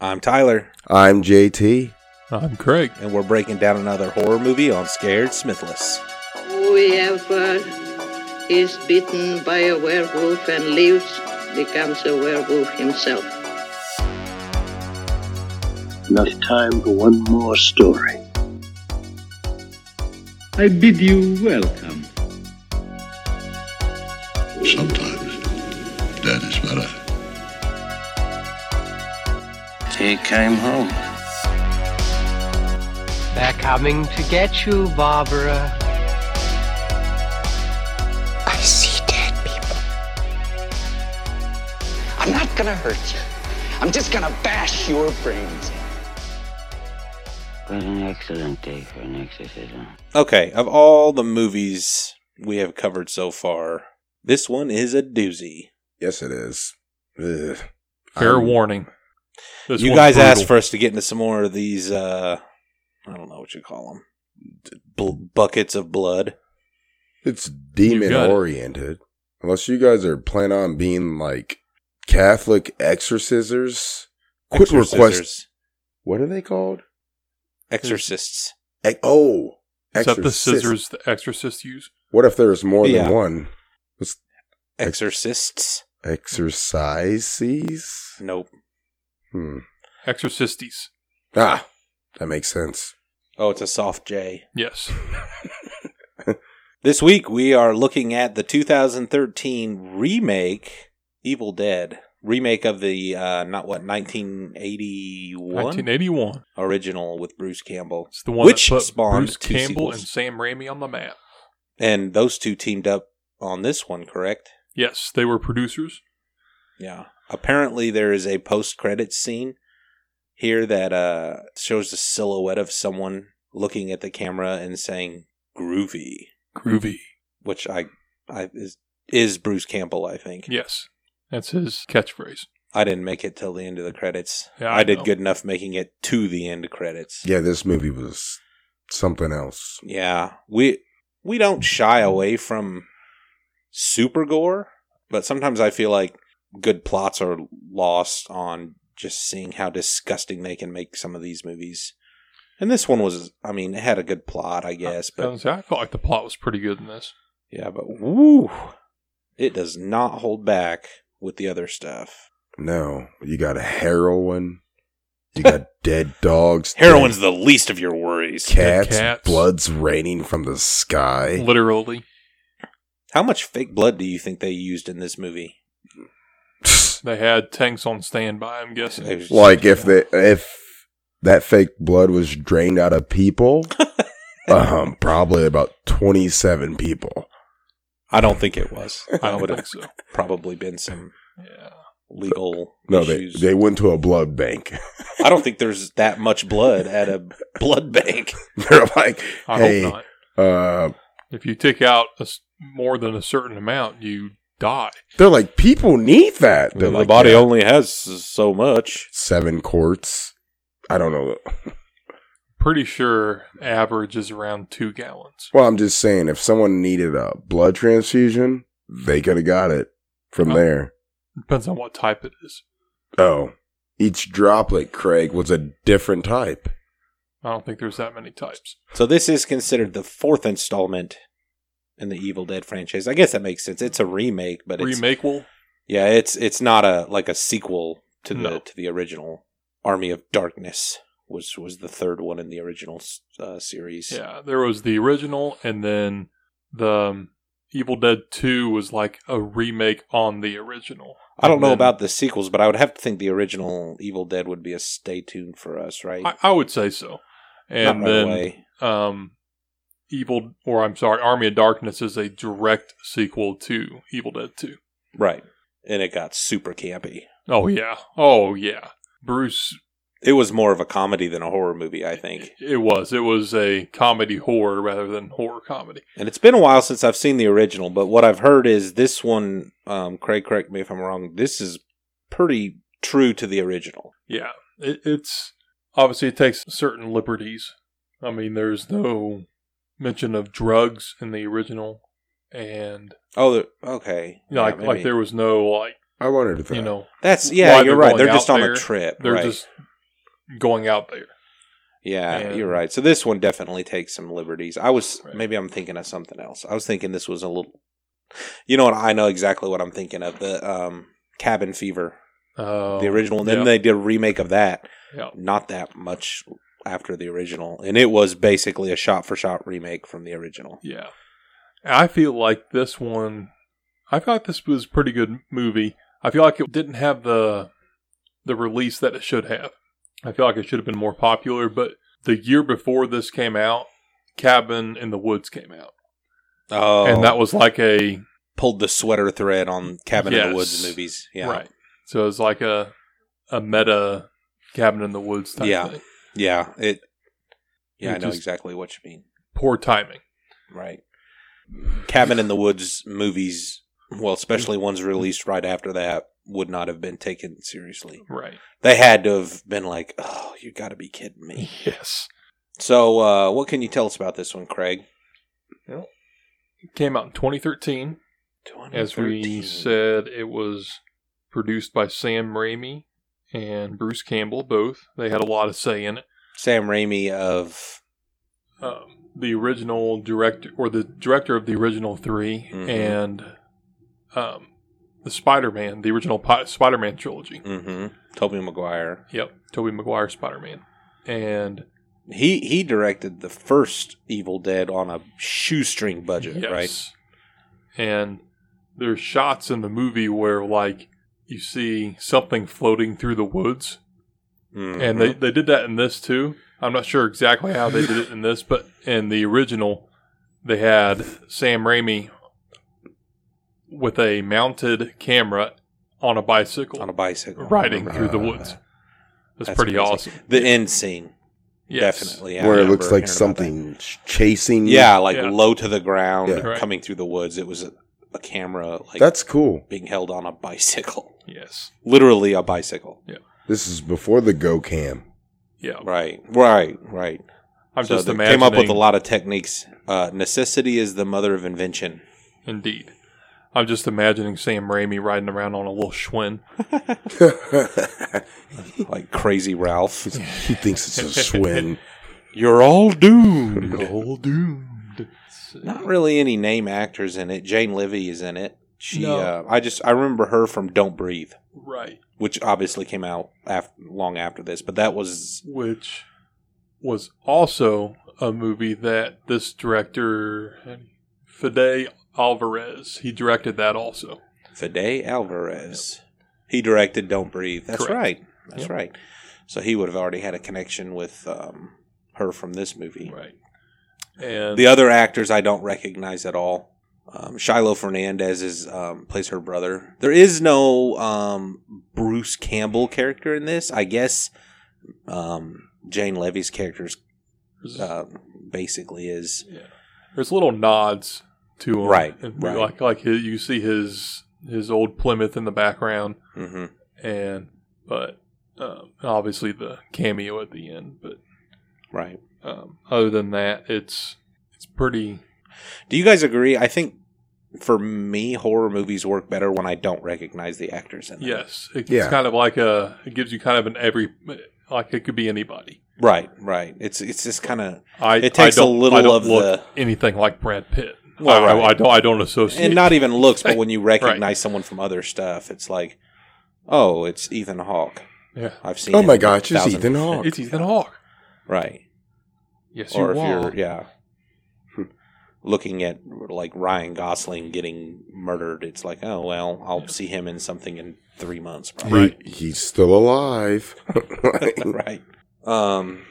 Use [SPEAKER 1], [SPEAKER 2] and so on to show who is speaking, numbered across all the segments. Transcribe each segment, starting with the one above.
[SPEAKER 1] I'm Tyler,
[SPEAKER 2] I'm JT.
[SPEAKER 3] I'm Craig.
[SPEAKER 1] and we're breaking down another horror movie on Scared Smithless.
[SPEAKER 4] Whoever is bitten by a werewolf and lives becomes a werewolf himself.
[SPEAKER 5] Enough time for one more story.
[SPEAKER 6] I bid you welcome.
[SPEAKER 7] Sometimes that is better.
[SPEAKER 5] He came home.
[SPEAKER 8] They're coming to get you, Barbara.
[SPEAKER 9] I see dead people. I'm not gonna hurt you. I'm just gonna bash your brains in.
[SPEAKER 10] What an excellent day for an exorcism.
[SPEAKER 1] Okay, of all the movies we have covered so far, this one is a doozy.
[SPEAKER 2] Yes, it is. Ugh.
[SPEAKER 3] Fair
[SPEAKER 2] I'm-
[SPEAKER 3] warning. This
[SPEAKER 1] you
[SPEAKER 3] one's
[SPEAKER 1] guys
[SPEAKER 3] brutal.
[SPEAKER 1] asked for us to get into some more of these, uh, I don't know what you call them, B- buckets of blood.
[SPEAKER 2] It's
[SPEAKER 3] You
[SPEAKER 2] demon
[SPEAKER 3] got it.
[SPEAKER 2] oriented. Unless you guys are planning on being like Catholic exorcisers. Quit request.
[SPEAKER 1] Exorcisers.
[SPEAKER 2] What are they called?
[SPEAKER 1] Exorcists.
[SPEAKER 2] Ec- oh,
[SPEAKER 3] Is that the
[SPEAKER 2] exorcist.
[SPEAKER 3] scissors the exorcists use?
[SPEAKER 2] What if there's more
[SPEAKER 1] Yeah.
[SPEAKER 2] than one?
[SPEAKER 1] Exorcists?
[SPEAKER 2] Exercises?
[SPEAKER 1] Nope.
[SPEAKER 2] Hmm.
[SPEAKER 3] Exorcistes.
[SPEAKER 2] Ah, that makes sense.
[SPEAKER 1] Oh, it's a soft J.
[SPEAKER 3] Yes.
[SPEAKER 1] This week we are looking at the 2013 remake Evil Dead. Remake of the uh not what 1981
[SPEAKER 3] 1981.
[SPEAKER 1] original with Bruce Campbell.
[SPEAKER 3] It's the one
[SPEAKER 1] Which
[SPEAKER 3] that put
[SPEAKER 1] spawned
[SPEAKER 3] Bruce
[SPEAKER 1] two
[SPEAKER 3] Campbell
[SPEAKER 1] sequels.
[SPEAKER 3] and Sam Raimi on the map.
[SPEAKER 1] And those two teamed up on this one, correct?
[SPEAKER 3] Yes, they were producers.
[SPEAKER 1] Yeah. Apparently there is a post-credits scene here that uh shows the silhouette of someone looking at the camera and saying groovy,
[SPEAKER 3] Groovy.
[SPEAKER 1] which I I is is Bruce Campbell, I think.
[SPEAKER 3] Yes. That's his catchphrase.
[SPEAKER 1] I didn't make it till the end of the credits.
[SPEAKER 3] Yeah,
[SPEAKER 1] I,
[SPEAKER 3] I
[SPEAKER 1] did
[SPEAKER 3] know.
[SPEAKER 1] good enough making it to the end credits.
[SPEAKER 2] Yeah, this movie was something else.
[SPEAKER 1] Yeah, we we don't shy away from super gore, but sometimes I feel like good plots are lost on just seeing how disgusting they can make some of these movies. And this one was, I mean, it had a good plot, I guess,
[SPEAKER 3] I, I
[SPEAKER 1] but
[SPEAKER 3] Uh, was- I felt like the plot was pretty good in this.
[SPEAKER 1] yeah, but woo, it does not hold back with the other stuff.
[SPEAKER 2] No, you got heroin. You got dead dogs.
[SPEAKER 1] Heroin's the least of your worries.
[SPEAKER 2] dead cats,
[SPEAKER 3] cats.
[SPEAKER 2] Blood's raining from the sky.
[SPEAKER 3] Literally.
[SPEAKER 1] How much fake blood do you think they used in this movie?
[SPEAKER 3] They had tanks on standby, I'm
[SPEAKER 1] It
[SPEAKER 3] guessing.
[SPEAKER 1] was-
[SPEAKER 2] like if the if that fake blood was drained out of people, um, probably about twenty seven people.
[SPEAKER 1] I don't think it was.
[SPEAKER 3] I
[SPEAKER 1] I
[SPEAKER 3] don't
[SPEAKER 1] would
[SPEAKER 3] think
[SPEAKER 1] have
[SPEAKER 3] so.
[SPEAKER 1] probably been some
[SPEAKER 3] Yeah.
[SPEAKER 1] legal
[SPEAKER 2] No, they
[SPEAKER 1] issues.
[SPEAKER 2] they went to a blood bank.
[SPEAKER 1] I don't think there's that much blood at a blood bank.
[SPEAKER 2] They're like,
[SPEAKER 3] I
[SPEAKER 2] hey,
[SPEAKER 3] hope not.
[SPEAKER 2] uh,
[SPEAKER 3] If you take out a s more than a certain amount, you die.
[SPEAKER 2] they're like, people need that. They're like, "Yeah,
[SPEAKER 1] only has so much.
[SPEAKER 2] seven quarts. I don't know.
[SPEAKER 3] Pretty sure average is around two gallons.
[SPEAKER 2] Well, I'm just saying, if someone needed a blood transfusion, they could have got it from
[SPEAKER 3] Oh.
[SPEAKER 2] there.
[SPEAKER 3] Depends on what type it is.
[SPEAKER 2] Oh, each droplet, Craig, was a different type.
[SPEAKER 3] I don't think there's that many types.
[SPEAKER 1] So this is considered the fourth installment in the Evil Dead franchise. I guess that makes sense. It's a remake, but it's
[SPEAKER 3] Remake will.
[SPEAKER 1] yeah, it's it's not a like a sequel to the
[SPEAKER 3] No.
[SPEAKER 1] to the original. Army of Darkness was was the third one in the original uh, series.
[SPEAKER 3] Yeah, there was the original, and then the um, Evil Dead Two was like a remake on the original.
[SPEAKER 1] I don't
[SPEAKER 3] And
[SPEAKER 1] know
[SPEAKER 3] then-
[SPEAKER 1] about the sequels, but I would have to think the original Evil Dead would be a stay tuned for us, right?
[SPEAKER 3] I, I would say so. And
[SPEAKER 1] Not right
[SPEAKER 3] then
[SPEAKER 1] away.
[SPEAKER 3] um, Evil, or I'm sorry, Army of Darkness is a direct sequel to Evil Dead Two.
[SPEAKER 1] Right. And it got super campy.
[SPEAKER 3] Oh yeah, oh yeah. Bruce
[SPEAKER 1] It was more of a comedy than a horror movie, I think.
[SPEAKER 3] It was. It was a comedy horror rather than horror comedy.
[SPEAKER 1] And it's been a while since I've seen the original, but what I've heard is this one, um, Craig, correct me if I'm wrong, this is pretty true to the original.
[SPEAKER 3] Yeah. It, it's obviously it takes certain liberties. I mean, there's no mention of drugs in the original, and
[SPEAKER 1] Oh, the- okay.
[SPEAKER 3] you know, like
[SPEAKER 1] Yeah,
[SPEAKER 3] like
[SPEAKER 1] maybe.
[SPEAKER 3] there was no like
[SPEAKER 2] I wondered if that.
[SPEAKER 3] you know
[SPEAKER 1] That's
[SPEAKER 3] why
[SPEAKER 1] yeah, you're
[SPEAKER 3] they're
[SPEAKER 1] right. They're
[SPEAKER 3] going
[SPEAKER 1] just
[SPEAKER 3] out
[SPEAKER 1] on a
[SPEAKER 3] there.
[SPEAKER 1] trip,
[SPEAKER 3] they're
[SPEAKER 1] right?
[SPEAKER 3] just going out there.
[SPEAKER 1] Yeah,
[SPEAKER 3] And-
[SPEAKER 1] you're right. So this one definitely takes some liberties. I was
[SPEAKER 3] Right.
[SPEAKER 1] maybe I'm thinking of something else. I was thinking this was a little. You know what? I know exactly what I'm thinking of the um, Cabin Fever,
[SPEAKER 3] Uh,
[SPEAKER 1] the original. And then
[SPEAKER 3] yeah.
[SPEAKER 1] they did a remake of that.
[SPEAKER 3] Yeah.
[SPEAKER 1] Not that much after the original, and it was basically a shot-for-shot remake from the original.
[SPEAKER 3] Yeah. I feel like this one, I feel like this was a pretty good movie. I feel like it didn't have the the release that it should have. I feel like it should have been more popular, but the year before this came out, Cabin in the Woods came out.
[SPEAKER 1] Oh,
[SPEAKER 3] And that was like a
[SPEAKER 1] pulled the sweater thread on Cabin in the Woods
[SPEAKER 3] Yes.
[SPEAKER 1] movies. Yeah,
[SPEAKER 3] right. So it was like a a meta Cabin in the Woods type
[SPEAKER 1] Yeah.
[SPEAKER 3] thing.
[SPEAKER 1] yeah. It. Yeah,
[SPEAKER 3] It
[SPEAKER 1] I know
[SPEAKER 3] just-
[SPEAKER 1] exactly what you mean.
[SPEAKER 3] Poor timing.
[SPEAKER 1] Right. Cabin in the Woods movies, well, especially ones released right after that, would not have been taken seriously.
[SPEAKER 3] Right.
[SPEAKER 1] They had to have been like, oh, you got to be kidding me.
[SPEAKER 3] Yes.
[SPEAKER 1] So, uh, what can you tell us about this one, Craig?
[SPEAKER 3] It came out in 2013. As we
[SPEAKER 1] 2013.
[SPEAKER 3] said, it was produced by Sam Raimi and Bruce Campbell, both. They had a lot of say in it.
[SPEAKER 1] Sam Raimi of.
[SPEAKER 3] Um, the original director, or the director of the original 3
[SPEAKER 1] Mhm.
[SPEAKER 3] and um, the Spider Man, the original pi- Spider Man trilogy.
[SPEAKER 1] Mm hmm. Tobey Maguire.
[SPEAKER 3] Yep, Tobey Maguire Spider Man. And
[SPEAKER 1] He, he directed the first Evil Dead on a shoestring budget, right?
[SPEAKER 3] And there's shots in the movie where, like, you see something floating through the woods.
[SPEAKER 1] Mm-hmm.
[SPEAKER 3] and they, they did that in this too. I'm not sure exactly how they did it in this, but in the original, they had Sam Raimi with a mounted camera on a bicycle
[SPEAKER 1] on a bicycle.
[SPEAKER 3] riding
[SPEAKER 1] Uh,
[SPEAKER 3] through the woods. That's,
[SPEAKER 1] that's
[SPEAKER 3] pretty
[SPEAKER 1] crazy.
[SPEAKER 3] awesome.
[SPEAKER 1] The end scene.
[SPEAKER 3] Yes.
[SPEAKER 1] Definitely. I
[SPEAKER 2] where it
[SPEAKER 1] remember
[SPEAKER 2] looks
[SPEAKER 1] hearing
[SPEAKER 2] like
[SPEAKER 1] about that.
[SPEAKER 2] something ch- chasing.
[SPEAKER 1] Yeah, like
[SPEAKER 3] Yeah.
[SPEAKER 1] low to the ground,
[SPEAKER 2] Yeah.
[SPEAKER 3] Right.
[SPEAKER 1] coming through the woods. It was a, a camera like
[SPEAKER 2] that's cool.
[SPEAKER 1] being held on a bicycle,
[SPEAKER 3] Yes.
[SPEAKER 1] literally a bicycle.
[SPEAKER 2] This is before the Go Cam.
[SPEAKER 3] Yeah.
[SPEAKER 1] Right, right, right.
[SPEAKER 3] I'm
[SPEAKER 1] so
[SPEAKER 3] just
[SPEAKER 1] they
[SPEAKER 3] imagining.
[SPEAKER 1] came up with a lot of techniques. Uh, necessity is the mother of invention.
[SPEAKER 3] Indeed. I'm just imagining Sam Raimi riding around on a little Schwinn.
[SPEAKER 1] Like crazy Ralph,
[SPEAKER 2] he thinks it's a swin.
[SPEAKER 1] you're all doomed.
[SPEAKER 3] All doomed.
[SPEAKER 1] Not really any name actors in it. Jane Livy is in it. She,
[SPEAKER 3] No.
[SPEAKER 1] uh, I just I remember her from Don't Breathe,
[SPEAKER 3] Right.
[SPEAKER 1] which obviously came out af long after this, but that was
[SPEAKER 3] which was also a movie that this director Fede Alvarez he directed that also.
[SPEAKER 1] Fede Alvarez. He directed Don't Breathe. That's
[SPEAKER 3] Correct.
[SPEAKER 1] right. That's
[SPEAKER 3] Yep.
[SPEAKER 1] right. So he would have already had a connection with um, her from this movie.
[SPEAKER 3] Right. And
[SPEAKER 1] The other actors I don't recognize at all. Um, Shiloh Fernandez is um, plays her brother. There is no um, Bruce Campbell character in this. I guess um, Jane Levy's character uh, basically is
[SPEAKER 3] yeah. there's little nods to him.
[SPEAKER 1] Right,
[SPEAKER 3] And
[SPEAKER 1] right.
[SPEAKER 3] Like like his, you see his his old Plymouth in the background
[SPEAKER 1] hmm
[SPEAKER 3] and but um, obviously the cameo at the end, but
[SPEAKER 1] right.
[SPEAKER 3] um, other than that it's it's pretty
[SPEAKER 1] Do you guys agree? I think for me, horror movies work better when I don't recognize the actors in them.
[SPEAKER 3] Yes, it's
[SPEAKER 2] Yeah.
[SPEAKER 3] kind of like a. It gives you kind of an every. Like it could be anybody.
[SPEAKER 1] Right, right. It's it's just kind of
[SPEAKER 3] I
[SPEAKER 1] It takes
[SPEAKER 3] I don't-
[SPEAKER 1] a little
[SPEAKER 3] I don't
[SPEAKER 1] of
[SPEAKER 3] look anything like Brad Pitt.
[SPEAKER 1] Well,
[SPEAKER 3] I, I-
[SPEAKER 1] right.
[SPEAKER 3] I don't. I don't associate.
[SPEAKER 1] and not even looks, but when you recognize someone from other stuff, it's like, oh, it's Ethan Hawke.
[SPEAKER 3] Yeah.
[SPEAKER 1] I've seen.
[SPEAKER 2] Oh
[SPEAKER 1] him
[SPEAKER 2] my
[SPEAKER 1] a
[SPEAKER 2] gosh, it's
[SPEAKER 1] thousand
[SPEAKER 2] Ethan
[SPEAKER 1] percent.
[SPEAKER 2] Hawke.
[SPEAKER 3] It's Ethan Hawke.
[SPEAKER 1] right?
[SPEAKER 3] Yes,
[SPEAKER 1] Or
[SPEAKER 3] you
[SPEAKER 1] if
[SPEAKER 3] are.
[SPEAKER 1] you're yeah, looking at like Ryan Gosling getting murdered, it's like, oh well, I'll
[SPEAKER 3] Yeah.
[SPEAKER 1] see him in something in three months,
[SPEAKER 2] He-
[SPEAKER 1] probably.
[SPEAKER 2] he's still alive.
[SPEAKER 1] right. Um.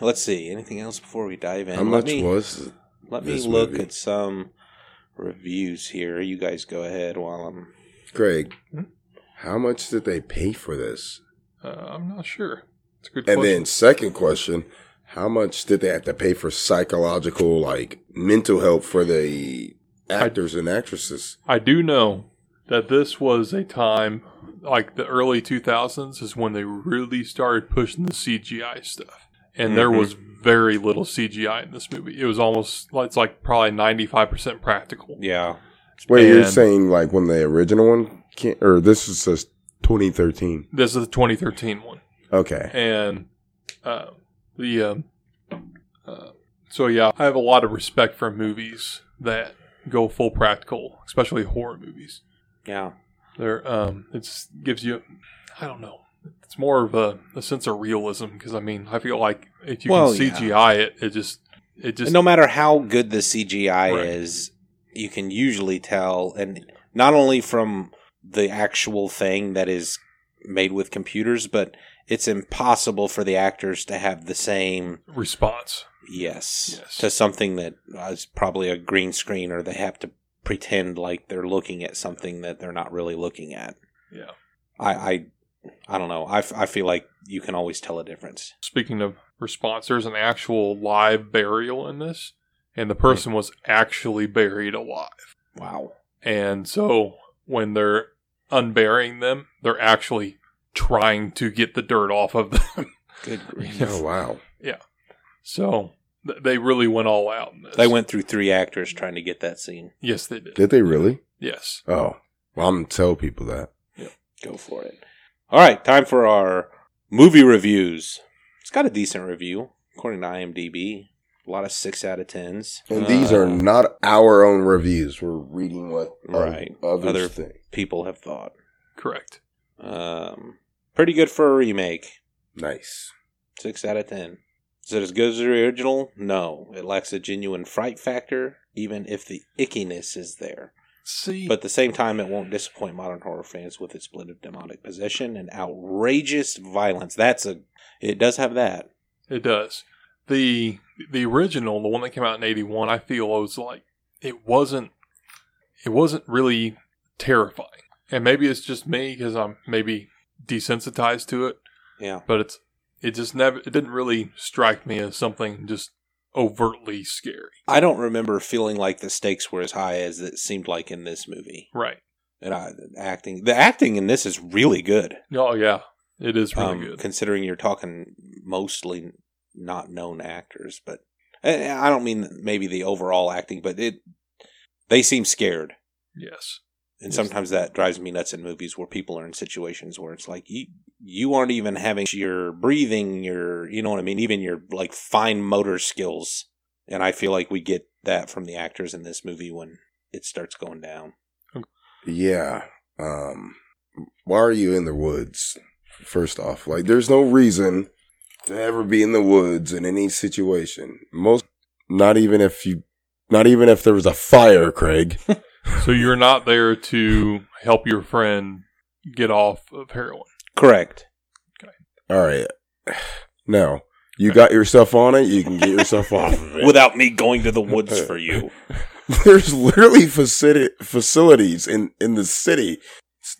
[SPEAKER 1] Let's see. Anything else before we dive in?
[SPEAKER 2] How
[SPEAKER 1] Let
[SPEAKER 2] much
[SPEAKER 1] me-
[SPEAKER 2] was?
[SPEAKER 1] Let me
[SPEAKER 2] this
[SPEAKER 1] look
[SPEAKER 2] movie.
[SPEAKER 1] at some reviews here. You guys go ahead while I'm.
[SPEAKER 2] Greg,
[SPEAKER 3] Hmm?
[SPEAKER 2] how much did they pay for this?
[SPEAKER 3] Uh, I'm not sure. It's a good
[SPEAKER 2] And
[SPEAKER 3] question.
[SPEAKER 2] then, second question, how much did they have to pay for psychological, like mental help for the actors and actresses?
[SPEAKER 3] I do know that this was a time, like the early 2000s, is when they really started pushing the CGI stuff, and there
[SPEAKER 1] Mhm.
[SPEAKER 3] was very little CGI in this movie. It was almost it's like probably 95 percent practical.
[SPEAKER 1] Yeah.
[SPEAKER 2] Wait, you're
[SPEAKER 3] And-
[SPEAKER 2] saying like when the original one can't, or this is just 2013?
[SPEAKER 3] This is the 2013 one.
[SPEAKER 2] Okay.
[SPEAKER 3] and uh, the um, uh, so yeah, I have a lot of respect for movies that go full practical, especially horror movies.
[SPEAKER 1] Yeah.
[SPEAKER 3] They're um, it's gives you, I don't know, it's more of a, a sense of realism because I mean I feel like if you
[SPEAKER 1] Well,
[SPEAKER 3] can
[SPEAKER 1] yeah.
[SPEAKER 3] CGI it, it just it just
[SPEAKER 1] And no matter how good the CGI
[SPEAKER 3] Right.
[SPEAKER 1] is, you can usually tell, and not only from the actual thing that is made with computers, but it's impossible for the actors to have the same
[SPEAKER 3] response.
[SPEAKER 1] yes,
[SPEAKER 3] Yes.
[SPEAKER 1] to something that is probably a green screen, or they have to pretend like they're looking at something that they're not really looking at.
[SPEAKER 3] Yeah.
[SPEAKER 1] I, I, I don't know. I, f- I feel like you can always tell a difference.
[SPEAKER 3] Speaking of response, there's an actual live burial in this, and the
[SPEAKER 1] Hmm.
[SPEAKER 3] person was actually buried alive.
[SPEAKER 1] Wow.
[SPEAKER 3] And so when they're unburying them, they're actually trying to get the dirt off of them.
[SPEAKER 1] Good grief.
[SPEAKER 2] Oh wow.
[SPEAKER 3] So th- they really went all out in this.
[SPEAKER 1] They went through three actors trying to get that scene.
[SPEAKER 3] Yes, they did.
[SPEAKER 2] Did they really?
[SPEAKER 3] Yes.
[SPEAKER 2] Oh, well, I'm gonna tell people that.
[SPEAKER 1] Go for it. All right, time for our movie reviews. It's got a decent review, according to IMDb. A lot of six out of tens.
[SPEAKER 2] And these are
[SPEAKER 1] Uh,
[SPEAKER 2] not our own reviews. We're reading what
[SPEAKER 1] Right.
[SPEAKER 2] other,
[SPEAKER 1] Other-
[SPEAKER 2] thing.
[SPEAKER 1] people have thought.
[SPEAKER 3] Correct.
[SPEAKER 1] Um, pretty good for a remake.
[SPEAKER 2] Nice.
[SPEAKER 1] Six out of ten. Is it as good as the original? No. It lacks a genuine fright factor, even if the ickiness is there.
[SPEAKER 3] See,
[SPEAKER 1] But at the same time, it won't disappoint modern horror fans with its blend of demonic possession and outrageous violence. That's a. It does have that.
[SPEAKER 3] it does. The the original, the one that came out in 81, I feel was like it wasn't it wasn't really terrifying. And maybe it's just me cuz I'm maybe desensitized to it.
[SPEAKER 1] Yeah.
[SPEAKER 3] but it's it just never it didn't really strike me as something just overtly scary
[SPEAKER 1] I don't remember feeling like the stakes were as high as it seemed like in this movie.
[SPEAKER 3] right
[SPEAKER 1] And I, the acting, the acting in this is really good.
[SPEAKER 3] oh yeah it is really
[SPEAKER 1] um,
[SPEAKER 3] good
[SPEAKER 1] Considering you're talking mostly not known actors, but and I don't mean maybe the overall acting, but it they seem scared,
[SPEAKER 3] yes
[SPEAKER 1] and
[SPEAKER 3] Yes.
[SPEAKER 1] sometimes that drives me nuts in movies where people are in situations where it's like you you aren't even having your breathing, your you know what I mean, even your like fine motor skills, and I feel like we get that from the actors in this movie when it starts going down.
[SPEAKER 2] Yeah. Um, why are you in the woods? First off, like there's no reason to ever be in the woods in any situation. Most, not even if you, not even if there was a fire, Craig.
[SPEAKER 3] so you're not there to help your friend get off of heroin
[SPEAKER 1] Correct.
[SPEAKER 2] All right. No, you got yourself on it. You can get yourself off of it.
[SPEAKER 1] Without me going to the woods for you.
[SPEAKER 2] There's literally facility, facilities in, in the city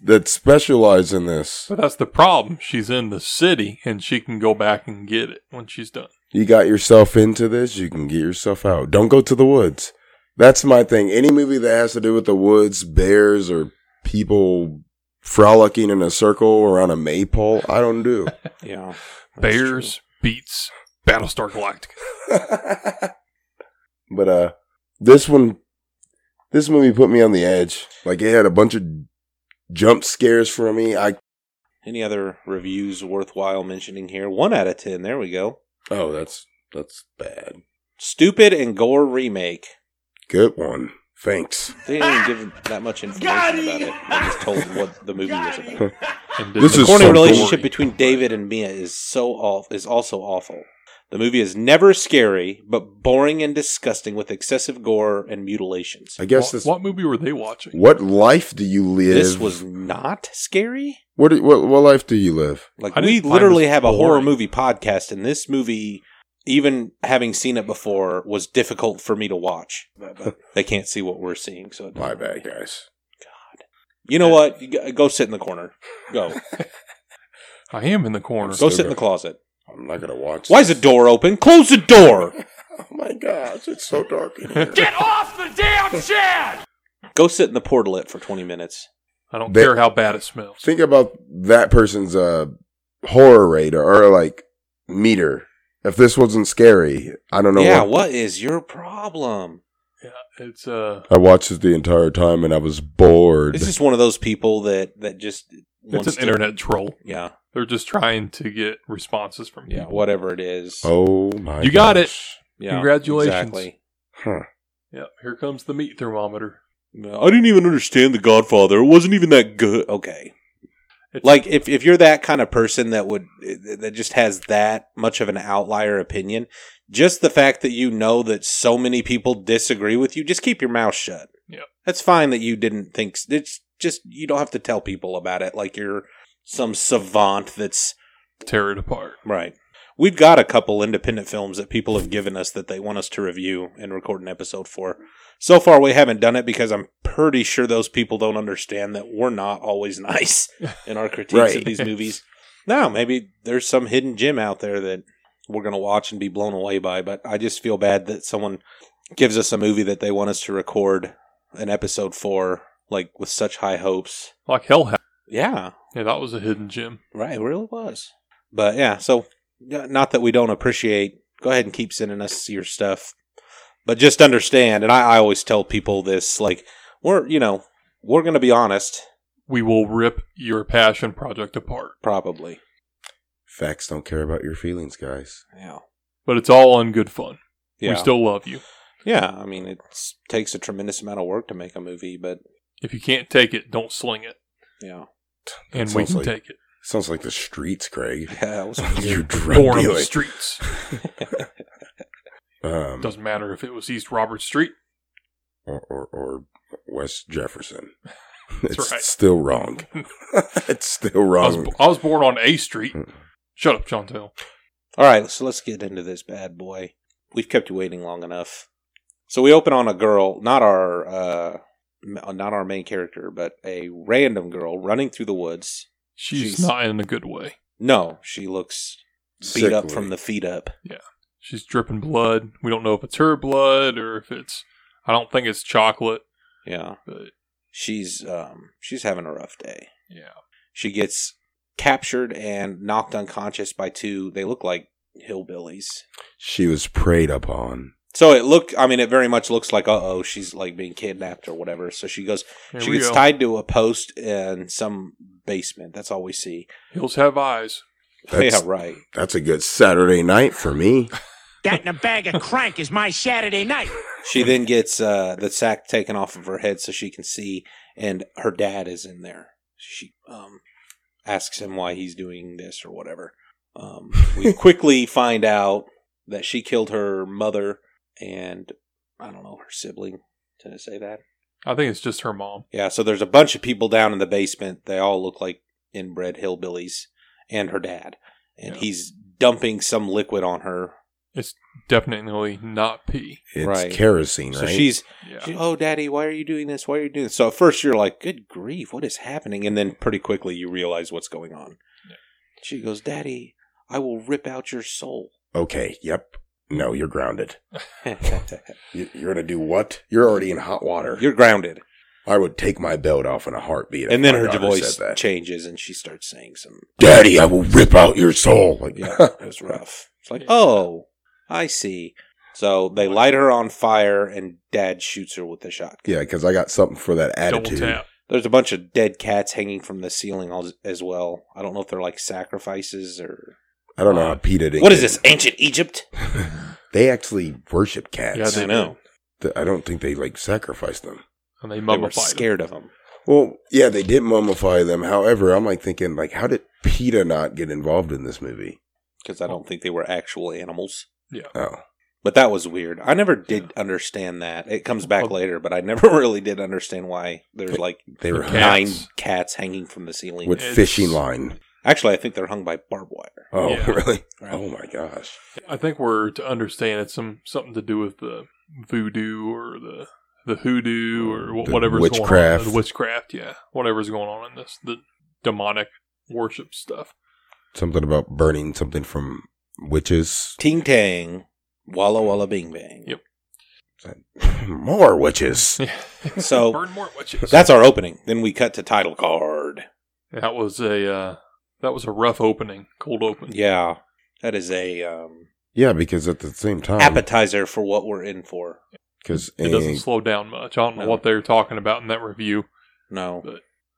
[SPEAKER 2] that specialize in this.
[SPEAKER 3] but that's the problem she's in the city and she can go back and get it when she's done
[SPEAKER 2] You got yourself into this, you can get yourself out. Don't go to the woods. That's my thing. Any movie that has to do with the woods, bears, or people frolicking in a circle around a maypole, I don't do.
[SPEAKER 1] Yeah. that's
[SPEAKER 3] bears beats battlestar galactica
[SPEAKER 2] but uh this one this movie put me on the edge. Like it had a bunch of jump scares for me. I
[SPEAKER 1] true. Any other reviews worthwhile mentioning here? One out of ten. There we go.
[SPEAKER 2] Oh, that's that's bad.
[SPEAKER 1] Stupid and gore remake.
[SPEAKER 2] Good one. Thanks.
[SPEAKER 1] They didn't even give that much information about it. They just told what the movie was about.
[SPEAKER 3] and
[SPEAKER 2] This
[SPEAKER 1] The
[SPEAKER 2] is
[SPEAKER 1] corny
[SPEAKER 2] so
[SPEAKER 1] relationship
[SPEAKER 3] gory.
[SPEAKER 1] between David and Mia is so off is also awful. The movie is never scary, but boring and disgusting with excessive gore and mutilations.
[SPEAKER 2] I guess this
[SPEAKER 3] what, what movie were they watching
[SPEAKER 2] what life do you live?
[SPEAKER 1] This was not scary.
[SPEAKER 2] what, do- what what life do you live?
[SPEAKER 1] Like
[SPEAKER 3] I didn't
[SPEAKER 1] we
[SPEAKER 3] find
[SPEAKER 1] literally
[SPEAKER 3] this
[SPEAKER 1] have a horror
[SPEAKER 3] boring.
[SPEAKER 1] movie podcast, and this movie, even having seen it before, was difficult for me to watch. They can't see what we're seeing, so it
[SPEAKER 2] My
[SPEAKER 1] doesn't-
[SPEAKER 2] bad, guys.
[SPEAKER 1] You know what? You g- Go sit in the corner. Go,
[SPEAKER 3] i am in the corner
[SPEAKER 1] go sit in the closet.
[SPEAKER 2] I'm not gonna watch.
[SPEAKER 1] Why is the
[SPEAKER 2] this.
[SPEAKER 1] door open? Close the door.
[SPEAKER 2] Oh my gosh, it's so dark in here.
[SPEAKER 1] Go sit in the portalet for twenty minutes.
[SPEAKER 3] i don't
[SPEAKER 2] They-
[SPEAKER 3] care how bad it smells
[SPEAKER 2] Think about that person's uh horror rate or, or like meter. If this wasn't scary, I don't know.
[SPEAKER 1] yeah,
[SPEAKER 2] what-
[SPEAKER 1] what is your problem?
[SPEAKER 3] yeah it's uh
[SPEAKER 2] I watched it the entire time and I was bored.
[SPEAKER 1] It's just one of those people that that just
[SPEAKER 3] It's
[SPEAKER 1] wants
[SPEAKER 3] an
[SPEAKER 1] to-
[SPEAKER 3] internet troll.
[SPEAKER 1] Yeah,
[SPEAKER 3] They're just trying to get responses from
[SPEAKER 1] Yeah,
[SPEAKER 3] people.
[SPEAKER 1] whatever it is.
[SPEAKER 2] Oh my!
[SPEAKER 3] You got it.
[SPEAKER 2] gosh.
[SPEAKER 1] yeah,
[SPEAKER 3] congratulations.
[SPEAKER 2] Huh.
[SPEAKER 3] Yeah, here comes the meat thermometer.
[SPEAKER 1] No, I didn't even understand The Godfather. It wasn't even that good. Okay.
[SPEAKER 3] It's-
[SPEAKER 1] Like if, if you're that kind of person that would that just has that much of an outlier opinion, just the fact that you know that so many people disagree with you, just keep your mouth shut.
[SPEAKER 3] Yeah.
[SPEAKER 1] that's fine that you didn't think. s- It's just you don't have to tell people about it like you're some savant that's
[SPEAKER 3] Tear it apart.
[SPEAKER 1] Right. We've got a couple independent films that people have given us that they want us to review and record an episode for. So far, we haven't done it because I'm pretty sure those people don't understand that we're not always nice in our critiques of
[SPEAKER 2] Right.
[SPEAKER 1] these movies. Now, maybe there's some hidden gem out there that we're going to watch and be blown away by, but I just feel bad that someone gives us a movie that they want us to record an episode for, like with such high hopes.
[SPEAKER 3] Like Hellhound.
[SPEAKER 1] Yeah.
[SPEAKER 3] Yeah, that was a hidden gem.
[SPEAKER 1] Right, it really was. But yeah, so n- not that we don't appreciate. Go ahead and keep sending us your stuff, but just understand. And I, I always tell people this: like we're, you know, we're going to be honest,
[SPEAKER 3] We will rip your passion project apart.
[SPEAKER 1] probably.
[SPEAKER 2] Facts don't care about your feelings, guys.
[SPEAKER 1] Yeah,
[SPEAKER 3] But it's all in good fun.
[SPEAKER 1] yeah,
[SPEAKER 3] We still love you.
[SPEAKER 1] yeah. I mean, it takes a tremendous amount of work to make a movie, but
[SPEAKER 3] If you can't take it, don't sling it.
[SPEAKER 1] yeah,
[SPEAKER 3] And we
[SPEAKER 2] sounds
[SPEAKER 3] can
[SPEAKER 2] like-
[SPEAKER 3] take it.
[SPEAKER 2] Sounds like the streets, Craig.
[SPEAKER 1] yeah. That was
[SPEAKER 2] you drug
[SPEAKER 3] Born on the
[SPEAKER 2] dealer.
[SPEAKER 3] streets.
[SPEAKER 2] um,
[SPEAKER 3] Doesn't matter if it was East Robert Street.
[SPEAKER 2] or, or or West Jefferson.
[SPEAKER 3] That's
[SPEAKER 2] it's
[SPEAKER 3] right.
[SPEAKER 2] still wrong. it's still
[SPEAKER 3] I was,
[SPEAKER 2] wrong.
[SPEAKER 3] I was born on A Street. Shut up, Chantel.
[SPEAKER 1] All right, so let's get into this bad boy. We've kept you waiting long enough. So we open on a girl, not our uh m- not our main character, but a random girl running through the woods.
[SPEAKER 3] She's
[SPEAKER 1] Jeez.
[SPEAKER 3] not in a good way.
[SPEAKER 1] No, she looks beat up
[SPEAKER 2] Sickly.
[SPEAKER 1] from the feet up.
[SPEAKER 3] She's dripping blood. We don't know if it's her blood or if it's. I don't think it's chocolate,
[SPEAKER 1] Yeah.
[SPEAKER 3] but
[SPEAKER 1] She's um she's having a rough day.
[SPEAKER 3] yeah.
[SPEAKER 1] She gets captured and knocked unconscious by two they look like hillbillies.
[SPEAKER 2] She was preyed upon.
[SPEAKER 1] So it look I mean it very much looks like uh oh, she's like being kidnapped or whatever. So she goes
[SPEAKER 3] Here
[SPEAKER 1] she
[SPEAKER 3] we
[SPEAKER 1] gets
[SPEAKER 3] go.
[SPEAKER 1] tied to a post in some basement. That's all we see.
[SPEAKER 3] Hills have eyes.
[SPEAKER 2] That's,
[SPEAKER 1] yeah, right.
[SPEAKER 2] that's a good Saturday night for me.
[SPEAKER 11] That and a bag of crank is my Saturday night.
[SPEAKER 1] She then gets uh, the sack taken off of her head so she can see, and her dad is in there. She um, asks him why he's doing this or whatever. Um, we quickly find out that she killed her mother and I don't know her sibling. Did I say that?
[SPEAKER 3] I think it's just her mom.
[SPEAKER 1] Yeah. So there's a bunch of people down in the basement. They all look like inbred hillbillies, and her dad, and
[SPEAKER 3] Yeah.
[SPEAKER 1] he's dumping some liquid on her.
[SPEAKER 3] Definitely not P.
[SPEAKER 2] It's
[SPEAKER 1] Right.
[SPEAKER 2] kerosene,
[SPEAKER 1] So
[SPEAKER 2] right?
[SPEAKER 1] she's
[SPEAKER 3] Yeah.
[SPEAKER 1] She- oh, daddy, why are you doing this? Why are you doing this? So at first you're like, good grief, what is happening? And then pretty quickly you realize what's going on.
[SPEAKER 3] Yeah.
[SPEAKER 1] She goes, daddy, I will rip out your soul.
[SPEAKER 2] okay. Yep. No, you're grounded.
[SPEAKER 1] you're
[SPEAKER 2] You, you're gonna do what? You're already in hot water.
[SPEAKER 1] grounded.
[SPEAKER 2] I would take my belt off in a heartbeat. if
[SPEAKER 1] and then
[SPEAKER 2] my
[SPEAKER 1] her
[SPEAKER 2] daughter
[SPEAKER 1] voice
[SPEAKER 2] said that.
[SPEAKER 1] changes and she starts saying some,
[SPEAKER 2] Daddy, I will rip out your soul. Like,
[SPEAKER 1] yeah, it was rough. It's like, oh, I see. So they light her on fire and dad shoots her with a shotgun.
[SPEAKER 2] yeah, because I got something for that
[SPEAKER 3] Double
[SPEAKER 2] attitude.
[SPEAKER 3] tap.
[SPEAKER 1] There's a bunch of dead cats hanging from the ceiling als- as well. I don't know if they're like sacrifices or.
[SPEAKER 2] I don't know how Peta did.
[SPEAKER 1] What is this, ancient Egypt?
[SPEAKER 2] they actually worship
[SPEAKER 3] Yeah,
[SPEAKER 2] cats.
[SPEAKER 3] they
[SPEAKER 1] I know.
[SPEAKER 2] Th- I don't think they like sacrificed them.
[SPEAKER 3] And they
[SPEAKER 1] They were
[SPEAKER 3] mummified him.
[SPEAKER 1] scared of him.
[SPEAKER 2] Well, yeah, they did mummify them. However, I'm like thinking, like, how did Peta not get involved in this movie?
[SPEAKER 1] because I don't think they were actual animals.
[SPEAKER 2] Oh,
[SPEAKER 1] But that was weird. I never did understand that. It comes back
[SPEAKER 3] Well-
[SPEAKER 1] later, but I never really did understand why there's like
[SPEAKER 2] they were
[SPEAKER 3] Cats.
[SPEAKER 1] nine cats hanging from the
[SPEAKER 2] hung
[SPEAKER 1] ceiling.
[SPEAKER 2] with
[SPEAKER 3] It's-
[SPEAKER 2] fishing line.
[SPEAKER 1] Actually, I think they're hung by barbed wire.
[SPEAKER 2] Oh,
[SPEAKER 3] Yeah.
[SPEAKER 2] really? Oh my gosh!
[SPEAKER 3] I think we're to understand it's some something to do with the voodoo or the the hoodoo or wh-
[SPEAKER 2] The
[SPEAKER 3] whatever's going
[SPEAKER 2] witchcraft.
[SPEAKER 3] on. The witchcraft, yeah, whatever's going on in this, the demonic worship stuff.
[SPEAKER 2] Something about burning something from witches.
[SPEAKER 1] Ting tang, walla walla, bing bang.
[SPEAKER 3] Yep.
[SPEAKER 2] More witches.
[SPEAKER 1] So-
[SPEAKER 3] burn more witches.
[SPEAKER 1] That's our opening. Then we cut to title card.
[SPEAKER 3] that was a uh, that was a rough opening, cold open.
[SPEAKER 1] Yeah, that is a um,
[SPEAKER 2] Yeah, because at the same time,
[SPEAKER 1] appetizer for what we're in for.
[SPEAKER 2] because
[SPEAKER 3] It doesn't slow down much. I don't know
[SPEAKER 1] No.
[SPEAKER 3] what they were talking about in that review.
[SPEAKER 1] No,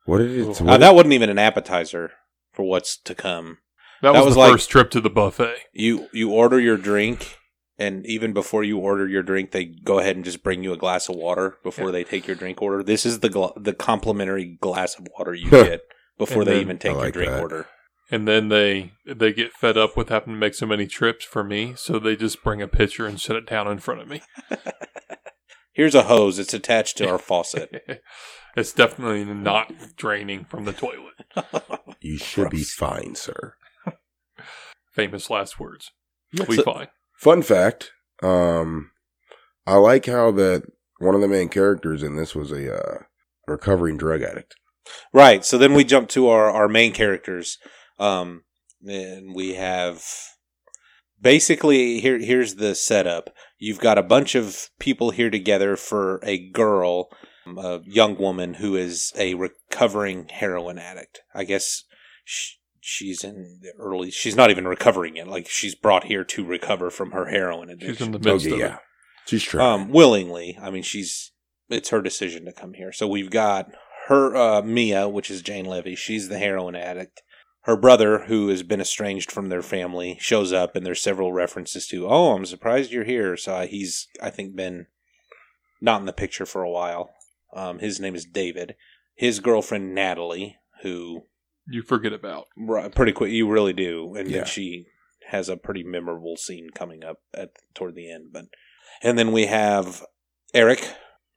[SPEAKER 2] what did it?
[SPEAKER 3] Uh,
[SPEAKER 1] Uh,
[SPEAKER 2] what
[SPEAKER 1] that wasn't even an appetizer. for what's to come.
[SPEAKER 3] That,
[SPEAKER 1] That
[SPEAKER 3] was,
[SPEAKER 1] was
[SPEAKER 3] the
[SPEAKER 1] like-
[SPEAKER 3] first trip to the buffet.
[SPEAKER 1] You you order your drink, and even before you order your drink, they go ahead and just bring you a glass of water before
[SPEAKER 3] Yeah.
[SPEAKER 1] they take your drink order. This is the gla- the complimentary glass of water you get before
[SPEAKER 3] And
[SPEAKER 1] they
[SPEAKER 3] then-
[SPEAKER 1] even take
[SPEAKER 2] I
[SPEAKER 1] your
[SPEAKER 2] like
[SPEAKER 1] drink
[SPEAKER 2] that.
[SPEAKER 1] order.
[SPEAKER 3] And then they they get fed up with having to make so many trips for me, so they just bring a pitcher and set it down in front of me.
[SPEAKER 1] Here's a hose. It's attached to our faucet.
[SPEAKER 3] it's definitely not draining from the toilet.
[SPEAKER 2] You should be fine, sir.
[SPEAKER 3] Famous last words. We
[SPEAKER 1] So-
[SPEAKER 3] fine.
[SPEAKER 2] Fun fact: um, I like how that one of the main characters in this was a uh, recovering drug addict.
[SPEAKER 1] Right. So then we jump to our, our main characters. Um, and we have basically here here's the setup. You've got a bunch of people here together for a girl, um, a young woman who is a recovering heroin addict. I guess sh she's in the early. She's not even recovering it. Like she's brought here to recover from her heroin addiction.
[SPEAKER 3] She's in the midst
[SPEAKER 2] okay,
[SPEAKER 3] of
[SPEAKER 2] yeah,
[SPEAKER 3] it.
[SPEAKER 2] she's trying.
[SPEAKER 1] um, willingly. I mean, she's it's her decision to come here. So we've got her uh, Mia, which is Jane Levy. She's the heroin addict. Her brother, who has been estranged from their family, shows up, and there's several references to, "Oh, I'm surprised you're here." So uh, he's, I think, been not in the picture for a while. Um, his name is David. His girlfriend Natalie, who
[SPEAKER 3] You forget about.
[SPEAKER 1] Right, pretty quick. You really do, and
[SPEAKER 2] Yeah.
[SPEAKER 1] then she has a pretty memorable scene coming up at toward the end. But and then we have Eric,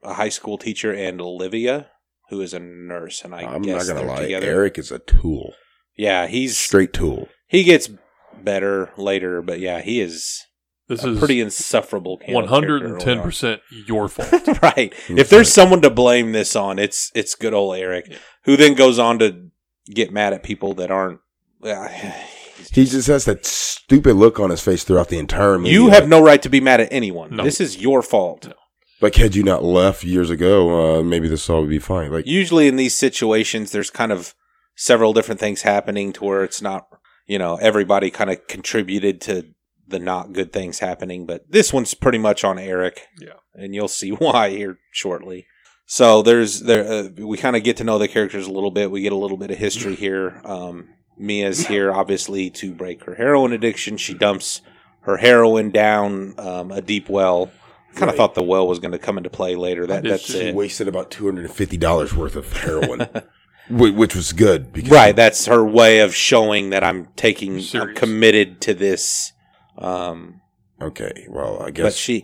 [SPEAKER 1] a high school teacher, and Olivia, who is a nurse. And I
[SPEAKER 2] I am not
[SPEAKER 1] guess
[SPEAKER 2] gonna
[SPEAKER 1] they're
[SPEAKER 2] lie.
[SPEAKER 1] together.
[SPEAKER 2] Eric is a tool,
[SPEAKER 1] yeah, he's
[SPEAKER 2] straight tool.
[SPEAKER 1] he gets better later, but yeah, he is
[SPEAKER 3] This
[SPEAKER 1] a
[SPEAKER 3] is
[SPEAKER 1] pretty insufferable. kind
[SPEAKER 3] one
[SPEAKER 1] of character
[SPEAKER 3] hundred and ten
[SPEAKER 1] early on.
[SPEAKER 3] percent your fault.
[SPEAKER 1] right.
[SPEAKER 2] Mm-hmm.
[SPEAKER 1] If there's someone to blame this on, it's it's good old Eric, who then goes on to get mad at people that aren't.
[SPEAKER 2] He just has that stupid look on his face throughout the entire movie.
[SPEAKER 1] You
[SPEAKER 2] like,
[SPEAKER 1] have no right to be mad at anyone.
[SPEAKER 3] No.
[SPEAKER 1] This is your fault.
[SPEAKER 2] like had you not left years ago, uh, maybe this all would be fine. Like
[SPEAKER 1] Usually in these situations, there's kind of several different things happening to where it's not, you know, everybody kind of contributed to the not good things happening. But this one's pretty much on Eric.
[SPEAKER 3] Yeah.
[SPEAKER 1] And you'll see why here shortly. So there's there uh, we kind of get to know the characters a little bit. We get a little bit of history here. Um, Mia's here obviously to break her heroin addiction. She dumps her heroin down um, a deep well. Kind of thought the well was going to come into play later. That
[SPEAKER 3] It's
[SPEAKER 1] that's
[SPEAKER 3] just
[SPEAKER 1] it.
[SPEAKER 2] wasted about two hundred and fifty dollars worth of heroin, whi- which was good because
[SPEAKER 1] Right, that's her way of showing that I'm taking, I'm
[SPEAKER 3] Serious.
[SPEAKER 1] committed to this. Um,
[SPEAKER 2] Okay, well I guess
[SPEAKER 1] but she,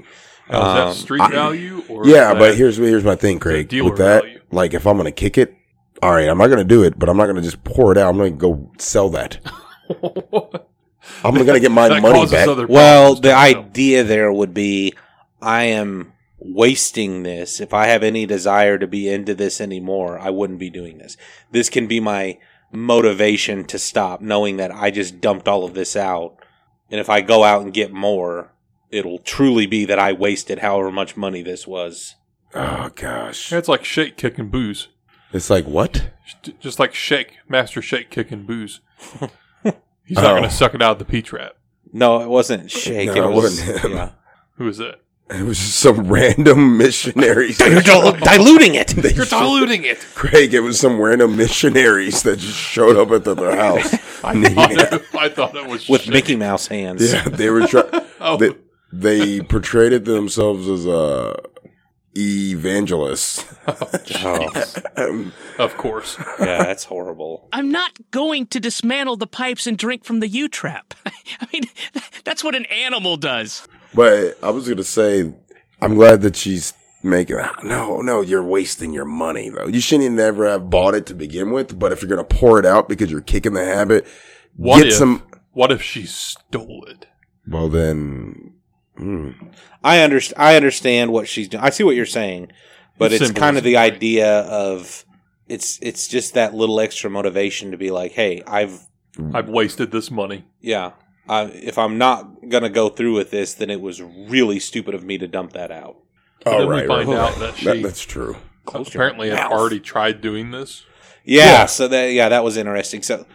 [SPEAKER 3] Now, is
[SPEAKER 1] um,
[SPEAKER 3] that street
[SPEAKER 2] I-
[SPEAKER 3] value or
[SPEAKER 2] Yeah,
[SPEAKER 3] is
[SPEAKER 2] but
[SPEAKER 3] that-
[SPEAKER 2] here's here's my thing, Craig.
[SPEAKER 3] dealer
[SPEAKER 2] With that,
[SPEAKER 3] value.
[SPEAKER 2] like if I'm gonna kick it, all right, I'm not gonna do it, but I'm not gonna just pour it out. I'm gonna go sell that. I'm gonna get my
[SPEAKER 3] That
[SPEAKER 2] money
[SPEAKER 3] causes
[SPEAKER 2] back.
[SPEAKER 3] other
[SPEAKER 1] well,
[SPEAKER 3] problems,
[SPEAKER 1] the
[SPEAKER 3] don't you know?
[SPEAKER 1] idea there would be, I am wasting this. If I have any desire to be into this anymore, I wouldn't be doing this. This can be my motivation to stop, knowing that I just dumped all of this out, and if I go out and get more, it'll truly be that I wasted however much money this was.
[SPEAKER 2] oh gosh,
[SPEAKER 3] It's like shake, kick, and booze.
[SPEAKER 2] it's like what?
[SPEAKER 3] J- Just like shake, master shake, kick, and booze. He's not
[SPEAKER 2] Oh.
[SPEAKER 3] going to suck it out of the P trap.
[SPEAKER 1] No, it wasn't shake.
[SPEAKER 2] No,
[SPEAKER 1] it,
[SPEAKER 2] it
[SPEAKER 1] was
[SPEAKER 2] wasn't him.
[SPEAKER 1] yeah.
[SPEAKER 3] Who is that?
[SPEAKER 2] It was just some random missionaries.
[SPEAKER 1] You're dil- diluting it.
[SPEAKER 2] They
[SPEAKER 3] You're
[SPEAKER 2] showed-
[SPEAKER 3] diluting it.
[SPEAKER 2] Craig, it was some random missionaries that just showed up at the, their house.
[SPEAKER 3] I thought it was
[SPEAKER 1] with
[SPEAKER 3] shake.
[SPEAKER 1] Mickey Mouse hands.
[SPEAKER 2] yeah, they were trying.
[SPEAKER 3] Oh,
[SPEAKER 2] They, they portrayed it themselves as uh, evangelists.
[SPEAKER 1] Oh,
[SPEAKER 3] of course.
[SPEAKER 1] yeah, that's horrible.
[SPEAKER 11] I'm not going to dismantle the pipes and drink from the U trap. I mean, that's what an animal does.
[SPEAKER 2] But I was gonna say, I'm glad that she's making. ah, No, no, you're wasting your money though. You shouldn't even ever have bought it to begin with. But if you're gonna pour it out because you're kicking the habit,
[SPEAKER 3] What
[SPEAKER 2] get
[SPEAKER 3] if?
[SPEAKER 2] some.
[SPEAKER 3] What if she stole it?
[SPEAKER 2] Well then, hmm.
[SPEAKER 1] I underst- I understand what she's doing. I see what you're saying, but
[SPEAKER 3] It's
[SPEAKER 1] it's kind of
[SPEAKER 3] symbolism,
[SPEAKER 1] the
[SPEAKER 3] right.
[SPEAKER 1] idea of it's it's just that little extra motivation to be like, hey, I've
[SPEAKER 3] I've wasted this money.
[SPEAKER 1] yeah, I, if I'm not gonna go through with this, then it was really stupid of me to dump that out.
[SPEAKER 3] then
[SPEAKER 2] All
[SPEAKER 3] we
[SPEAKER 2] right,
[SPEAKER 3] find
[SPEAKER 2] right,
[SPEAKER 3] out
[SPEAKER 2] right.
[SPEAKER 3] that she-
[SPEAKER 2] that's true.
[SPEAKER 1] Close your
[SPEAKER 3] Apparently, I've
[SPEAKER 1] mouth.
[SPEAKER 3] already tried doing this.
[SPEAKER 1] Yeah,
[SPEAKER 2] Yeah.
[SPEAKER 1] so that yeah, that was interesting. So,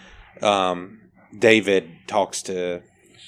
[SPEAKER 1] um, David talks to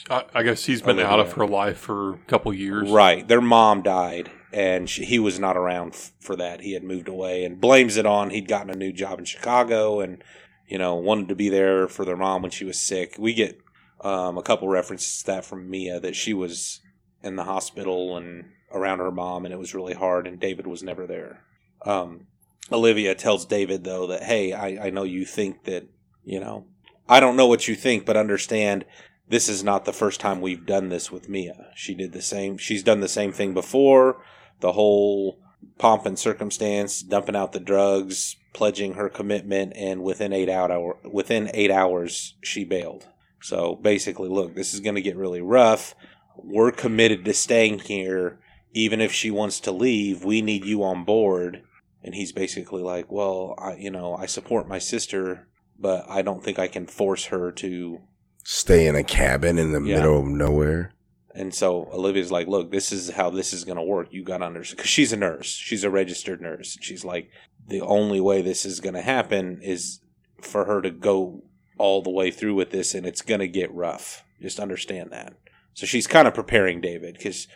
[SPEAKER 3] I, I guess he's been
[SPEAKER 1] Olivia.
[SPEAKER 3] out of her life for a couple years.
[SPEAKER 1] Right. Their mom died, and she, he was not around f- for that. He had moved away and blames it on he'd gotten a new job in Chicago and you know, wanted to be there for their mom when she was sick. We get um, a couple references to that from Mia that she was in the hospital and around her mom, and it was really hard, and David was never there. Um, Olivia tells David, though, that, hey, I, I know you think that, you know, I don't know what you think, but understand this is not the first time we've done this with Mia. She did the same, she's done the same thing before. The whole pomp and circumstance, dumping out the drugs, pledging her commitment, and within eight hour within eight hours she bailed. So basically, look, this is going to get really rough. We're committed to staying here, even if she wants to leave. We need you on board. And he's basically like, well, I, you know, I support my sister, but I don't think I can force her to
[SPEAKER 2] Stay in a cabin in the
[SPEAKER 1] Yeah.
[SPEAKER 2] middle of nowhere.
[SPEAKER 1] And so Olivia's like, "Look, this is how this is going to work. You got to understand." Because she's a nurse, she's a registered nurse. She's like, "The only way this is going to happen is for her to go all the way through with this, and it's going to get rough. Just understand that." So she's kind of preparing David because,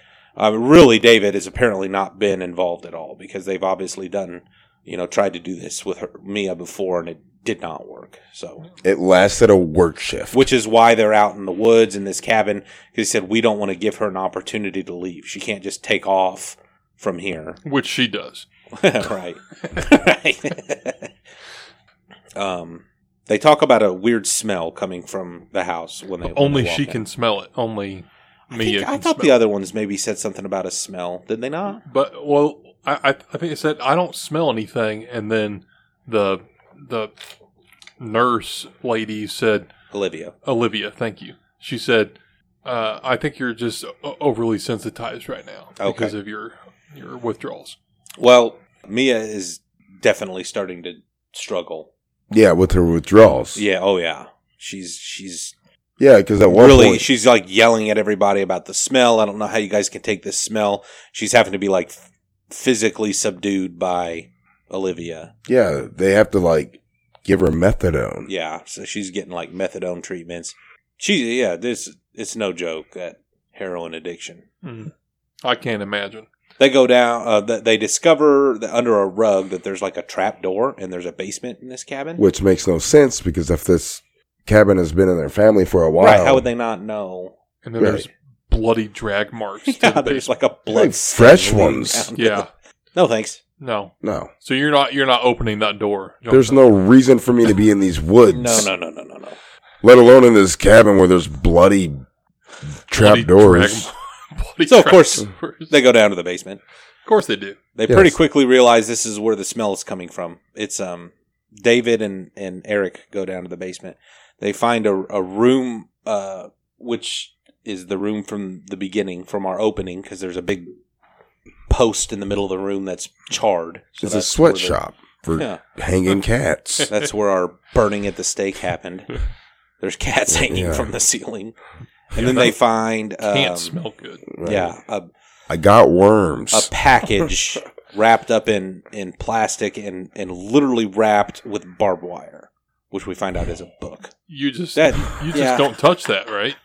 [SPEAKER 1] uh, really, David has apparently not been involved at all because they've obviously done, you know, tried to do this with her, Mia before, and it did not work. So
[SPEAKER 2] It lasted a work shift.
[SPEAKER 1] which is why they're out in the woods in this cabin. 'Cause He said we don't want to give her an opportunity to leave. She can't just take off from here,
[SPEAKER 3] which she does.
[SPEAKER 1] right? right. um, they talk about a weird smell coming from the house when they when
[SPEAKER 3] Only
[SPEAKER 1] they walk
[SPEAKER 3] she
[SPEAKER 1] in.
[SPEAKER 3] can smell it. Only
[SPEAKER 1] I,
[SPEAKER 3] Mia.
[SPEAKER 1] think-
[SPEAKER 3] can
[SPEAKER 1] I thought
[SPEAKER 3] smell
[SPEAKER 1] the
[SPEAKER 3] it.
[SPEAKER 1] other ones maybe said something about a smell. Did they not?
[SPEAKER 3] But well, I I, I think it said I don't smell anything, and then the the nurse lady said
[SPEAKER 1] Olivia.
[SPEAKER 3] Olivia, thank you. She said, uh, "I think you're just o- overly sensitized right now because
[SPEAKER 1] Okay.
[SPEAKER 3] of your your withdrawals."
[SPEAKER 1] Well, Mia is definitely starting to struggle.
[SPEAKER 2] Yeah, with her withdrawals.
[SPEAKER 1] Yeah. Oh yeah. She's she's
[SPEAKER 2] Yeah, because at one
[SPEAKER 1] really,
[SPEAKER 2] point,
[SPEAKER 1] she's like yelling at everybody about the smell. I don't know how you guys can take this smell. She's having to be like f- physically subdued by Olivia.
[SPEAKER 2] yeah, they have to like give her methadone.
[SPEAKER 1] Yeah, so she's getting like methadone treatments. She, yeah, this it's no joke that heroin addiction.
[SPEAKER 3] I can't imagine.
[SPEAKER 1] They go down. Uh, th- they discover that under a rug that there's like a trap door and there's a basement in this cabin.
[SPEAKER 2] Which makes no sense because if this cabin has been in their family for a while,
[SPEAKER 1] Right? How would they not know?
[SPEAKER 3] And then
[SPEAKER 2] Right.
[SPEAKER 3] there's bloody drag marks. to
[SPEAKER 1] Yeah,
[SPEAKER 3] the
[SPEAKER 1] there's
[SPEAKER 3] basement.
[SPEAKER 1] like a blood. stain
[SPEAKER 2] fresh
[SPEAKER 1] leading
[SPEAKER 2] ones.
[SPEAKER 1] down.
[SPEAKER 3] yeah,
[SPEAKER 1] No thanks.
[SPEAKER 3] no.
[SPEAKER 2] No,
[SPEAKER 3] So you're not you're not opening that door. Jonathan.
[SPEAKER 2] there's no reason for me to be in these woods.
[SPEAKER 1] No, no, no, no, no, no.
[SPEAKER 2] Let alone in this cabin where there's bloody trap
[SPEAKER 3] Bloody
[SPEAKER 2] doors.
[SPEAKER 3] drag- bloody
[SPEAKER 1] So, of
[SPEAKER 3] trap
[SPEAKER 1] course,
[SPEAKER 3] doors.
[SPEAKER 1] They go down to the basement.
[SPEAKER 3] of course they do.
[SPEAKER 1] They
[SPEAKER 2] Yes.
[SPEAKER 1] pretty quickly realize this is where the smell is coming from. It's um David and and Eric go down to the basement. They find a a room uh which is the room from the beginning from our opening because there's a big post in the middle of the room that's charred. So
[SPEAKER 2] it's a
[SPEAKER 1] that's where the-
[SPEAKER 2] sweatshop for
[SPEAKER 1] Yeah.
[SPEAKER 2] hanging cats.
[SPEAKER 1] that's where our burning at the stake happened. There's cats hanging
[SPEAKER 2] Yeah.
[SPEAKER 1] from the ceiling, and
[SPEAKER 3] Yeah,
[SPEAKER 1] then
[SPEAKER 3] that
[SPEAKER 1] they find um,
[SPEAKER 3] Can't smell good.
[SPEAKER 2] Right.
[SPEAKER 1] yeah a
[SPEAKER 2] I got worms.
[SPEAKER 1] a package wrapped up in in plastic and and literally wrapped with barbed wire, which we find out is a book.
[SPEAKER 3] You just
[SPEAKER 1] That-
[SPEAKER 3] you just
[SPEAKER 1] yeah.
[SPEAKER 3] don't touch that, right?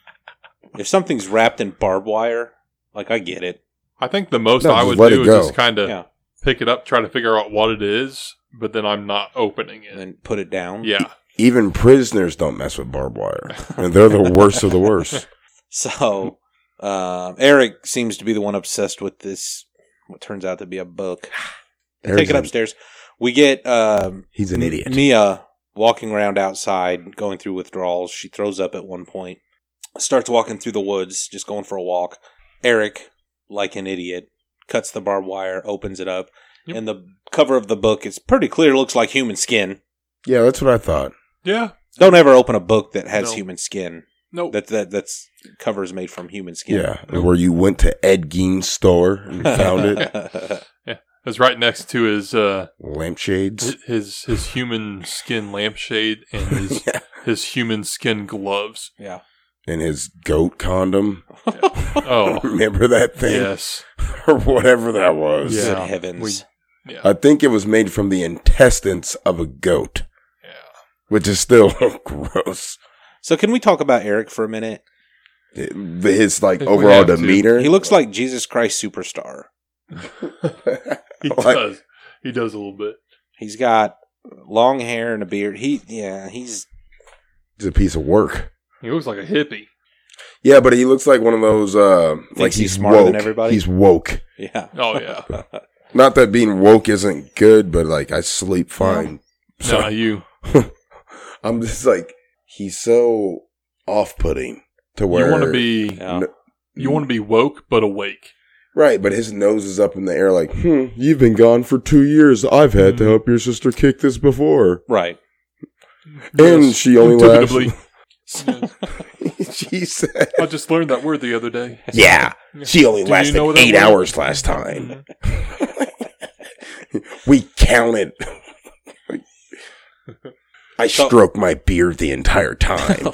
[SPEAKER 1] If something's wrapped in barbed wire, like I get it.
[SPEAKER 3] I think the most
[SPEAKER 2] No,
[SPEAKER 3] I
[SPEAKER 2] just
[SPEAKER 3] would
[SPEAKER 2] let
[SPEAKER 3] do
[SPEAKER 2] it
[SPEAKER 3] is
[SPEAKER 2] go.
[SPEAKER 3] just kind of
[SPEAKER 1] Yeah.
[SPEAKER 3] pick it up, try to figure out what it is, but then I'm not opening it.
[SPEAKER 1] And then put it down.
[SPEAKER 3] yeah,
[SPEAKER 2] Even prisoners don't mess with barbed wire, and they're the worst of the worst.
[SPEAKER 1] So um, Eric seems to be the one obsessed with this. What turns out to be a book. Take
[SPEAKER 2] Eric's
[SPEAKER 1] it
[SPEAKER 2] an-
[SPEAKER 1] upstairs. We get um,
[SPEAKER 2] He's an idiot.
[SPEAKER 1] Mia walking around outside, going through withdrawals. She throws up at one point, starts walking through the woods, just going for a walk. Eric, like an idiot, cuts the barbed wire, opens it up,
[SPEAKER 3] Yep.
[SPEAKER 1] and the cover of the book is pretty clear. Looks like human skin.
[SPEAKER 2] yeah, that's what I thought.
[SPEAKER 3] yeah.
[SPEAKER 1] Don't ever open a book that has
[SPEAKER 3] No.
[SPEAKER 1] human skin.
[SPEAKER 3] Nope.
[SPEAKER 1] That that that's covers made from human skin.
[SPEAKER 2] Yeah, and where you went to Ed Gein's store and found it.
[SPEAKER 1] it.
[SPEAKER 3] That's right next to his uh
[SPEAKER 2] Lampshades.
[SPEAKER 3] his his human skin lampshade and his
[SPEAKER 2] Yeah.
[SPEAKER 3] his human skin gloves.
[SPEAKER 1] yeah.
[SPEAKER 2] And his goat condom.
[SPEAKER 3] Oh,
[SPEAKER 2] Remember that thing?
[SPEAKER 3] yes.
[SPEAKER 2] or whatever that was.
[SPEAKER 1] Good
[SPEAKER 3] Yeah.
[SPEAKER 1] heavens.
[SPEAKER 3] We- Yeah.
[SPEAKER 2] I think it was made from the intestines of a goat,
[SPEAKER 3] yeah.
[SPEAKER 2] which is still gross.
[SPEAKER 1] so can we talk about Eric for a minute?
[SPEAKER 2] It- his like
[SPEAKER 3] If we
[SPEAKER 2] overall
[SPEAKER 3] have to.
[SPEAKER 2] demeanor.
[SPEAKER 1] He looks like Jesus Christ superstar.
[SPEAKER 3] He
[SPEAKER 2] Like-
[SPEAKER 3] does. He does a little bit.
[SPEAKER 1] He's got long hair and a beard. He, yeah, he's
[SPEAKER 2] He's a piece of work.
[SPEAKER 3] He looks like a hippie.
[SPEAKER 2] Yeah, but he looks like one of those. Uh, like
[SPEAKER 1] Thinks he's
[SPEAKER 2] he's,
[SPEAKER 1] smarter
[SPEAKER 2] woke.
[SPEAKER 1] than everybody?
[SPEAKER 2] He's woke.
[SPEAKER 1] yeah.
[SPEAKER 3] Oh yeah,
[SPEAKER 2] Not that being woke isn't good, but like I sleep fine.
[SPEAKER 3] no, you.
[SPEAKER 2] I'm just like he's so off-putting to where
[SPEAKER 3] you want to be
[SPEAKER 1] Yeah.
[SPEAKER 3] you want to be woke but awake.
[SPEAKER 2] right, but his nose is up in the air. Like, hmm, you've been gone for two years. I've had to help your sister kick this before,
[SPEAKER 1] Right.
[SPEAKER 2] and she only laughs.
[SPEAKER 3] Indubitably. Yes.
[SPEAKER 2] she said,
[SPEAKER 3] I just learned that word the other day.
[SPEAKER 2] "Yeah, she only
[SPEAKER 3] Do you know what that word-
[SPEAKER 2] last time. we counted." I
[SPEAKER 1] So-
[SPEAKER 2] stroked my beard the entire time.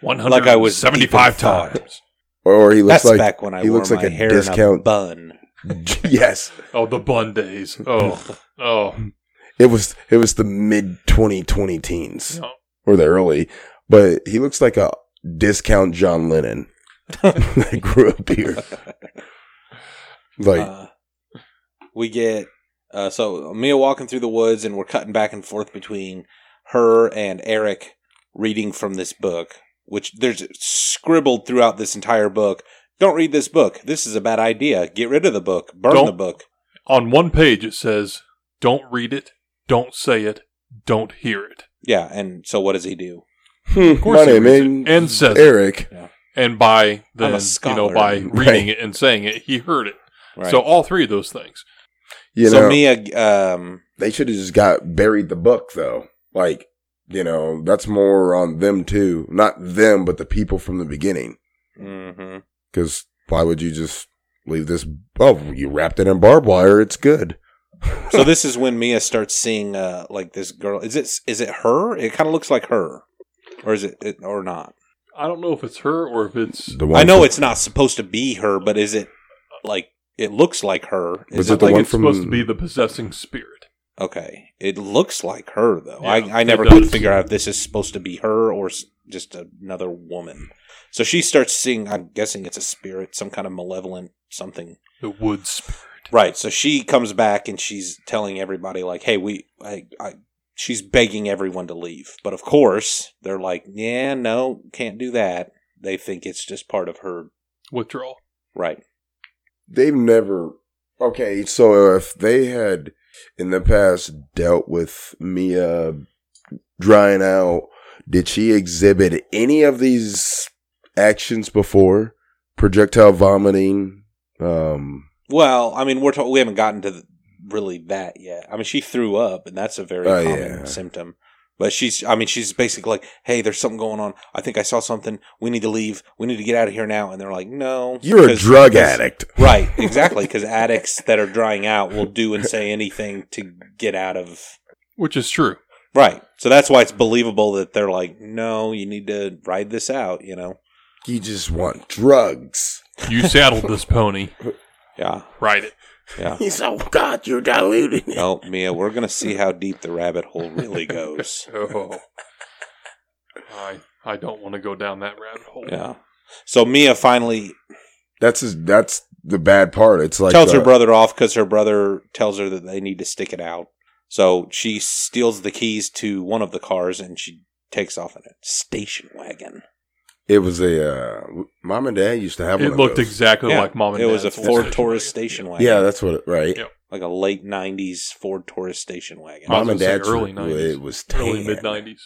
[SPEAKER 3] One hundred
[SPEAKER 1] Like I was
[SPEAKER 3] seventy-five
[SPEAKER 1] deep in thought.
[SPEAKER 3] times.
[SPEAKER 2] or he looks
[SPEAKER 1] That's
[SPEAKER 2] like
[SPEAKER 1] back when I
[SPEAKER 2] he
[SPEAKER 1] wore
[SPEAKER 2] looks like
[SPEAKER 1] my
[SPEAKER 2] a
[SPEAKER 1] hair in a
[SPEAKER 2] discount-
[SPEAKER 1] bun.
[SPEAKER 2] yes,
[SPEAKER 3] Oh, the bun days. Oh, oh,
[SPEAKER 2] it was it was the mid 2020 teens
[SPEAKER 3] no.
[SPEAKER 2] or the early, but he looks like a discount John Lennon that grew a beard. Like
[SPEAKER 1] Uh, we get uh, so Mia walking through the woods, and we're cutting back and forth between her and Eric reading from this book, which there's scribbled throughout this entire book. Don't read this book. This is a bad idea. Get rid of the book. Burn
[SPEAKER 3] Don't-
[SPEAKER 1] the book.
[SPEAKER 3] On one page it says, "Don't read it. Don't say it. Don't hear it."
[SPEAKER 1] Yeah, and so what does he do?
[SPEAKER 2] hmm,
[SPEAKER 3] course
[SPEAKER 2] my
[SPEAKER 3] he
[SPEAKER 2] name
[SPEAKER 3] reads it
[SPEAKER 2] ain't
[SPEAKER 3] and says it.
[SPEAKER 2] Eric.
[SPEAKER 3] And by then, you know,
[SPEAKER 1] scholar.
[SPEAKER 3] by
[SPEAKER 1] Right.
[SPEAKER 3] reading it and saying it, he heard it.
[SPEAKER 1] Right.
[SPEAKER 3] So all three of those things.
[SPEAKER 2] You
[SPEAKER 1] so
[SPEAKER 2] know,
[SPEAKER 1] Mia, um,
[SPEAKER 2] they should have just got buried the book though. Like you know, that's more on them too, not them, but the people from the beginning.
[SPEAKER 1] hmm
[SPEAKER 2] Because why would you just leave this? Oh, you wrapped it in barbed wire. It's good.
[SPEAKER 1] so this is when Mia starts seeing uh, like this girl. Is it is it her? It kind of looks like her, or is it, it or not?
[SPEAKER 3] I don't know if it's her or if it's
[SPEAKER 2] The
[SPEAKER 1] I know
[SPEAKER 2] from-
[SPEAKER 1] it's not supposed to be her, but is it like it looks like her? Is
[SPEAKER 2] Was
[SPEAKER 1] it,
[SPEAKER 2] it the
[SPEAKER 1] like
[SPEAKER 2] one
[SPEAKER 3] it's
[SPEAKER 2] from-
[SPEAKER 3] supposed to be the possessing spirit.
[SPEAKER 1] okay? It looks like her though.
[SPEAKER 3] Yeah,
[SPEAKER 1] I I
[SPEAKER 3] it
[SPEAKER 1] never
[SPEAKER 3] does.
[SPEAKER 1] could figure out if this is supposed to be her or s- just another woman. So she starts seeing. I'm guessing it's a spirit, some kind of malevolent something.
[SPEAKER 3] The wood spirit.
[SPEAKER 1] Right. So she comes back and she's telling everybody like, "Hey, we." I, I, she's begging everyone to leave, but of course they're like, "Yeah, no, can't do that." They think it's just part of her.
[SPEAKER 3] Withdrawal.
[SPEAKER 1] Right.
[SPEAKER 2] they've never okay so if they had in the past dealt with mia drying out did she exhibit any of these actions before projectile vomiting um
[SPEAKER 1] Well, I mean, we're ta- we haven't gotten to th- really that yet. I mean, she threw up, and that's a very
[SPEAKER 2] Oh,
[SPEAKER 1] common
[SPEAKER 2] yeah.
[SPEAKER 1] symptom. But she's, I mean, she's basically like, "Hey, there's something going on. I think I saw something. We need to leave. We need to get out of here now." And they're like, "No,
[SPEAKER 2] you're a
[SPEAKER 1] because-
[SPEAKER 2] drug
[SPEAKER 1] because-
[SPEAKER 2] addict
[SPEAKER 1] right? Exactly, because addicts that are drying out will do and say anything to get out of
[SPEAKER 3] Which is true.
[SPEAKER 1] right. So that's why it's believable that they're like, "No, you need to ride this out," you know?
[SPEAKER 2] you just want drugs
[SPEAKER 3] You saddled this pony.
[SPEAKER 1] Yeah,
[SPEAKER 3] Ride it.
[SPEAKER 1] yeah.
[SPEAKER 2] he's oh god you're diluting it
[SPEAKER 1] Well, Mia, we're gonna see how deep the rabbit hole really goes.
[SPEAKER 3] Oh. I I don't want to go down that rabbit hole.
[SPEAKER 1] Yeah. So Mia finally
[SPEAKER 2] that's his, that's the bad part it's like
[SPEAKER 1] tells
[SPEAKER 2] uh,
[SPEAKER 1] her brother off because her brother tells her that they need to stick it out. So she steals the keys to one of the cars and she takes off in a station wagon.
[SPEAKER 2] it was a uh mom and dad used to have one
[SPEAKER 3] It
[SPEAKER 2] of
[SPEAKER 3] looked
[SPEAKER 2] those.
[SPEAKER 3] exactly
[SPEAKER 1] Yeah,
[SPEAKER 3] like mom and
[SPEAKER 1] it was a
[SPEAKER 3] Dad's old
[SPEAKER 1] Ford
[SPEAKER 3] station
[SPEAKER 1] Taurus
[SPEAKER 3] wagon.
[SPEAKER 1] station wagon.
[SPEAKER 2] yeah that's what it, right
[SPEAKER 3] Yeah.
[SPEAKER 1] like a late '90s Ford Taurus station wagon.
[SPEAKER 3] I was
[SPEAKER 2] mom and
[SPEAKER 3] gonna say
[SPEAKER 2] dad's
[SPEAKER 3] early
[SPEAKER 2] early
[SPEAKER 3] 90s.
[SPEAKER 2] it was
[SPEAKER 3] Early
[SPEAKER 2] tan.
[SPEAKER 3] mid nineties.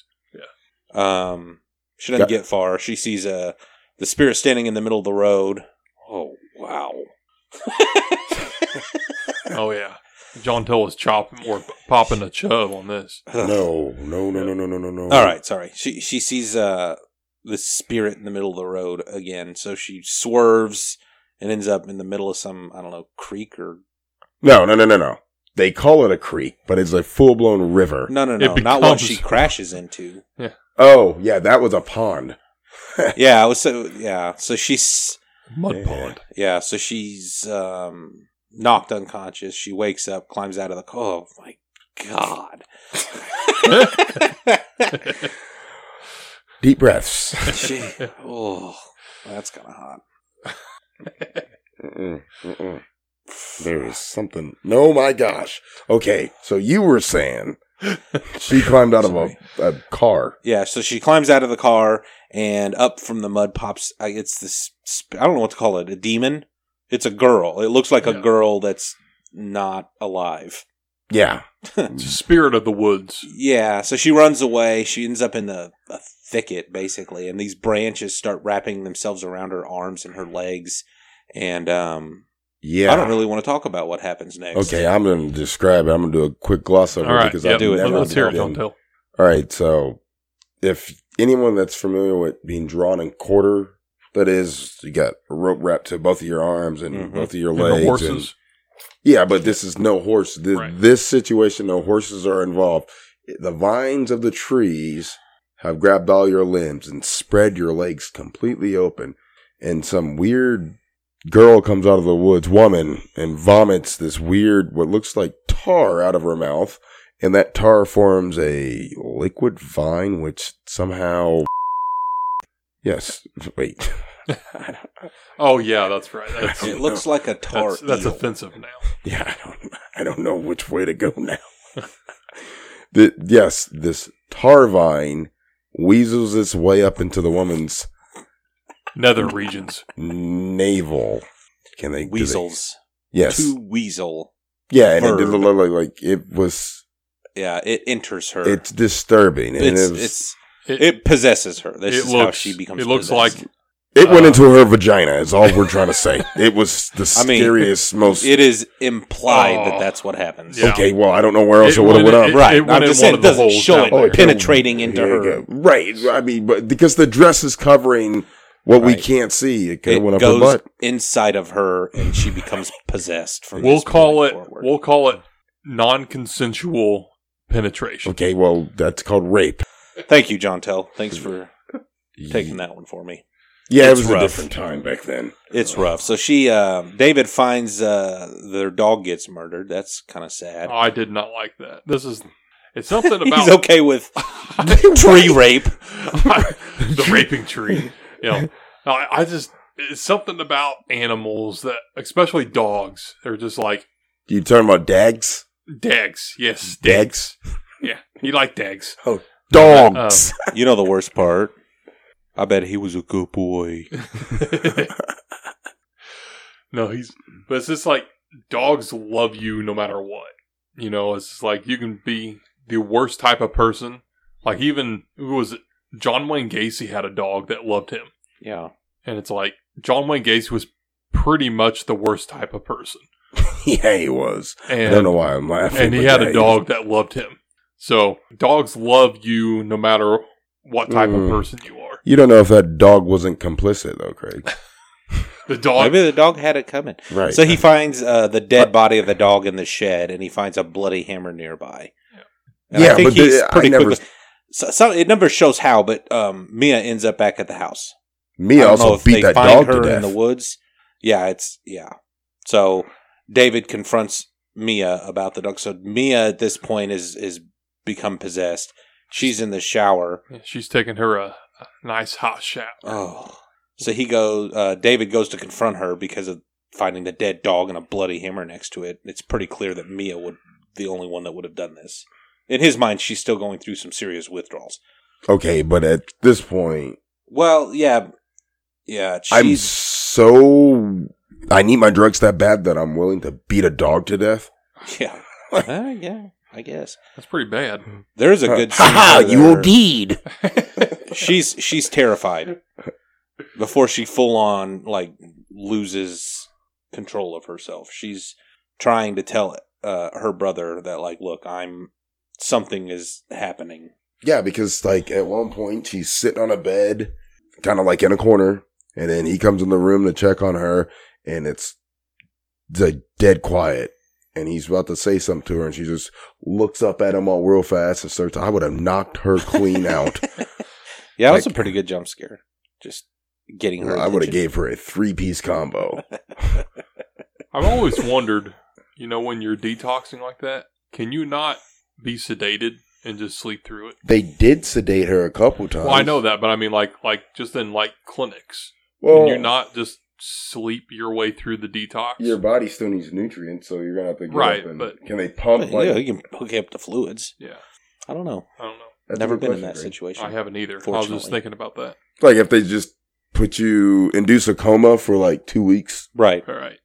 [SPEAKER 1] Um, she doesn't
[SPEAKER 2] Got-
[SPEAKER 1] get far. She sees uh, the spirit standing in the middle of the road. Oh wow!
[SPEAKER 3] Oh yeah. John Till was chopping or popping a chub on this.
[SPEAKER 2] No, no, no, no, no, no, no, no.
[SPEAKER 1] All right, sorry. She she sees uh the spirit in the middle of the road again, so she swerves and ends up in the middle of some I don't know creek or
[SPEAKER 2] No, no, no, no, no. They call it a creek, but it's a full blown river.
[SPEAKER 1] no no
[SPEAKER 3] It
[SPEAKER 1] no not what
[SPEAKER 3] becomes-
[SPEAKER 1] she crashes into.
[SPEAKER 2] Oh, yeah, that was a pond.
[SPEAKER 1] yeah, I was so yeah. So she's
[SPEAKER 3] Mud
[SPEAKER 2] Yeah.
[SPEAKER 3] pond.
[SPEAKER 1] yeah. So she's um knocked unconscious. She wakes up, climbs out of the car. Oh my god.
[SPEAKER 2] Deep breaths.
[SPEAKER 1] she, oh, that's kind of hot.
[SPEAKER 2] Mm-mm, mm-mm. There is something. No, my gosh. Okay, so you were saying She climbed out of a, a car.
[SPEAKER 1] Yeah, so she climbs out of the car and up from the mud pops. I- It's this. sp- I don't know what to call it. A demon. It's a girl. It looks like
[SPEAKER 3] Yeah.
[SPEAKER 1] a girl that's not alive.
[SPEAKER 2] Yeah.
[SPEAKER 3] It's a spirit of the woods.
[SPEAKER 1] Yeah, so she runs away. She ends up in the a thicket basically, and these branches start wrapping themselves around her arms and her legs. And um,
[SPEAKER 2] Yeah.
[SPEAKER 1] I don't really want to talk about what happens next.
[SPEAKER 2] Okay, I'm going to describe it. I'm going to do a quick gloss over
[SPEAKER 3] All
[SPEAKER 2] it
[SPEAKER 3] right,
[SPEAKER 2] because
[SPEAKER 3] yeah,
[SPEAKER 2] I've
[SPEAKER 1] do it.
[SPEAKER 2] never
[SPEAKER 3] Let's hear it.
[SPEAKER 2] been-
[SPEAKER 3] Don't tell.
[SPEAKER 2] All right, so if anyone that's familiar with being drawn in quarter, that is, you got a rope wrapped to both of your arms and
[SPEAKER 1] Mhm.
[SPEAKER 2] both of your
[SPEAKER 3] Mm-hmm. And the
[SPEAKER 2] legs. and-
[SPEAKER 3] horses.
[SPEAKER 2] yeah, but this is no horse. This,
[SPEAKER 3] Right.
[SPEAKER 2] this situation, no horses are involved. The vines of the trees have grabbed all your limbs and spread your legs completely open. And some weird girl comes out of the woods, woman, and vomits this weird, what looks like tar out of her mouth. And that tar forms a liquid vine, which somehow. Yes. Wait.
[SPEAKER 3] Oh yeah, that's right. That's,
[SPEAKER 1] It looks like a tar.
[SPEAKER 3] that's, that's
[SPEAKER 1] eel.
[SPEAKER 3] offensive now.
[SPEAKER 2] Yeah, I don't, I don't know which way to go now. the, yes, this tar vine weasels its way up into the woman's
[SPEAKER 3] Nether regions.
[SPEAKER 2] navel. Can they do they-
[SPEAKER 1] weasels.
[SPEAKER 2] yes,
[SPEAKER 1] To weasel.
[SPEAKER 2] yeah, and it did
[SPEAKER 1] verb.
[SPEAKER 2] look like, like it was.
[SPEAKER 1] Yeah, it enters her.
[SPEAKER 2] It's disturbing, and
[SPEAKER 1] it's,
[SPEAKER 2] it was.
[SPEAKER 1] it's
[SPEAKER 3] It,
[SPEAKER 1] it possesses her. This is
[SPEAKER 3] it
[SPEAKER 1] how
[SPEAKER 3] looks-
[SPEAKER 1] she becomes.
[SPEAKER 3] It looks
[SPEAKER 1] possessed.
[SPEAKER 3] like
[SPEAKER 2] it went
[SPEAKER 3] uh,
[SPEAKER 2] into her vagina. Is all we're trying to say. It was the
[SPEAKER 1] I mean,
[SPEAKER 2] scariest, most.
[SPEAKER 1] it is implied that
[SPEAKER 3] Oh.
[SPEAKER 1] that's what happens.
[SPEAKER 3] Yeah.
[SPEAKER 2] okay, well, I don't know where else
[SPEAKER 3] It
[SPEAKER 2] it, would have
[SPEAKER 3] went
[SPEAKER 2] went up.
[SPEAKER 3] in- it-
[SPEAKER 1] right.
[SPEAKER 3] went
[SPEAKER 1] I'm
[SPEAKER 3] in
[SPEAKER 1] just
[SPEAKER 3] one
[SPEAKER 1] saying
[SPEAKER 3] of
[SPEAKER 1] it
[SPEAKER 3] the
[SPEAKER 1] doesn't
[SPEAKER 3] holes
[SPEAKER 1] show
[SPEAKER 3] down
[SPEAKER 1] it
[SPEAKER 3] there.
[SPEAKER 2] Oh, it could've-
[SPEAKER 1] Oh, penetrating into
[SPEAKER 2] Yeah,
[SPEAKER 1] her.
[SPEAKER 2] yeah, Right. I mean, but because the dress is covering what we
[SPEAKER 1] Right.
[SPEAKER 2] can't see, it could
[SPEAKER 1] It
[SPEAKER 2] have went up her
[SPEAKER 1] goes
[SPEAKER 2] butt.
[SPEAKER 1] inside of her, and she becomes possessed. From
[SPEAKER 3] we'll
[SPEAKER 1] this
[SPEAKER 3] call it
[SPEAKER 1] point forward.
[SPEAKER 3] we'll call it non-consensual penetration.
[SPEAKER 2] Okay, well, that's called rape.
[SPEAKER 1] Thank you, John Tell. Thanks for taking that one for me.
[SPEAKER 2] Yeah,
[SPEAKER 1] It's
[SPEAKER 2] it was
[SPEAKER 1] rough.
[SPEAKER 2] a different time back then.
[SPEAKER 1] It's rough. So she, uh, David finds uh, their dog gets murdered. That's kind of sad.
[SPEAKER 3] I did not like that. This is it's something about
[SPEAKER 1] He's okay with tree rape.
[SPEAKER 3] the raping tree. You know, I, I just it's something about animals that, especially dogs, they're just like
[SPEAKER 2] You talking about dags?
[SPEAKER 3] dags. Yes, dags.
[SPEAKER 2] Dags?
[SPEAKER 3] Yeah, you like dags.
[SPEAKER 2] Dogs.
[SPEAKER 1] You know the worst part. I bet he was a good boy.
[SPEAKER 3] no, he's but it's just like dogs love you no matter what. You know, it's just like you can be the worst type of person. Like even who was it? John Wayne Gacy had a dog that loved him.
[SPEAKER 1] Yeah.
[SPEAKER 3] And it's like John Wayne Gacy was pretty much the worst type of person.
[SPEAKER 2] yeah, he was.
[SPEAKER 3] And
[SPEAKER 2] I don't know why I'm laughing.
[SPEAKER 3] and he
[SPEAKER 2] but
[SPEAKER 3] had
[SPEAKER 2] yeah,
[SPEAKER 3] a dog that loved him. So dogs love you no matter what type
[SPEAKER 2] Mm.
[SPEAKER 3] of person you are.
[SPEAKER 2] You don't know if that dog wasn't complicit, though, Craig.
[SPEAKER 3] The dog
[SPEAKER 1] Maybe the dog had it coming.
[SPEAKER 2] Right.
[SPEAKER 1] So he finds uh, the dead body of the dog in the shed, and he finds a bloody hammer nearby. And
[SPEAKER 2] Yeah, but the- I never-
[SPEAKER 1] quickly- So, so it never shows how, but um, Mia ends up back at the house.
[SPEAKER 2] Me
[SPEAKER 1] I don't know
[SPEAKER 2] also
[SPEAKER 1] if
[SPEAKER 2] beat
[SPEAKER 1] they
[SPEAKER 2] that
[SPEAKER 1] find
[SPEAKER 2] dog to
[SPEAKER 1] her in
[SPEAKER 2] death.
[SPEAKER 1] the woods. Yeah, it's yeah. So David confronts Mia about the dog. So Mia at this point is is become possessed. She's in the shower.
[SPEAKER 3] she's taking her a, a nice hot shower.
[SPEAKER 1] Oh. So he goes. Uh, David goes to confront her because of finding the dead dog and a bloody hammer next to it. It's pretty clear that Mia would the only one that would have done this. In his mind, she's still going through some serious withdrawals.
[SPEAKER 2] okay, but at this point,
[SPEAKER 1] Well, yeah, yeah.
[SPEAKER 2] I'm
[SPEAKER 1] She's,
[SPEAKER 2] so. I need my drugs that bad that I'm willing to beat a dog to death.
[SPEAKER 1] yeah, Uh, yeah. I guess
[SPEAKER 3] That's pretty bad.
[SPEAKER 1] there's a good.
[SPEAKER 2] Uh, Ha
[SPEAKER 1] scene
[SPEAKER 2] ha!
[SPEAKER 1] where
[SPEAKER 2] You
[SPEAKER 1] they're-
[SPEAKER 2] OD'd. Mm.
[SPEAKER 1] She's she's terrified before she full on like loses control of herself. She's trying to tell uh, her brother that like, look, I'm something is happening.
[SPEAKER 2] Yeah, because like at one point she's sitting on a bed, kind of like in a corner, and then he comes in the room to check on her, and it's like dead quiet. And he's about to say something to her, and she just looks up at him all real fast and starts. I would have knocked her clean out.
[SPEAKER 1] Yeah, that was a
[SPEAKER 2] Like-
[SPEAKER 1] pretty good jump scare. Just getting her.
[SPEAKER 2] I would
[SPEAKER 1] attention.
[SPEAKER 2] have gave her a three piece combo.
[SPEAKER 3] I've always wondered, you know, when you're detoxing like that, can you not be sedated and just sleep through it?
[SPEAKER 2] They did sedate her a couple times.
[SPEAKER 3] Well, I know that, but I mean, like, like just in like clinics,
[SPEAKER 2] Well,
[SPEAKER 3] can you not just sleep your way through the detox.
[SPEAKER 2] Your body still needs nutrients, so you're gonna have to get
[SPEAKER 3] Right,
[SPEAKER 2] up and
[SPEAKER 3] but-
[SPEAKER 2] can they pump like
[SPEAKER 1] yeah, you can hook you up to fluids.
[SPEAKER 3] Yeah,
[SPEAKER 1] I don't know.
[SPEAKER 3] I don't know.
[SPEAKER 2] That's a
[SPEAKER 1] Never
[SPEAKER 2] good
[SPEAKER 1] been in
[SPEAKER 2] question,
[SPEAKER 1] that
[SPEAKER 2] Greg.
[SPEAKER 1] situation.
[SPEAKER 3] I haven't either. I was
[SPEAKER 1] Fortunately.
[SPEAKER 3] just thinking about that.
[SPEAKER 2] like if they just put you induce a coma for like two weeks?
[SPEAKER 1] Right.
[SPEAKER 3] All right.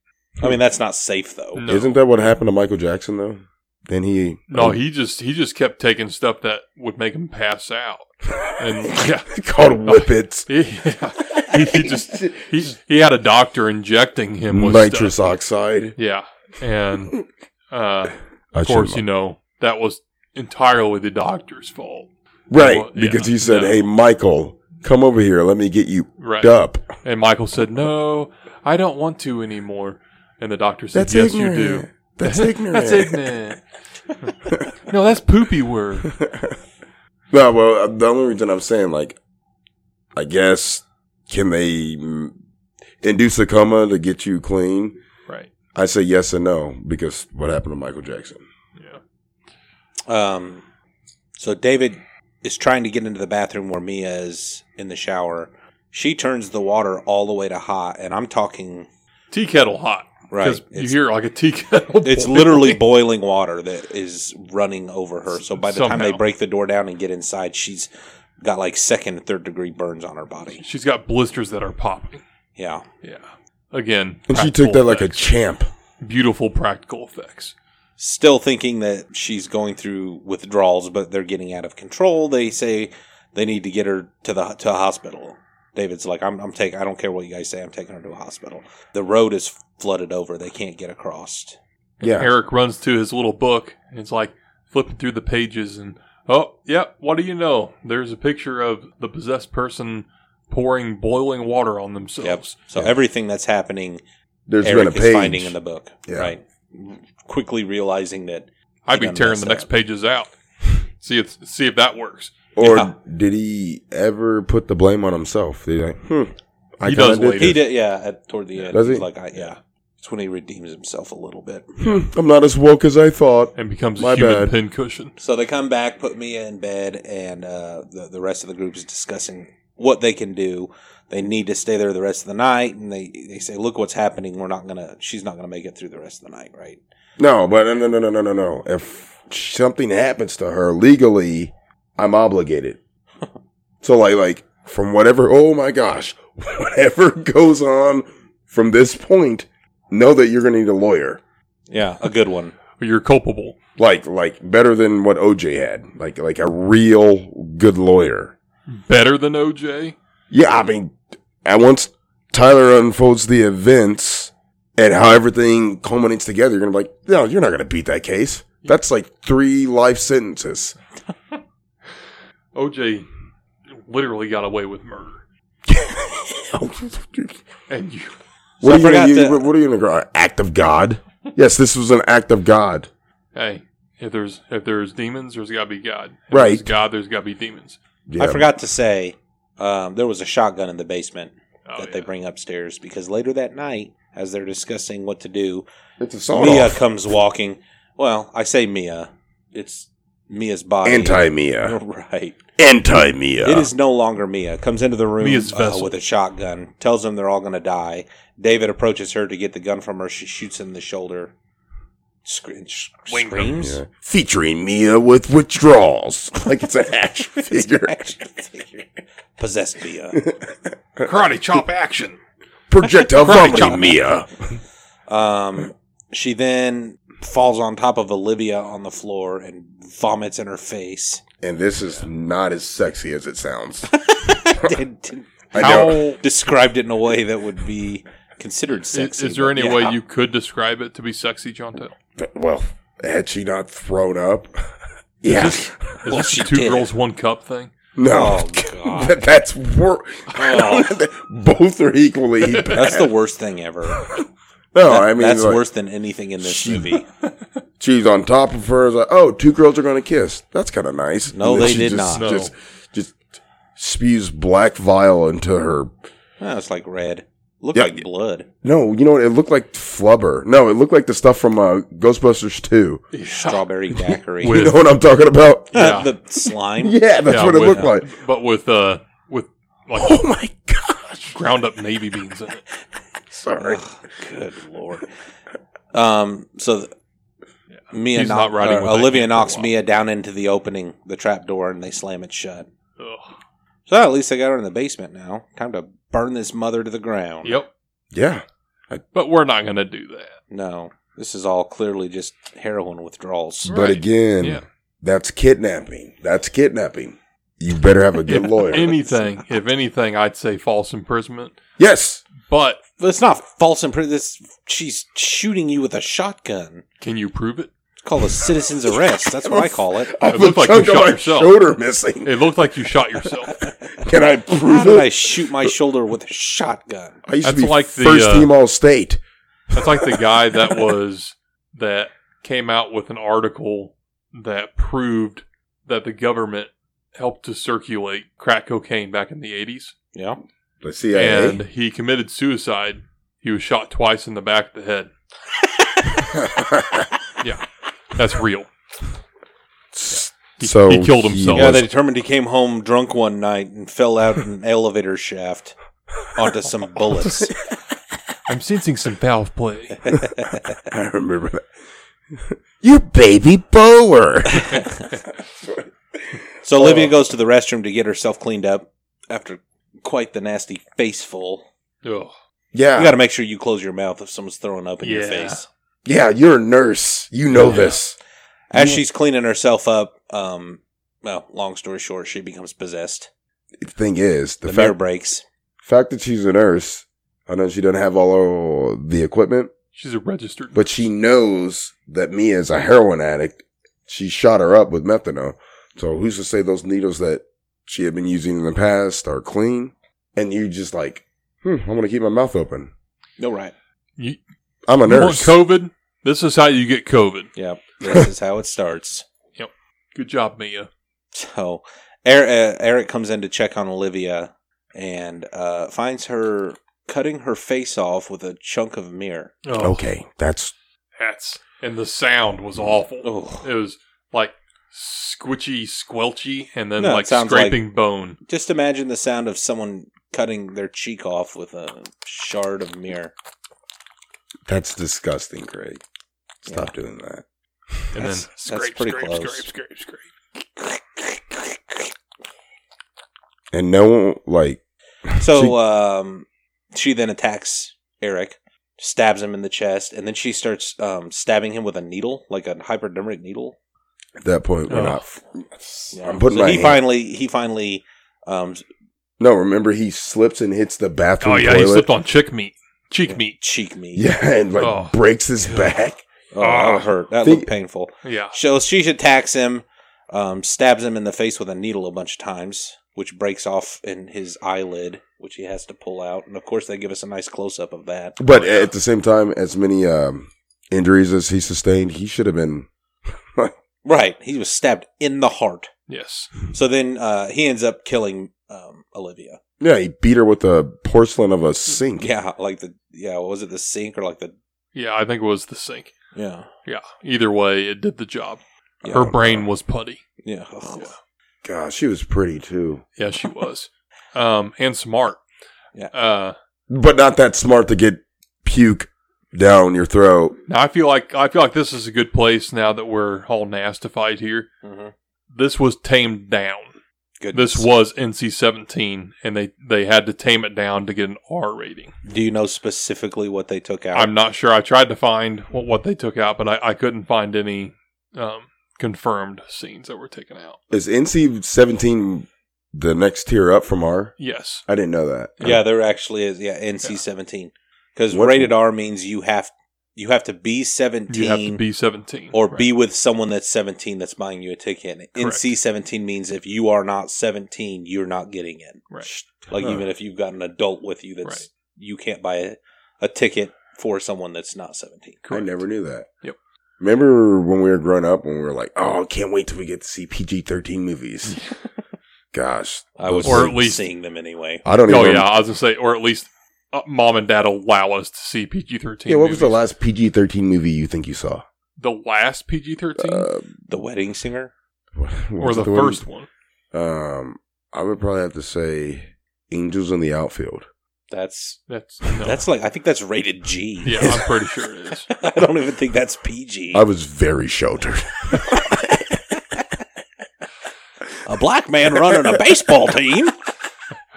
[SPEAKER 1] I mean, that's not safe though.
[SPEAKER 3] No.
[SPEAKER 2] Isn't that what happened to Michael Jackson though? Then he Oh.
[SPEAKER 3] No, he just he just kept taking stuff that would make him pass out, and yeah,
[SPEAKER 2] called whippets.
[SPEAKER 3] he, yeah. he, he just he he had a doctor injecting him with
[SPEAKER 2] nitrous
[SPEAKER 3] stuff.
[SPEAKER 2] oxide.
[SPEAKER 3] Yeah, and uh,
[SPEAKER 2] I
[SPEAKER 3] of
[SPEAKER 2] should
[SPEAKER 3] course,
[SPEAKER 2] have-
[SPEAKER 3] you know that was entirely the doctor's fault,
[SPEAKER 2] right?
[SPEAKER 3] Well, yeah,
[SPEAKER 2] because he said,
[SPEAKER 3] yeah.
[SPEAKER 2] "Hey, Michael, come over here. Let me get you
[SPEAKER 3] right?
[SPEAKER 2] up."
[SPEAKER 3] And Michael said, "No, I don't want to anymore." And the doctor said,
[SPEAKER 2] That's
[SPEAKER 3] "Yes,
[SPEAKER 2] ignorant.
[SPEAKER 3] you do."
[SPEAKER 2] That's ignorant.
[SPEAKER 3] That's ignorant. no, that's poopy word.
[SPEAKER 2] No, well, uh, the only reason I'm saying, like, I guess, can they mm, induce a coma to get you clean?
[SPEAKER 3] Right.
[SPEAKER 2] I say yes and no because what happened to Michael Jackson?
[SPEAKER 3] Yeah.
[SPEAKER 1] Um, so David is trying to get into the bathroom where Mia is in the shower. She turns the water all the way to hot, and I'm talking
[SPEAKER 3] Tea kettle hot.
[SPEAKER 1] right.
[SPEAKER 3] you
[SPEAKER 1] It's,
[SPEAKER 3] hear like a tea kettle.
[SPEAKER 1] it's
[SPEAKER 3] boiling.
[SPEAKER 1] literally boiling water that is running over her. So by the time they
[SPEAKER 3] Somehow.
[SPEAKER 1] break the door down and get inside, she's got like second and third degree burns on her body.
[SPEAKER 3] She's got blisters that are popping.
[SPEAKER 1] Yeah.
[SPEAKER 3] Yeah. Again.
[SPEAKER 2] And she took
[SPEAKER 3] practical
[SPEAKER 2] that like a
[SPEAKER 3] effects.
[SPEAKER 2] champ.
[SPEAKER 3] beautiful practical effects.
[SPEAKER 1] still thinking that she's going through withdrawals, but they're getting out of control. They say they need to get her to the to a hospital. David's like, I'm, I'm taking. I don't care what you guys say. I'm taking her to a hospital. The road is flooded over. They can't get across.
[SPEAKER 2] Yeah.
[SPEAKER 3] Eric runs to his little book and it's like flipping through the pages and oh yeah, what do you know? There's a picture of the possessed person pouring boiling water on
[SPEAKER 1] Yep.
[SPEAKER 3] themselves.
[SPEAKER 1] So everything that's happening,
[SPEAKER 2] There's
[SPEAKER 1] Eric
[SPEAKER 2] been a
[SPEAKER 1] is finding
[SPEAKER 2] page.
[SPEAKER 1] in the book.
[SPEAKER 2] Yeah.
[SPEAKER 1] Right. Quickly realizing that
[SPEAKER 3] I'd be
[SPEAKER 1] Done
[SPEAKER 3] tearing
[SPEAKER 1] messed
[SPEAKER 3] the next
[SPEAKER 1] up.
[SPEAKER 3] pages out. See if see if that works.
[SPEAKER 2] or
[SPEAKER 1] Yeah.
[SPEAKER 2] did he ever put the blame on himself? Did he like, hmm, I
[SPEAKER 3] He
[SPEAKER 2] kinda
[SPEAKER 3] does
[SPEAKER 2] did
[SPEAKER 3] later.
[SPEAKER 1] he did. Yeah. At, toward the end,
[SPEAKER 2] Does
[SPEAKER 1] he's
[SPEAKER 2] he?
[SPEAKER 1] like, I, yeah. It's when he redeems himself a little bit.
[SPEAKER 2] Hmm, I'm not as woke as I thought.
[SPEAKER 3] And becomes
[SPEAKER 2] My
[SPEAKER 3] a human
[SPEAKER 2] bad.
[SPEAKER 3] pincushion.
[SPEAKER 1] So they come back, put Mia in bed, and uh, the the rest of the group is discussing what they can do. They need to stay there the rest of the night, and they they say, "Look what's happening. We're not gonna. She's not gonna make it through the rest of the night, right?"
[SPEAKER 2] No, but no, no, no, no, no, no, no. If something happens to her legally, I'm obligated. so like, like from whatever. Oh my gosh, whatever goes on from this point, know that you're gonna need a lawyer.
[SPEAKER 1] Yeah, a good one.
[SPEAKER 3] You're culpable.
[SPEAKER 2] Like, like better than what OJ had. Like, like a real good lawyer.
[SPEAKER 3] Better than OJ.
[SPEAKER 2] Yeah, I mean, and once Tyler unfolds the events and how everything culminates together, you're gonna be like, no, you're not gonna beat that case. That's like three life sentences.
[SPEAKER 3] OJ literally got away with murder. And you
[SPEAKER 1] I
[SPEAKER 2] what, are
[SPEAKER 1] forgot
[SPEAKER 2] you, you,
[SPEAKER 1] to-
[SPEAKER 2] what are you gonna go? Act of God? Yes, this was an act of God.
[SPEAKER 3] Hey, if there's if there's demons, there's got to be God. If
[SPEAKER 2] Right.
[SPEAKER 3] There's God, there's got to be demons.
[SPEAKER 2] Yeah.
[SPEAKER 1] I forgot to say um, there was a shotgun in the basement
[SPEAKER 3] Oh,
[SPEAKER 1] that
[SPEAKER 3] yeah.
[SPEAKER 1] they bring upstairs because later that night, as they're discussing what to do,
[SPEAKER 2] It's a sawed
[SPEAKER 1] Mia
[SPEAKER 2] off.
[SPEAKER 1] comes walking. Well, I say Mia. It's Mia's body.
[SPEAKER 2] Anti Mia.
[SPEAKER 1] Right.
[SPEAKER 2] Anti Mia.
[SPEAKER 1] It is no longer Mia. Comes into the room
[SPEAKER 3] Mia's
[SPEAKER 1] uh,
[SPEAKER 3] vessel.
[SPEAKER 1] with a shotgun, tells them they're all going to die. David approaches her to get the gun from her. She shoots him in the shoulder. Scre- sh-
[SPEAKER 3] Winged him.
[SPEAKER 1] screams.
[SPEAKER 2] Yeah. featuring Mia with withdrawals. Like it's an action figure.
[SPEAKER 1] Action figure. Possessed Mia.
[SPEAKER 3] Karate chop action.
[SPEAKER 2] Projectile vomiting
[SPEAKER 3] chop.
[SPEAKER 2] Mia.
[SPEAKER 1] Um, she then falls on top of Olivia on the floor and vomits in her face.
[SPEAKER 2] And this is not as sexy as it sounds.
[SPEAKER 1] Did- did-
[SPEAKER 2] I
[SPEAKER 3] How
[SPEAKER 2] know.
[SPEAKER 3] i-
[SPEAKER 1] described it in a way that would be considered
[SPEAKER 3] is,
[SPEAKER 1] sexy.
[SPEAKER 3] there
[SPEAKER 1] but
[SPEAKER 3] any
[SPEAKER 1] yeah.
[SPEAKER 3] way you could describe it to be sexy, Jontel?
[SPEAKER 2] Well, had she not thrown up? Yeah.
[SPEAKER 3] Is
[SPEAKER 1] Well,
[SPEAKER 3] this
[SPEAKER 1] she
[SPEAKER 3] the two
[SPEAKER 1] did.
[SPEAKER 3] girls one cup thing?
[SPEAKER 2] No.
[SPEAKER 1] Oh, God.
[SPEAKER 2] But that's wor- Oh. Both are equally bad.
[SPEAKER 1] That's the worst thing ever.
[SPEAKER 2] No,
[SPEAKER 1] That-
[SPEAKER 2] I mean,
[SPEAKER 1] that's
[SPEAKER 2] like,
[SPEAKER 1] worse than anything in this
[SPEAKER 2] She-
[SPEAKER 1] movie.
[SPEAKER 2] she's on top of her. It's like, oh, two girls are going to kiss. That's kind of nice.
[SPEAKER 1] No,
[SPEAKER 2] And then
[SPEAKER 1] they
[SPEAKER 2] she
[SPEAKER 1] did
[SPEAKER 2] just,
[SPEAKER 3] not.
[SPEAKER 2] Just, just spews black vial into her.
[SPEAKER 1] Oh, it's like red. Looked
[SPEAKER 2] Yeah.
[SPEAKER 1] like blood.
[SPEAKER 2] No, you know what? It looked like flubber. No, it looked like the stuff from uh, Ghostbusters 2.
[SPEAKER 1] Strawberry daiquiri.
[SPEAKER 2] You
[SPEAKER 3] With-
[SPEAKER 2] know what I'm talking about?
[SPEAKER 3] Yeah.
[SPEAKER 1] the slime.
[SPEAKER 2] Yeah, that's
[SPEAKER 3] Yeah,
[SPEAKER 2] what it
[SPEAKER 3] with-
[SPEAKER 2] looked like.
[SPEAKER 3] But with uh with like
[SPEAKER 2] Oh, my gosh.
[SPEAKER 3] ground up navy beans in it.
[SPEAKER 2] Sorry.
[SPEAKER 1] Ugh, good lord. Um, so th- Mia,
[SPEAKER 3] He's
[SPEAKER 1] knock-
[SPEAKER 3] not riding
[SPEAKER 1] or
[SPEAKER 3] with that
[SPEAKER 1] Olivia
[SPEAKER 3] kid for a
[SPEAKER 1] knocks
[SPEAKER 3] while.
[SPEAKER 1] Mia down into the opening, the trap door, and they slam it shut.
[SPEAKER 3] Ugh.
[SPEAKER 1] So at least I got her in the basement now. Time to burn this mother to the ground.
[SPEAKER 3] Yep.
[SPEAKER 2] Yeah.
[SPEAKER 3] But we're not going to do that.
[SPEAKER 1] No, this is all clearly just heroin withdrawals.
[SPEAKER 2] But
[SPEAKER 3] Right.
[SPEAKER 2] again,
[SPEAKER 3] Yeah.
[SPEAKER 2] that's kidnapping. That's kidnapping. You better have a good lawyer.
[SPEAKER 3] Anything, if anything, I'd say false imprisonment.
[SPEAKER 2] Yes.
[SPEAKER 3] But
[SPEAKER 1] It's not false imprisonment. This she's shooting you with a shotgun.
[SPEAKER 3] can you prove it?
[SPEAKER 1] It's called a citizen's arrest. That's what I call it.
[SPEAKER 2] I have
[SPEAKER 3] looked
[SPEAKER 2] a
[SPEAKER 3] like you
[SPEAKER 2] chunk of
[SPEAKER 3] shot
[SPEAKER 2] my
[SPEAKER 3] yourself.
[SPEAKER 2] shoulder missing.
[SPEAKER 3] It looked like you shot yourself.
[SPEAKER 2] Can I
[SPEAKER 1] How
[SPEAKER 2] prove
[SPEAKER 1] did I
[SPEAKER 2] it?
[SPEAKER 1] shoot my shoulder with a shotgun?
[SPEAKER 2] I used to
[SPEAKER 3] That's
[SPEAKER 2] be
[SPEAKER 3] like the,
[SPEAKER 2] first
[SPEAKER 3] uh,
[SPEAKER 2] team all state.
[SPEAKER 3] That's like the guy that was that came out with an article that proved that the government helped to circulate crack cocaine back in the 80s
[SPEAKER 1] Yeah.
[SPEAKER 2] The CIA.
[SPEAKER 3] and he committed suicide. He was shot twice in the back of the head. Yeah. That's real. He-
[SPEAKER 2] so
[SPEAKER 3] he killed himself.
[SPEAKER 1] Yeah,
[SPEAKER 3] Yeah,
[SPEAKER 1] they determined he came home drunk one night and fell out an elevator shaft onto some bullets.
[SPEAKER 3] I'm sensing some foul play.
[SPEAKER 2] I remember that. you baby bower.
[SPEAKER 1] So Olivia goes to the restroom to get herself cleaned up after quite the nasty face full.
[SPEAKER 3] Ugh.
[SPEAKER 2] yeah.
[SPEAKER 1] You got to make sure you close your mouth if someone's throwing up in your
[SPEAKER 3] Yeah.
[SPEAKER 1] face.
[SPEAKER 2] yeah, you're a nurse. You know this.
[SPEAKER 1] As she's cleaning herself up, um, well, long story short, she becomes possessed.
[SPEAKER 2] The thing is,
[SPEAKER 1] The,
[SPEAKER 2] the
[SPEAKER 1] mirror
[SPEAKER 2] fact,
[SPEAKER 1] breaks.
[SPEAKER 2] fact that she's a nurse, I know she doesn't have all of the equipment,
[SPEAKER 3] She's a registered.
[SPEAKER 2] but she knows that Mia is a heroin addict. She shot her up with methadone. So who's to say those needles that she had been using in the past are clean? And you just like, hmm, I'm going to keep my mouth open.
[SPEAKER 1] No, right.
[SPEAKER 3] You,
[SPEAKER 2] I'm a
[SPEAKER 3] you want
[SPEAKER 2] nurse.
[SPEAKER 3] COVID? This is how you get COVID.
[SPEAKER 1] Yep. This is how it starts.
[SPEAKER 3] Good job, Mia.
[SPEAKER 1] So Eric, uh, Eric comes in to check on Olivia and uh, finds her cutting her face off with a chunk of mirror.
[SPEAKER 3] Oh,
[SPEAKER 2] okay, that's
[SPEAKER 3] Hats. And the sound was awful.
[SPEAKER 1] Oh,
[SPEAKER 3] It was like squitchy, squelchy, and then
[SPEAKER 1] No, it
[SPEAKER 3] like
[SPEAKER 1] sounds like-
[SPEAKER 3] scraping bone.
[SPEAKER 1] just imagine the sound of someone cutting their cheek off with a shard of mirror.
[SPEAKER 2] that's disgusting, Craig. Stop doing that.
[SPEAKER 3] And
[SPEAKER 1] That's-
[SPEAKER 3] then
[SPEAKER 1] that's
[SPEAKER 3] scrape,
[SPEAKER 1] pretty
[SPEAKER 3] scrape,
[SPEAKER 1] close.
[SPEAKER 3] scrape, scrape, scrape.
[SPEAKER 2] And no one like
[SPEAKER 1] So
[SPEAKER 2] She-
[SPEAKER 1] um, she then attacks Eric, stabs him in the chest, and then she starts um, stabbing him with a needle, like a hypodermic needle.
[SPEAKER 2] at that point we're
[SPEAKER 3] Oh.
[SPEAKER 2] not. I'm putting
[SPEAKER 1] so
[SPEAKER 2] my
[SPEAKER 1] he
[SPEAKER 2] hand-
[SPEAKER 1] finally he finally um,
[SPEAKER 2] No, remember he slips and hits the bathroom
[SPEAKER 3] Oh yeah,
[SPEAKER 2] toilet.
[SPEAKER 3] he slipped on chick meat. Cheek meat.
[SPEAKER 1] cheek me.
[SPEAKER 2] yeah, and like
[SPEAKER 3] Oh.
[SPEAKER 2] breaks his back.
[SPEAKER 1] Oh, that
[SPEAKER 3] Ah.
[SPEAKER 1] hurt. That
[SPEAKER 2] Think-
[SPEAKER 1] looked painful.
[SPEAKER 3] Yeah.
[SPEAKER 1] So she attacks him, um, stabs him in the face with a needle a bunch of times, which breaks off in his eyelid, which he has to pull out. And of course, they give us a nice close up of that.
[SPEAKER 2] But at the same time, as many um, injuries as he sustained, he should have been.
[SPEAKER 1] Right, he was stabbed in the heart.
[SPEAKER 3] Yes.
[SPEAKER 1] So then uh, he ends up killing um, Olivia.
[SPEAKER 2] Yeah, he beat her with the porcelain of a sink.
[SPEAKER 1] Yeah, like the yeah, what was it the sink or like the
[SPEAKER 3] Yeah, I think it was the sink.
[SPEAKER 1] yeah
[SPEAKER 3] Yeah. Either way, it did the job.
[SPEAKER 1] Yeah.
[SPEAKER 2] Oh,
[SPEAKER 3] Her brain was putty.
[SPEAKER 1] yeah.
[SPEAKER 2] God, she was pretty too,
[SPEAKER 3] Yeah, she was. um, and smart.
[SPEAKER 1] Yeah.
[SPEAKER 3] Uh,
[SPEAKER 2] but not that smart to get puke down your throat.
[SPEAKER 3] now I feel like I feel like this is a good place now that we're all nastified here.
[SPEAKER 1] hmm
[SPEAKER 3] This was tamed down.
[SPEAKER 1] Good.
[SPEAKER 3] This was NC seventeen, and they they had to tame it down to get an R rating.
[SPEAKER 1] Do you know specifically what they took out?
[SPEAKER 3] I'm not sure. I tried to find what, what they took out, but I, I couldn't find any um, confirmed scenes that were taken out.
[SPEAKER 2] Is NC seventeen the next tier up from R?
[SPEAKER 3] Yes.
[SPEAKER 2] I didn't know that.
[SPEAKER 1] Yeah, there actually is. Yeah, NC seventeen because
[SPEAKER 2] What-
[SPEAKER 1] rated R means you have you have to be seventeen.
[SPEAKER 3] You have to be 17.
[SPEAKER 1] or
[SPEAKER 3] right.
[SPEAKER 1] be with someone that's 17 that's buying you a ticket. And
[SPEAKER 3] Correct.
[SPEAKER 1] NC 17 means if you are not 17, you're not getting in.
[SPEAKER 3] Right.
[SPEAKER 1] Like
[SPEAKER 2] Huh.
[SPEAKER 1] even if you've got an adult with you, that's
[SPEAKER 3] Right.
[SPEAKER 1] you can't buy a, a ticket for someone that's not 17.
[SPEAKER 2] I never knew that.
[SPEAKER 3] Yep.
[SPEAKER 2] Remember when we were growing up when we were like, oh, can't wait till we get to see PG 13 movies? Gosh.
[SPEAKER 1] I was
[SPEAKER 3] Or at least-
[SPEAKER 1] seeing them anyway.
[SPEAKER 2] I don't even.
[SPEAKER 3] Oh, yeah. I was going to say, or at least uh, mom and dad allow us to see PG 13.
[SPEAKER 2] Yeah, what was the last PG 13 movie you think you saw?
[SPEAKER 3] The last PG 13?
[SPEAKER 2] Uh,
[SPEAKER 1] The Wedding Singer?
[SPEAKER 2] what- what
[SPEAKER 3] or
[SPEAKER 2] was
[SPEAKER 3] the,
[SPEAKER 2] it, one-
[SPEAKER 3] first one?
[SPEAKER 2] Um, I would probably have to say Angels in the Outfield.
[SPEAKER 1] That's
[SPEAKER 3] That's no.
[SPEAKER 1] that's like I think that's rated G.
[SPEAKER 3] yeah, I'm pretty sure it is.
[SPEAKER 1] I don't even think that's PG.
[SPEAKER 2] I was very sheltered.
[SPEAKER 1] A black man running a baseball team.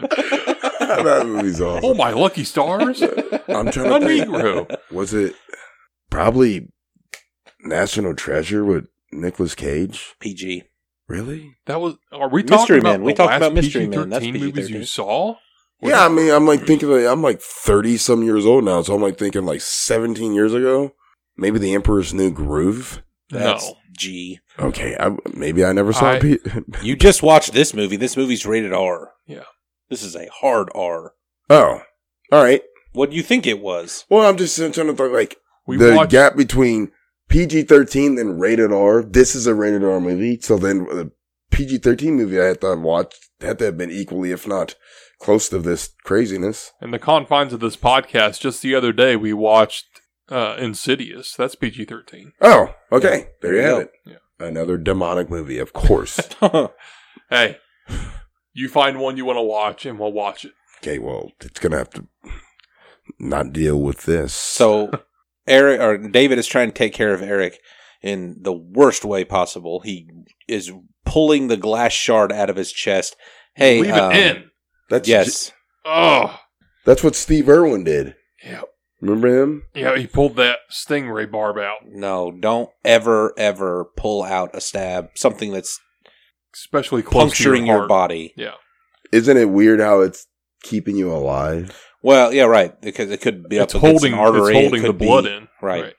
[SPEAKER 2] that movie's awesome.
[SPEAKER 3] Oh my lucky stars! A
[SPEAKER 2] I'm trying to think.
[SPEAKER 3] Negro.
[SPEAKER 2] Was it probably National Treasure with Nicolas Cage?
[SPEAKER 1] PG.
[SPEAKER 2] Really?
[SPEAKER 3] That was. Are we
[SPEAKER 1] Mystery
[SPEAKER 3] talking about
[SPEAKER 1] Man. We
[SPEAKER 3] the
[SPEAKER 1] talked
[SPEAKER 3] last
[SPEAKER 1] about Mystery Man.
[SPEAKER 3] PG-13
[SPEAKER 1] That's
[SPEAKER 3] movies
[SPEAKER 1] PG-13.
[SPEAKER 3] you saw?
[SPEAKER 2] yeah, I mean, I'm like thinking, like, I'm like 30 some years old now, so I'm like thinking like 17 years ago, maybe The Emperor's New Groove.
[SPEAKER 1] That's
[SPEAKER 3] No.
[SPEAKER 1] G.
[SPEAKER 2] Okay, I, maybe I never saw
[SPEAKER 3] I-
[SPEAKER 2] P-
[SPEAKER 1] You just watched this movie. This movie's rated R.
[SPEAKER 3] Yeah.
[SPEAKER 1] This is a hard R.
[SPEAKER 2] Oh, all right.
[SPEAKER 1] What do you think it was?
[SPEAKER 2] Well, I'm just trying to think like
[SPEAKER 3] We
[SPEAKER 2] the
[SPEAKER 3] watched.
[SPEAKER 2] gap between PG 13 and rated R. This is a rated R movie. So then the PG 13 movie I had to watch had to have been equally, if not close to this craziness.
[SPEAKER 3] in the confines of this podcast, just the other day, we watched uh, Insidious. That's PG 13.
[SPEAKER 2] Oh, okay. There you have it.
[SPEAKER 3] Yeah.
[SPEAKER 2] Another demonic movie, of course.
[SPEAKER 3] Hey, you find one you want to watch, and we'll watch it.
[SPEAKER 2] okay, well, it's going to have to not deal with this.
[SPEAKER 1] so Eric or David is trying to take care of Eric in the worst way possible. He is pulling the glass shard out of his chest. Hey,
[SPEAKER 3] Leave
[SPEAKER 1] um,
[SPEAKER 3] it in.
[SPEAKER 2] that's
[SPEAKER 1] Yes.
[SPEAKER 3] Oh,
[SPEAKER 2] that's what Steve Irwin did.
[SPEAKER 3] yeah.
[SPEAKER 2] Remember him?
[SPEAKER 3] Yeah, he pulled that stingray barb out,
[SPEAKER 1] No, don't ever, ever pull out a stab, something that's
[SPEAKER 3] especially close
[SPEAKER 1] puncturing
[SPEAKER 3] to your,
[SPEAKER 1] your,
[SPEAKER 3] heart.
[SPEAKER 1] body.
[SPEAKER 3] Yeah.
[SPEAKER 2] Isn't it weird how it's keeping you alive?
[SPEAKER 1] Well, yeah, right. Because it could be
[SPEAKER 3] It's
[SPEAKER 1] up against
[SPEAKER 3] holding,
[SPEAKER 1] an artery.
[SPEAKER 3] it's holding
[SPEAKER 1] it
[SPEAKER 3] the
[SPEAKER 1] could
[SPEAKER 3] blood
[SPEAKER 1] be,
[SPEAKER 3] in.
[SPEAKER 1] Right.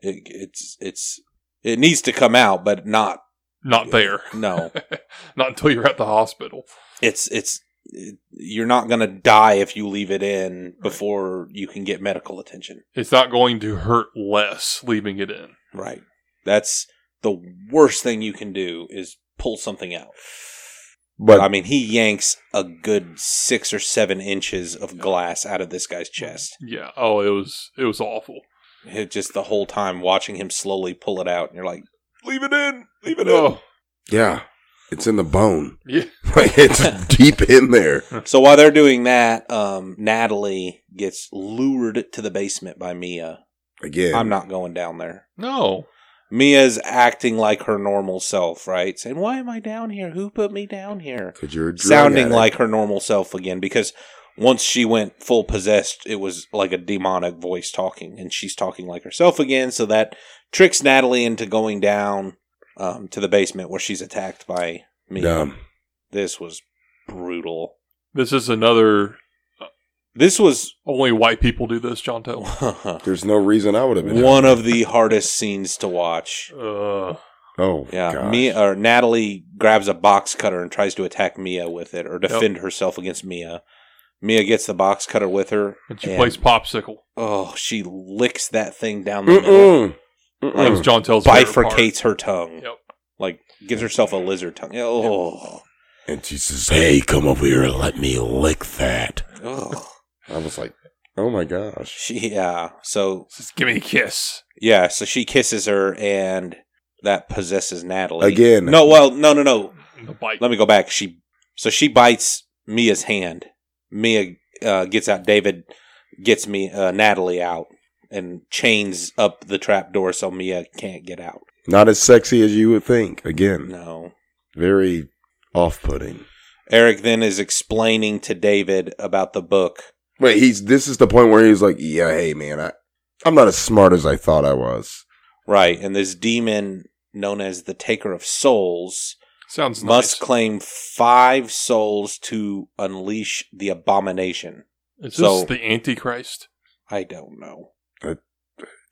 [SPEAKER 1] It, it's it's it needs to come out, but not
[SPEAKER 3] Not there.
[SPEAKER 1] no.
[SPEAKER 3] Not until you're at the hospital.
[SPEAKER 1] it's it's you're not gonna die if you leave it in before you can get medical attention.
[SPEAKER 3] It's not going to hurt less leaving it in.
[SPEAKER 1] Right. That's the worst thing you can do is pull something out.
[SPEAKER 2] But
[SPEAKER 1] I mean, he yanks a good six or seven inches of glass out of this guy's chest.
[SPEAKER 3] Yeah. Oh, it was it was awful.
[SPEAKER 1] It just the whole time watching him slowly pull it out, and you're like,
[SPEAKER 3] Leave it in. Leave it in.
[SPEAKER 2] yeah, it's in the bone.
[SPEAKER 3] Yeah.
[SPEAKER 2] Like it's deep in there.
[SPEAKER 1] So while they're doing that, um, Natalie gets lured to the basement by Mia.
[SPEAKER 2] Again,
[SPEAKER 1] I'm not going down there.
[SPEAKER 3] No.
[SPEAKER 1] Mia's acting like her normal self, right? Saying, "Why am I down here? Who put me down here?"
[SPEAKER 2] Cause you're a drug
[SPEAKER 1] Sounding
[SPEAKER 2] addict.
[SPEAKER 1] like her normal self again, because once she went full possessed, it was like a demonic voice talking, and she's talking like herself again. So that tricks Natalie into going down um, to the basement where she's attacked by Mia.
[SPEAKER 2] dumb.
[SPEAKER 1] This was brutal.
[SPEAKER 3] This is another
[SPEAKER 1] This was
[SPEAKER 3] only white people do this, John Tell.
[SPEAKER 2] There's no reason I would have been
[SPEAKER 1] one of the hardest scenes to watch.
[SPEAKER 3] Uh,
[SPEAKER 2] Oh
[SPEAKER 1] Yeah,
[SPEAKER 2] gosh.
[SPEAKER 1] Mia or Natalie grabs a box cutter and tries to attack Mia with it or defend herself against Mia. Mia gets the box cutter with her.
[SPEAKER 3] and she plays popsicle.
[SPEAKER 1] Oh, she licks that thing down the middle,
[SPEAKER 2] Mm-mm.
[SPEAKER 3] That was
[SPEAKER 2] Mm-mm.
[SPEAKER 3] John Tell's favorite part.
[SPEAKER 1] Mm. bifurcates her tongue.
[SPEAKER 3] Yep.
[SPEAKER 1] Like gives herself a lizard tongue. Oh,
[SPEAKER 2] And she says, "Hey, come over here and let me lick that."
[SPEAKER 1] oh.
[SPEAKER 2] I was like, "Oh my gosh!"
[SPEAKER 1] She, yeah. So
[SPEAKER 3] Says, Give me a kiss.
[SPEAKER 1] yeah, so she kisses her and that possesses Natalie
[SPEAKER 2] Again.
[SPEAKER 1] No, well, no, no, no.
[SPEAKER 3] The bite.
[SPEAKER 1] let me go back. She so she bites Mia's hand. Mia uh, gets out. David gets me uh, Natalie out and chains up the trap door so Mia can't get out.
[SPEAKER 2] Not as sexy as you would think. Again,
[SPEAKER 1] No.
[SPEAKER 2] very off-putting.
[SPEAKER 1] Eric then is explaining to David about the book.
[SPEAKER 2] Wait, he's. This is the point where he's like, "Yeah, hey, man, I, I'm not as smart as I thought I was."
[SPEAKER 1] Right, and this demon known as the Taker of Souls
[SPEAKER 3] Sounds
[SPEAKER 1] must
[SPEAKER 3] nice.
[SPEAKER 1] claim five souls to unleash the abomination.
[SPEAKER 3] is this
[SPEAKER 1] so-
[SPEAKER 3] the Antichrist?
[SPEAKER 1] I don't know.
[SPEAKER 2] That-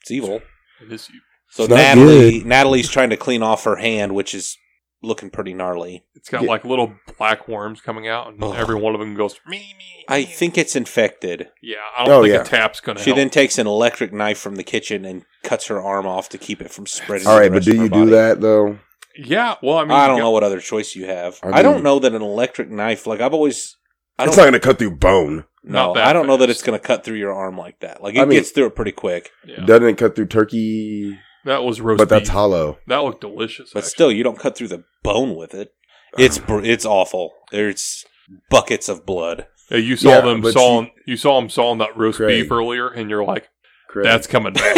[SPEAKER 1] It's evil.
[SPEAKER 3] It is you.
[SPEAKER 1] So
[SPEAKER 2] It's not
[SPEAKER 1] Natalie,
[SPEAKER 2] good.
[SPEAKER 1] Natalie's trying to clean off her hand, which is looking pretty gnarly.
[SPEAKER 3] It's got
[SPEAKER 2] Yeah.
[SPEAKER 3] like little black worms coming out, and
[SPEAKER 1] Ugh.
[SPEAKER 3] every one of them goes me me.
[SPEAKER 1] I
[SPEAKER 3] me."
[SPEAKER 1] think it's infected.
[SPEAKER 3] Yeah, I don't
[SPEAKER 2] Oh,
[SPEAKER 3] think
[SPEAKER 2] yeah.
[SPEAKER 3] a tap's gonna.
[SPEAKER 1] She
[SPEAKER 3] help.
[SPEAKER 1] then takes an electric knife from the kitchen and cuts her arm off to keep it from spreading.
[SPEAKER 2] All
[SPEAKER 1] to the
[SPEAKER 2] right, but
[SPEAKER 1] rest
[SPEAKER 2] do
[SPEAKER 1] of her
[SPEAKER 2] you do
[SPEAKER 1] body.
[SPEAKER 2] that though?
[SPEAKER 3] Yeah, well, I
[SPEAKER 1] I,
[SPEAKER 3] mean,
[SPEAKER 1] don't
[SPEAKER 3] yeah,
[SPEAKER 1] know what other choice you have.
[SPEAKER 2] I
[SPEAKER 1] I,
[SPEAKER 2] mean-
[SPEAKER 1] don't know that an electric knife, like I've always, I
[SPEAKER 2] It's
[SPEAKER 1] don't
[SPEAKER 2] not going to cut through bone.
[SPEAKER 1] no,
[SPEAKER 3] Not that
[SPEAKER 1] I don't know that
[SPEAKER 3] fast.
[SPEAKER 1] it's going to cut through your arm like that. Like it
[SPEAKER 2] I mean-
[SPEAKER 1] gets through it pretty quick,
[SPEAKER 3] yeah. That,
[SPEAKER 2] Doesn't it cut through turkey?
[SPEAKER 3] was roast.
[SPEAKER 2] But that's
[SPEAKER 3] beef.
[SPEAKER 2] hollow.
[SPEAKER 3] That looked delicious.
[SPEAKER 1] but
[SPEAKER 3] actually.
[SPEAKER 1] still, you don't cut through the bone with it. It's br- it's awful. There's buckets of blood.
[SPEAKER 3] Yeah, you saw
[SPEAKER 2] Yeah,
[SPEAKER 3] them
[SPEAKER 2] but
[SPEAKER 3] sawing. You, saw them sawing that roast
[SPEAKER 2] Craig.
[SPEAKER 3] beef earlier, and you're like,
[SPEAKER 2] Craig.
[SPEAKER 3] "That's coming back."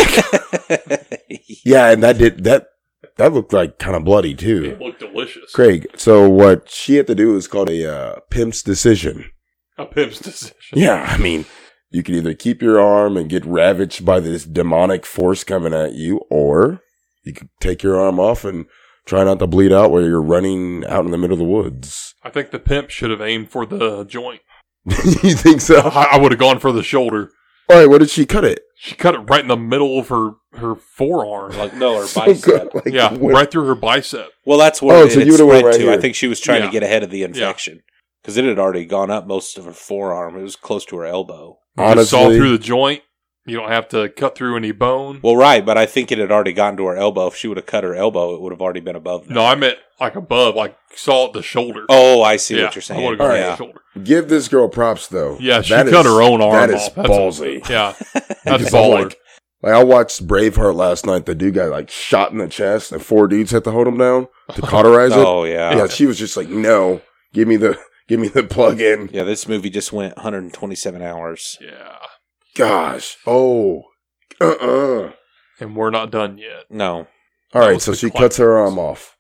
[SPEAKER 2] Yeah, and that did that. That looked like kind of bloody too.
[SPEAKER 3] it looked delicious.
[SPEAKER 2] Craig. So what she had to do is called a uh, pimp's decision.
[SPEAKER 3] A pimp's decision.
[SPEAKER 2] Yeah, I mean, you can either keep your arm and get ravaged by this demonic force coming at you, or you could take your arm off and try not to bleed out while you're running out in the middle of the woods.
[SPEAKER 3] I think the pimp should have aimed for the joint.
[SPEAKER 2] you think so?
[SPEAKER 3] I, I would have gone for the shoulder.
[SPEAKER 2] All right, where did she cut it?
[SPEAKER 3] She cut it right in the middle of her her forearm.
[SPEAKER 1] Like no, or
[SPEAKER 2] So good,
[SPEAKER 1] bicep.
[SPEAKER 2] like,
[SPEAKER 3] yeah,
[SPEAKER 2] where-
[SPEAKER 3] right through her bicep.
[SPEAKER 1] Well, that's where
[SPEAKER 2] Oh,
[SPEAKER 1] it
[SPEAKER 2] so
[SPEAKER 1] had
[SPEAKER 2] you would've went
[SPEAKER 1] spread
[SPEAKER 2] right
[SPEAKER 1] to. I
[SPEAKER 2] here.
[SPEAKER 1] think she was trying
[SPEAKER 3] Yeah.
[SPEAKER 1] to get ahead of the infection because it had already gone up most of her forearm. It was close to her elbow.
[SPEAKER 3] Honestly, just saw
[SPEAKER 2] Honestly-
[SPEAKER 3] through the joint. You don't have to cut through any bone.
[SPEAKER 1] Well, right, but I think it had already gotten to her elbow. If she would have cut her elbow, it would have already been above. That.
[SPEAKER 3] No, I meant like above, like saw the shoulder.
[SPEAKER 1] Oh, I see
[SPEAKER 3] yeah,
[SPEAKER 1] what you're saying.
[SPEAKER 3] I would have gone
[SPEAKER 1] yeah.
[SPEAKER 3] for the shoulder.
[SPEAKER 2] Give this girl props though.
[SPEAKER 3] Yeah, she
[SPEAKER 2] That
[SPEAKER 3] cut
[SPEAKER 2] is-
[SPEAKER 3] her own arm
[SPEAKER 2] That
[SPEAKER 3] off.
[SPEAKER 2] is
[SPEAKER 3] That's-
[SPEAKER 2] ballsy.
[SPEAKER 3] Yeah, that's
[SPEAKER 2] Because I'm
[SPEAKER 3] baller.
[SPEAKER 2] Like, like, I watched Braveheart last night. The dude got like shot in the chest, and four dudes had to hold him down to cauterize it.
[SPEAKER 1] Oh yeah.
[SPEAKER 2] Yeah,
[SPEAKER 1] yeah,
[SPEAKER 2] she was just like, "No, give me the give me the plug in."
[SPEAKER 1] This movie just went 127 hours.
[SPEAKER 3] yeah,
[SPEAKER 2] Gosh, oh, uh, uh
[SPEAKER 3] and we're not done yet.
[SPEAKER 1] No,
[SPEAKER 2] All
[SPEAKER 3] That
[SPEAKER 2] right,
[SPEAKER 3] was
[SPEAKER 2] so
[SPEAKER 3] the
[SPEAKER 2] she cuts her arm off.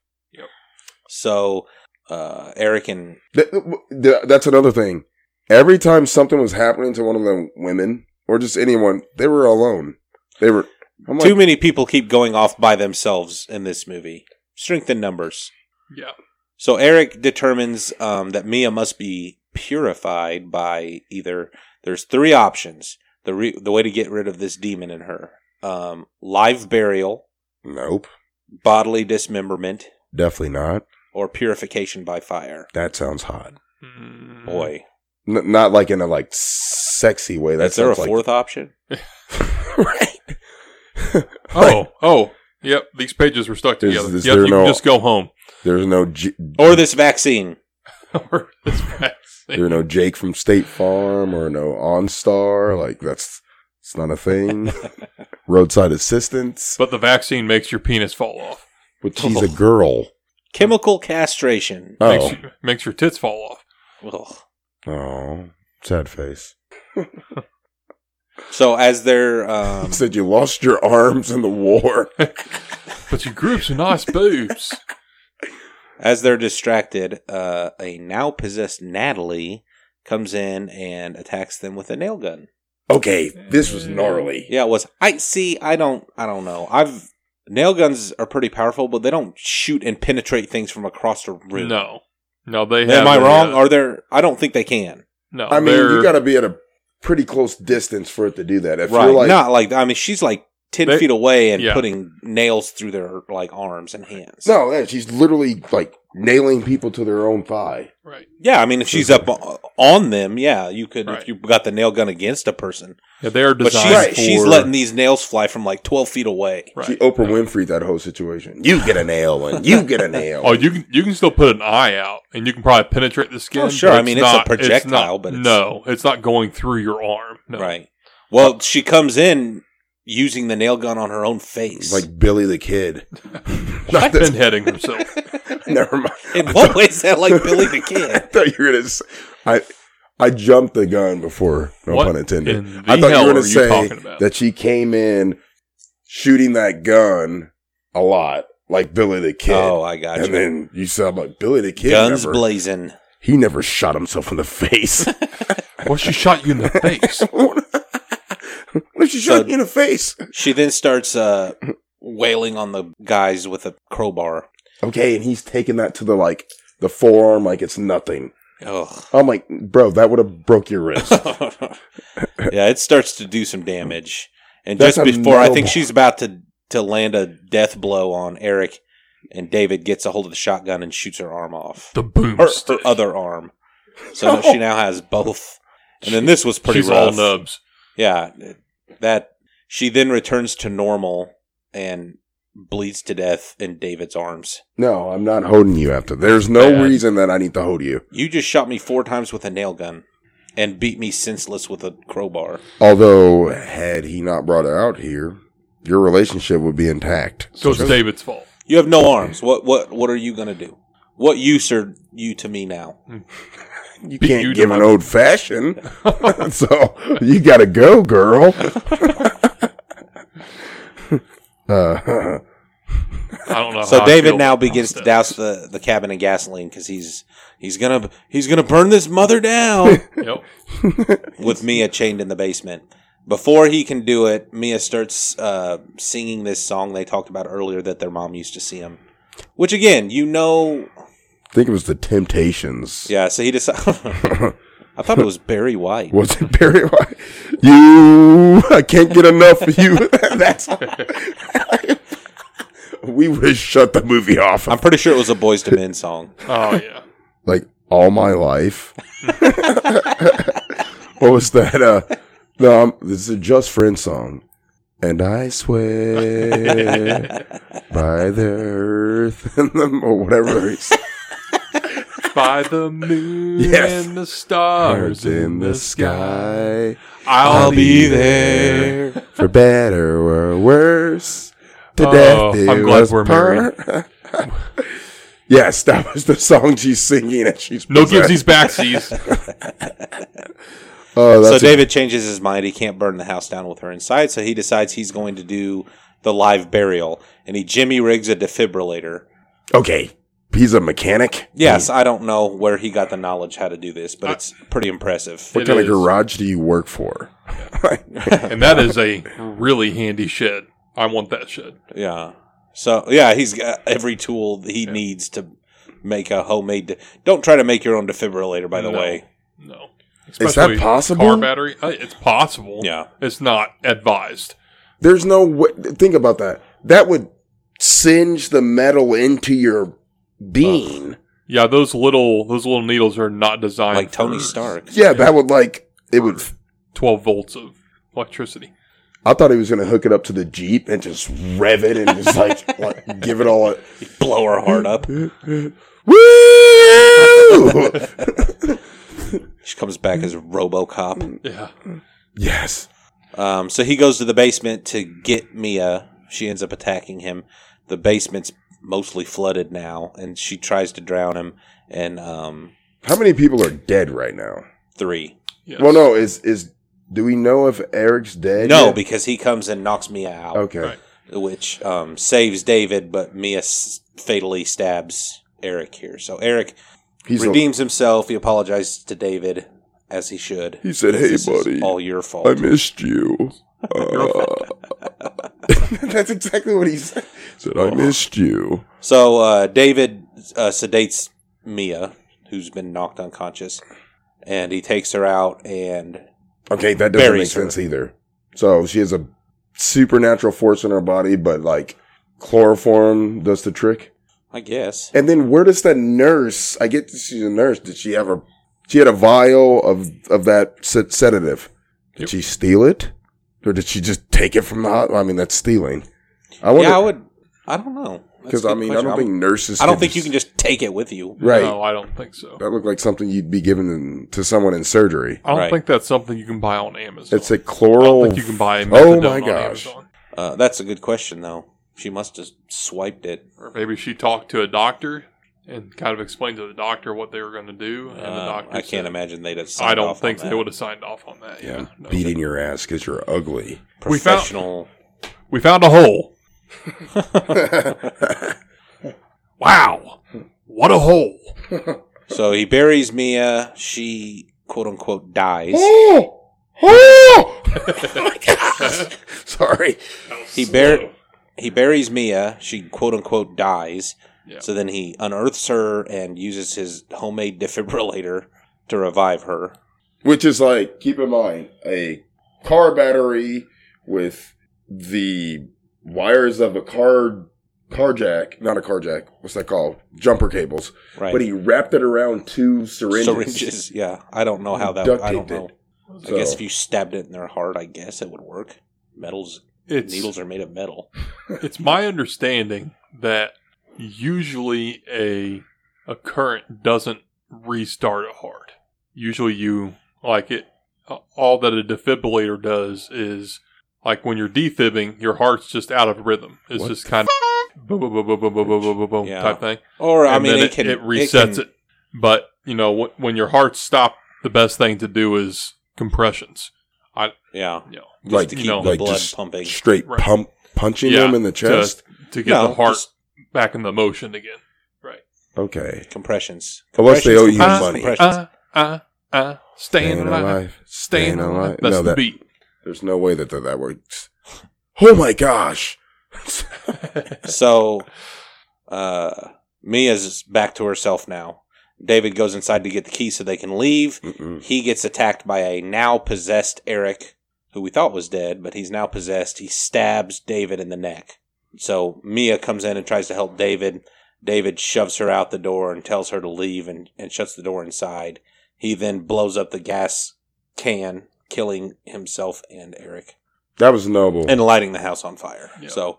[SPEAKER 1] so uh, Eric and
[SPEAKER 2] Th- th- that's another thing. Every time something was happening to one of the women or just anyone, they were alone. They were. I'm like,
[SPEAKER 1] too many people keep going off by themselves in this movie. Strength in numbers.
[SPEAKER 3] Yeah,
[SPEAKER 1] So Eric determines um, that Mia must be purified by either. There's three options. The re- the way to get rid of this demon in her: um, live burial,
[SPEAKER 2] nope,
[SPEAKER 1] bodily dismemberment,
[SPEAKER 2] definitely not.
[SPEAKER 1] or purification by fire.
[SPEAKER 2] That sounds hot.
[SPEAKER 3] Mm.
[SPEAKER 1] Boy,
[SPEAKER 2] N- not like in a like sexy way. That
[SPEAKER 1] is there a
[SPEAKER 2] sounds like
[SPEAKER 1] fourth option?
[SPEAKER 2] right.
[SPEAKER 3] Oh, oh, yep. These pages were stuck
[SPEAKER 2] Is-
[SPEAKER 3] together.
[SPEAKER 2] is
[SPEAKER 3] yep,
[SPEAKER 2] there
[SPEAKER 3] you
[SPEAKER 2] no-
[SPEAKER 3] can just go home.
[SPEAKER 2] There's no J-
[SPEAKER 1] Or this vaccine?
[SPEAKER 3] Or this vaccine.
[SPEAKER 2] there's no Jake from State Farm or no OnStar. Like that's it's not a thing. Roadside assistance,
[SPEAKER 3] But the vaccine makes your penis fall off.
[SPEAKER 2] but she's a girl.
[SPEAKER 1] Chemical castration.
[SPEAKER 2] Oh,
[SPEAKER 3] Makes, you- makes your tits fall off.
[SPEAKER 1] Ugh.
[SPEAKER 2] oh, sad face.
[SPEAKER 1] So as they're um,
[SPEAKER 2] Said you lost your arms in the war.
[SPEAKER 3] But you grew up some nice boobs.
[SPEAKER 1] As they're distracted, uh, a now possessed Natalie comes in and attacks them with a nail gun.
[SPEAKER 2] Okay, this was gnarly.
[SPEAKER 1] Yeah, it was I see. I don't. I don't know. I've nail guns are pretty powerful, but they don't shoot and penetrate things from across the room.
[SPEAKER 3] No, no, they. Have
[SPEAKER 1] Am I
[SPEAKER 3] a,
[SPEAKER 1] wrong?
[SPEAKER 3] uh,
[SPEAKER 1] Are there? I don't think they can.
[SPEAKER 3] no,
[SPEAKER 2] I mean,
[SPEAKER 3] they're-
[SPEAKER 2] you got to be at a pretty close distance for it to do that. If
[SPEAKER 1] right?
[SPEAKER 2] you're like,
[SPEAKER 1] Not like. I mean, she's like ten
[SPEAKER 3] They-
[SPEAKER 1] feet away and
[SPEAKER 3] yeah.
[SPEAKER 1] putting nails through their like arms and hands.
[SPEAKER 2] no, yeah, she's literally like nailing people to their own thigh.
[SPEAKER 3] right.
[SPEAKER 1] Yeah, I mean, if she's up o- on them, yeah, you could
[SPEAKER 3] Right.
[SPEAKER 1] if you got the nail gun against a person.
[SPEAKER 3] Yeah, they are
[SPEAKER 1] But
[SPEAKER 3] designed
[SPEAKER 1] she's
[SPEAKER 2] Right.
[SPEAKER 3] for.
[SPEAKER 1] she's letting these nails fly from like twelve feet away.
[SPEAKER 3] right.
[SPEAKER 2] She Oprah Winfrey that whole situation. You get a nail, and you get a nail.
[SPEAKER 3] Oh, you can you can still put an eye out, and you can probably penetrate the skin.
[SPEAKER 1] Oh, sure.
[SPEAKER 3] but
[SPEAKER 1] I mean, it's a projectile,
[SPEAKER 3] not-
[SPEAKER 1] but it's-
[SPEAKER 3] no, it's not going through your arm. No.
[SPEAKER 1] Right. Well, she comes in using the nail gun on her own face.
[SPEAKER 2] like Billy the Kid. Not
[SPEAKER 3] She's
[SPEAKER 2] that,
[SPEAKER 3] pinheading herself.
[SPEAKER 2] never mind.
[SPEAKER 1] in what way is that like Billy the
[SPEAKER 2] I
[SPEAKER 1] Kid?
[SPEAKER 2] thought you were gonna. Say, I I jumped the gun before. No
[SPEAKER 3] What
[SPEAKER 2] pun intended.
[SPEAKER 3] in
[SPEAKER 2] I thought
[SPEAKER 3] the
[SPEAKER 2] you
[SPEAKER 3] hell
[SPEAKER 2] were gonna
[SPEAKER 3] are you
[SPEAKER 2] say
[SPEAKER 3] talking about?
[SPEAKER 2] that she came in shooting that gun a lot, like Billy the Kid.
[SPEAKER 1] Oh, I got
[SPEAKER 2] and
[SPEAKER 1] you.
[SPEAKER 2] then you sound like Billy the Kid.
[SPEAKER 1] Guns
[SPEAKER 2] never-
[SPEAKER 1] blazing.
[SPEAKER 2] he never shot himself in the face.
[SPEAKER 3] Well, she shot you in the face.
[SPEAKER 2] what if she shot
[SPEAKER 1] So-
[SPEAKER 2] you in the face?
[SPEAKER 1] She then starts uh, wailing on the guys with a crowbar.
[SPEAKER 2] Okay, and he's taking that to the like the forearm like it's nothing.
[SPEAKER 1] Ugh.
[SPEAKER 2] I'm like, bro, that would have broke your wrist.
[SPEAKER 1] yeah, it starts to do some damage. And
[SPEAKER 2] That's
[SPEAKER 1] just before I
[SPEAKER 2] unknowable.
[SPEAKER 1] think she's about to to land a death blow on Eric, and David gets a hold of the shotgun and shoots her arm off.
[SPEAKER 3] The boom.
[SPEAKER 1] Her, her other arm. So she now has both. And then this was pretty
[SPEAKER 3] She's all
[SPEAKER 1] rough.
[SPEAKER 3] nubs.
[SPEAKER 1] Yeah, that she then returns to normal and bleeds to death in David's arms.
[SPEAKER 2] no, I'm not holding you after. There's no
[SPEAKER 3] Bad.
[SPEAKER 2] reason that I need to hold you.
[SPEAKER 1] You just shot me four times with a nail gun and beat me senseless with a crowbar.
[SPEAKER 2] Although, had he not brought her out here, your relationship would be intact.
[SPEAKER 3] So it's David's fault.
[SPEAKER 1] You have no arms. What what what are you gonna do? What use are you to me now?
[SPEAKER 2] you can't give an old fashioned. so you got to go, girl. uh,
[SPEAKER 3] I don't know. how
[SPEAKER 1] So
[SPEAKER 3] I
[SPEAKER 1] David
[SPEAKER 3] feel
[SPEAKER 1] now
[SPEAKER 3] about
[SPEAKER 1] begins to
[SPEAKER 3] that.
[SPEAKER 1] douse the, the cabin in gasoline because he's he's gonna he's gonna burn this mother down
[SPEAKER 3] Yep.
[SPEAKER 1] with Mia chained in the basement. Before he can do it, Mia starts uh, singing this song they talked about earlier that their mom used to see him. Which again, you know,
[SPEAKER 2] I think it was the Temptations.
[SPEAKER 1] yeah. So he decides. I thought it was Barry White.
[SPEAKER 2] Was it Barry White? You, I can't get enough of you. That's. we would have shut the movie off.
[SPEAKER 1] I'm pretty sure it was a Boys to Men song.
[SPEAKER 3] Oh yeah.
[SPEAKER 2] like all my life. what was that? Uh, no, I'm, this is a Just Friends song. And I swear by the earth and the or whatever. it is.
[SPEAKER 3] By the moon
[SPEAKER 2] Yes.
[SPEAKER 3] and the stars
[SPEAKER 2] Stars in the sky
[SPEAKER 3] I'll,
[SPEAKER 2] I'll
[SPEAKER 3] be
[SPEAKER 2] be
[SPEAKER 3] there.
[SPEAKER 2] for better or worse. To
[SPEAKER 3] Oh,
[SPEAKER 2] death, do
[SPEAKER 3] I'm glad
[SPEAKER 2] us
[SPEAKER 3] we're married.
[SPEAKER 2] part. yes, that was the song she's singing as she's
[SPEAKER 3] No
[SPEAKER 2] possessed.
[SPEAKER 3] givesies, backsies.
[SPEAKER 2] Oh,
[SPEAKER 1] So
[SPEAKER 2] that's a-
[SPEAKER 1] David changes his mind. He can't burn the house down with her inside, so he decides he's going to do the live burial, and he jimmy rigs a defibrillator.
[SPEAKER 2] okay. He's a mechanic.
[SPEAKER 1] Yes, I don't know where he got the knowledge how to do this, but it's pretty impressive.
[SPEAKER 2] What
[SPEAKER 3] It
[SPEAKER 2] kind
[SPEAKER 3] is.
[SPEAKER 2] of garage do you work for?
[SPEAKER 3] and that is a really handy shed. I want that shed.
[SPEAKER 1] Yeah. So yeah, he's got every tool that he needs to make a homemade. De- don't try to make your own defibrillator, by the
[SPEAKER 3] No.
[SPEAKER 1] way.
[SPEAKER 3] No.
[SPEAKER 2] that
[SPEAKER 3] Especially
[SPEAKER 2] possible?
[SPEAKER 3] Car battery? Uh, It's possible.
[SPEAKER 1] Yeah.
[SPEAKER 3] It's not advised.
[SPEAKER 2] There's no way. Think about that. That would singe the metal into your being.
[SPEAKER 3] Yeah, those little those little needles are not designed
[SPEAKER 1] Like Tony
[SPEAKER 3] for
[SPEAKER 1] Stark.
[SPEAKER 2] yeah, that would like it would.
[SPEAKER 3] Twelve volts of electricity.
[SPEAKER 2] I thought he was gonna hook it up to the jeep and just rev it and just like, like give it all. A,
[SPEAKER 1] Blow her heart up.
[SPEAKER 2] Woo!
[SPEAKER 1] She comes back as RoboCop.
[SPEAKER 3] Yeah.
[SPEAKER 2] yes.
[SPEAKER 1] Um, so he goes to the basement to get Mia. She ends up attacking him. The basement's mostly flooded now, and she tries to drown him. And um,
[SPEAKER 2] How many people are dead right now?
[SPEAKER 1] three,
[SPEAKER 3] Yes.
[SPEAKER 2] Well, no. Is is do we know if Eric's dead?
[SPEAKER 1] no,
[SPEAKER 2] yet?
[SPEAKER 1] because he comes and knocks Mia out,
[SPEAKER 2] okay.
[SPEAKER 3] Right.
[SPEAKER 1] which um, saves David, but Mia s- fatally stabs Eric here. So Eric
[SPEAKER 2] He's a-
[SPEAKER 1] redeems himself. He apologizes to David as he should.
[SPEAKER 2] He said, "Hey,
[SPEAKER 1] This is
[SPEAKER 2] buddy,
[SPEAKER 1] all your fault."
[SPEAKER 2] I missed you. Uh, that's exactly what he said. Oh. Said I missed you.
[SPEAKER 1] So uh, David uh, sedates Mia, who's been knocked unconscious, and he takes her out. And
[SPEAKER 2] Okay, that doesn't make
[SPEAKER 1] Buries her.
[SPEAKER 2] sense either. So she has a supernatural force in her body, but like chloroform does the trick.
[SPEAKER 1] I guess
[SPEAKER 2] And then where does that nurse? I get that she's a nurse. Did she have a? She had a vial of of that sed- sedative. Did
[SPEAKER 3] Yep.
[SPEAKER 2] she steal it, or did she just take it from the? hot- I mean, that's stealing. I wonder
[SPEAKER 1] yeah, I would. I don't know That's
[SPEAKER 2] because
[SPEAKER 1] a
[SPEAKER 2] I
[SPEAKER 1] good
[SPEAKER 2] mean
[SPEAKER 1] question.
[SPEAKER 2] I don't think nurses.
[SPEAKER 1] I don't think you can just take it with you.
[SPEAKER 2] right.
[SPEAKER 3] No, I don't think so.
[SPEAKER 2] That looked like something you'd be given in- to someone in surgery.
[SPEAKER 3] I don't
[SPEAKER 1] Right.
[SPEAKER 3] think that's something you can buy on Amazon.
[SPEAKER 2] It's a
[SPEAKER 3] I don't
[SPEAKER 2] chloral.
[SPEAKER 3] think you can buy a
[SPEAKER 2] oh
[SPEAKER 3] methadone
[SPEAKER 2] my
[SPEAKER 3] on
[SPEAKER 2] gosh!
[SPEAKER 3] Amazon.
[SPEAKER 1] Uh, that's a good question, though. She must have swiped it.
[SPEAKER 3] Or maybe she talked to a doctor and kind of explained to the doctor what they were going to do, and the
[SPEAKER 1] Um,
[SPEAKER 3] doctor.
[SPEAKER 1] I can't
[SPEAKER 3] said-
[SPEAKER 1] imagine they'd have. Signed
[SPEAKER 3] I don't
[SPEAKER 1] off
[SPEAKER 3] think
[SPEAKER 1] on
[SPEAKER 3] they
[SPEAKER 1] that.
[SPEAKER 3] would have signed off on that. Yeah.
[SPEAKER 2] Yeah,
[SPEAKER 3] no.
[SPEAKER 2] beating your ass because you're ugly.
[SPEAKER 3] We found-
[SPEAKER 1] Professional.
[SPEAKER 3] We found a hole. Wow. What a hole.
[SPEAKER 1] so he buries Mia. She quote unquote dies.
[SPEAKER 2] oh, oh! my gosh! Sorry.
[SPEAKER 1] He bur- he buries Mia. She quote unquote dies.
[SPEAKER 3] Yeah.
[SPEAKER 1] So then he unearths her and uses his homemade defibrillator to revive her.
[SPEAKER 2] Which is like, keep in mind, a car battery with the wires of a car car jack, not a car jack. What's that called? Jumper cables.
[SPEAKER 1] Right.
[SPEAKER 2] But he wrapped it around two syringes.
[SPEAKER 1] syringes. Yeah, I don't know how that.
[SPEAKER 2] Duct
[SPEAKER 1] I don't know.
[SPEAKER 2] taped
[SPEAKER 1] I guess if you stabbed it in their heart, I guess it would work. Metals
[SPEAKER 3] It's,
[SPEAKER 1] needles are made of metal.
[SPEAKER 3] it's my understanding that usually a a current doesn't restart it hard. Usually you like it all that a defibrillator does is like when you're defibbing, your heart's just out of rhythm. It's
[SPEAKER 2] What
[SPEAKER 3] just kind of boom boom boom boom boom boom boom boom boom
[SPEAKER 1] Yeah.
[SPEAKER 3] type thing.
[SPEAKER 1] Or I
[SPEAKER 3] And
[SPEAKER 1] mean,
[SPEAKER 3] then
[SPEAKER 1] it can
[SPEAKER 3] it resets it,
[SPEAKER 1] can-
[SPEAKER 3] But you know, wh- when your heart's stopped, the best thing to do is compressions. I
[SPEAKER 1] Yeah.
[SPEAKER 3] you know,
[SPEAKER 1] Just
[SPEAKER 3] like,
[SPEAKER 1] to
[SPEAKER 3] you
[SPEAKER 1] keep
[SPEAKER 3] know,
[SPEAKER 1] the blood pumping.
[SPEAKER 2] straight
[SPEAKER 3] Right.
[SPEAKER 2] pump punching
[SPEAKER 3] Yeah,
[SPEAKER 2] him in the
[SPEAKER 3] to-
[SPEAKER 2] chest.
[SPEAKER 3] to get
[SPEAKER 1] No,
[SPEAKER 3] the heart
[SPEAKER 1] just-
[SPEAKER 3] back in the motion again. Right.
[SPEAKER 2] okay,
[SPEAKER 1] Compressions.
[SPEAKER 2] Unless they owe you
[SPEAKER 1] compressions,
[SPEAKER 2] money.
[SPEAKER 1] compressions.
[SPEAKER 3] Uh, uh, uh, staying,
[SPEAKER 2] Staying
[SPEAKER 3] alive,
[SPEAKER 2] alive,
[SPEAKER 3] staying,
[SPEAKER 2] staying
[SPEAKER 3] alive.
[SPEAKER 2] alive.
[SPEAKER 3] That's
[SPEAKER 2] No,
[SPEAKER 3] the
[SPEAKER 2] that-
[SPEAKER 3] beat.
[SPEAKER 2] there's no way that that, that works. Oh my gosh!
[SPEAKER 1] so uh Mia's back to herself now. David goes inside to get the key so they can leave.
[SPEAKER 2] Mm-mm.
[SPEAKER 1] He gets attacked by a now possessed Eric, who we thought was dead, but he's now possessed. He stabs David in the neck. So Mia comes in and tries to help David. David shoves her out the door and tells her to leave and, and shuts the door inside. He then blows up the gas can, killing himself and Eric
[SPEAKER 2] That was noble.
[SPEAKER 1] and lighting the house on fire.
[SPEAKER 3] Yeah.
[SPEAKER 1] So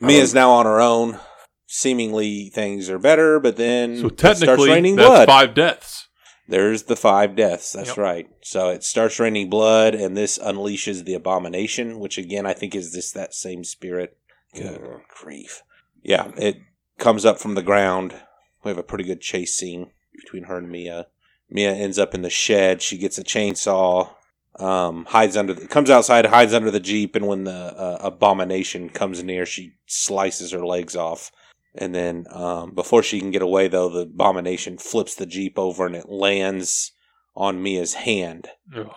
[SPEAKER 2] Um,
[SPEAKER 1] Mia's now on her own. Seemingly things are better, but then
[SPEAKER 3] So
[SPEAKER 1] it Mm, starts
[SPEAKER 3] technically,
[SPEAKER 1] raining
[SPEAKER 3] that's
[SPEAKER 1] blood.
[SPEAKER 3] five deaths.
[SPEAKER 1] There's the five deaths. That's
[SPEAKER 3] Yep.
[SPEAKER 1] right. So it starts raining blood, and this unleashes the abomination, which again I think is this that same spirit. Good grief! Yeah, it comes up from the ground. We have a pretty good chase scene between her and Mia. Mia ends up in the shed. She gets a chainsaw. Um, hides under. The, comes outside, hides under the jeep, and when the uh, abomination comes near, she slices her legs off. And then um, before she can get away, though, the abomination flips the jeep over and it lands on Mia's hand.
[SPEAKER 3] Ugh.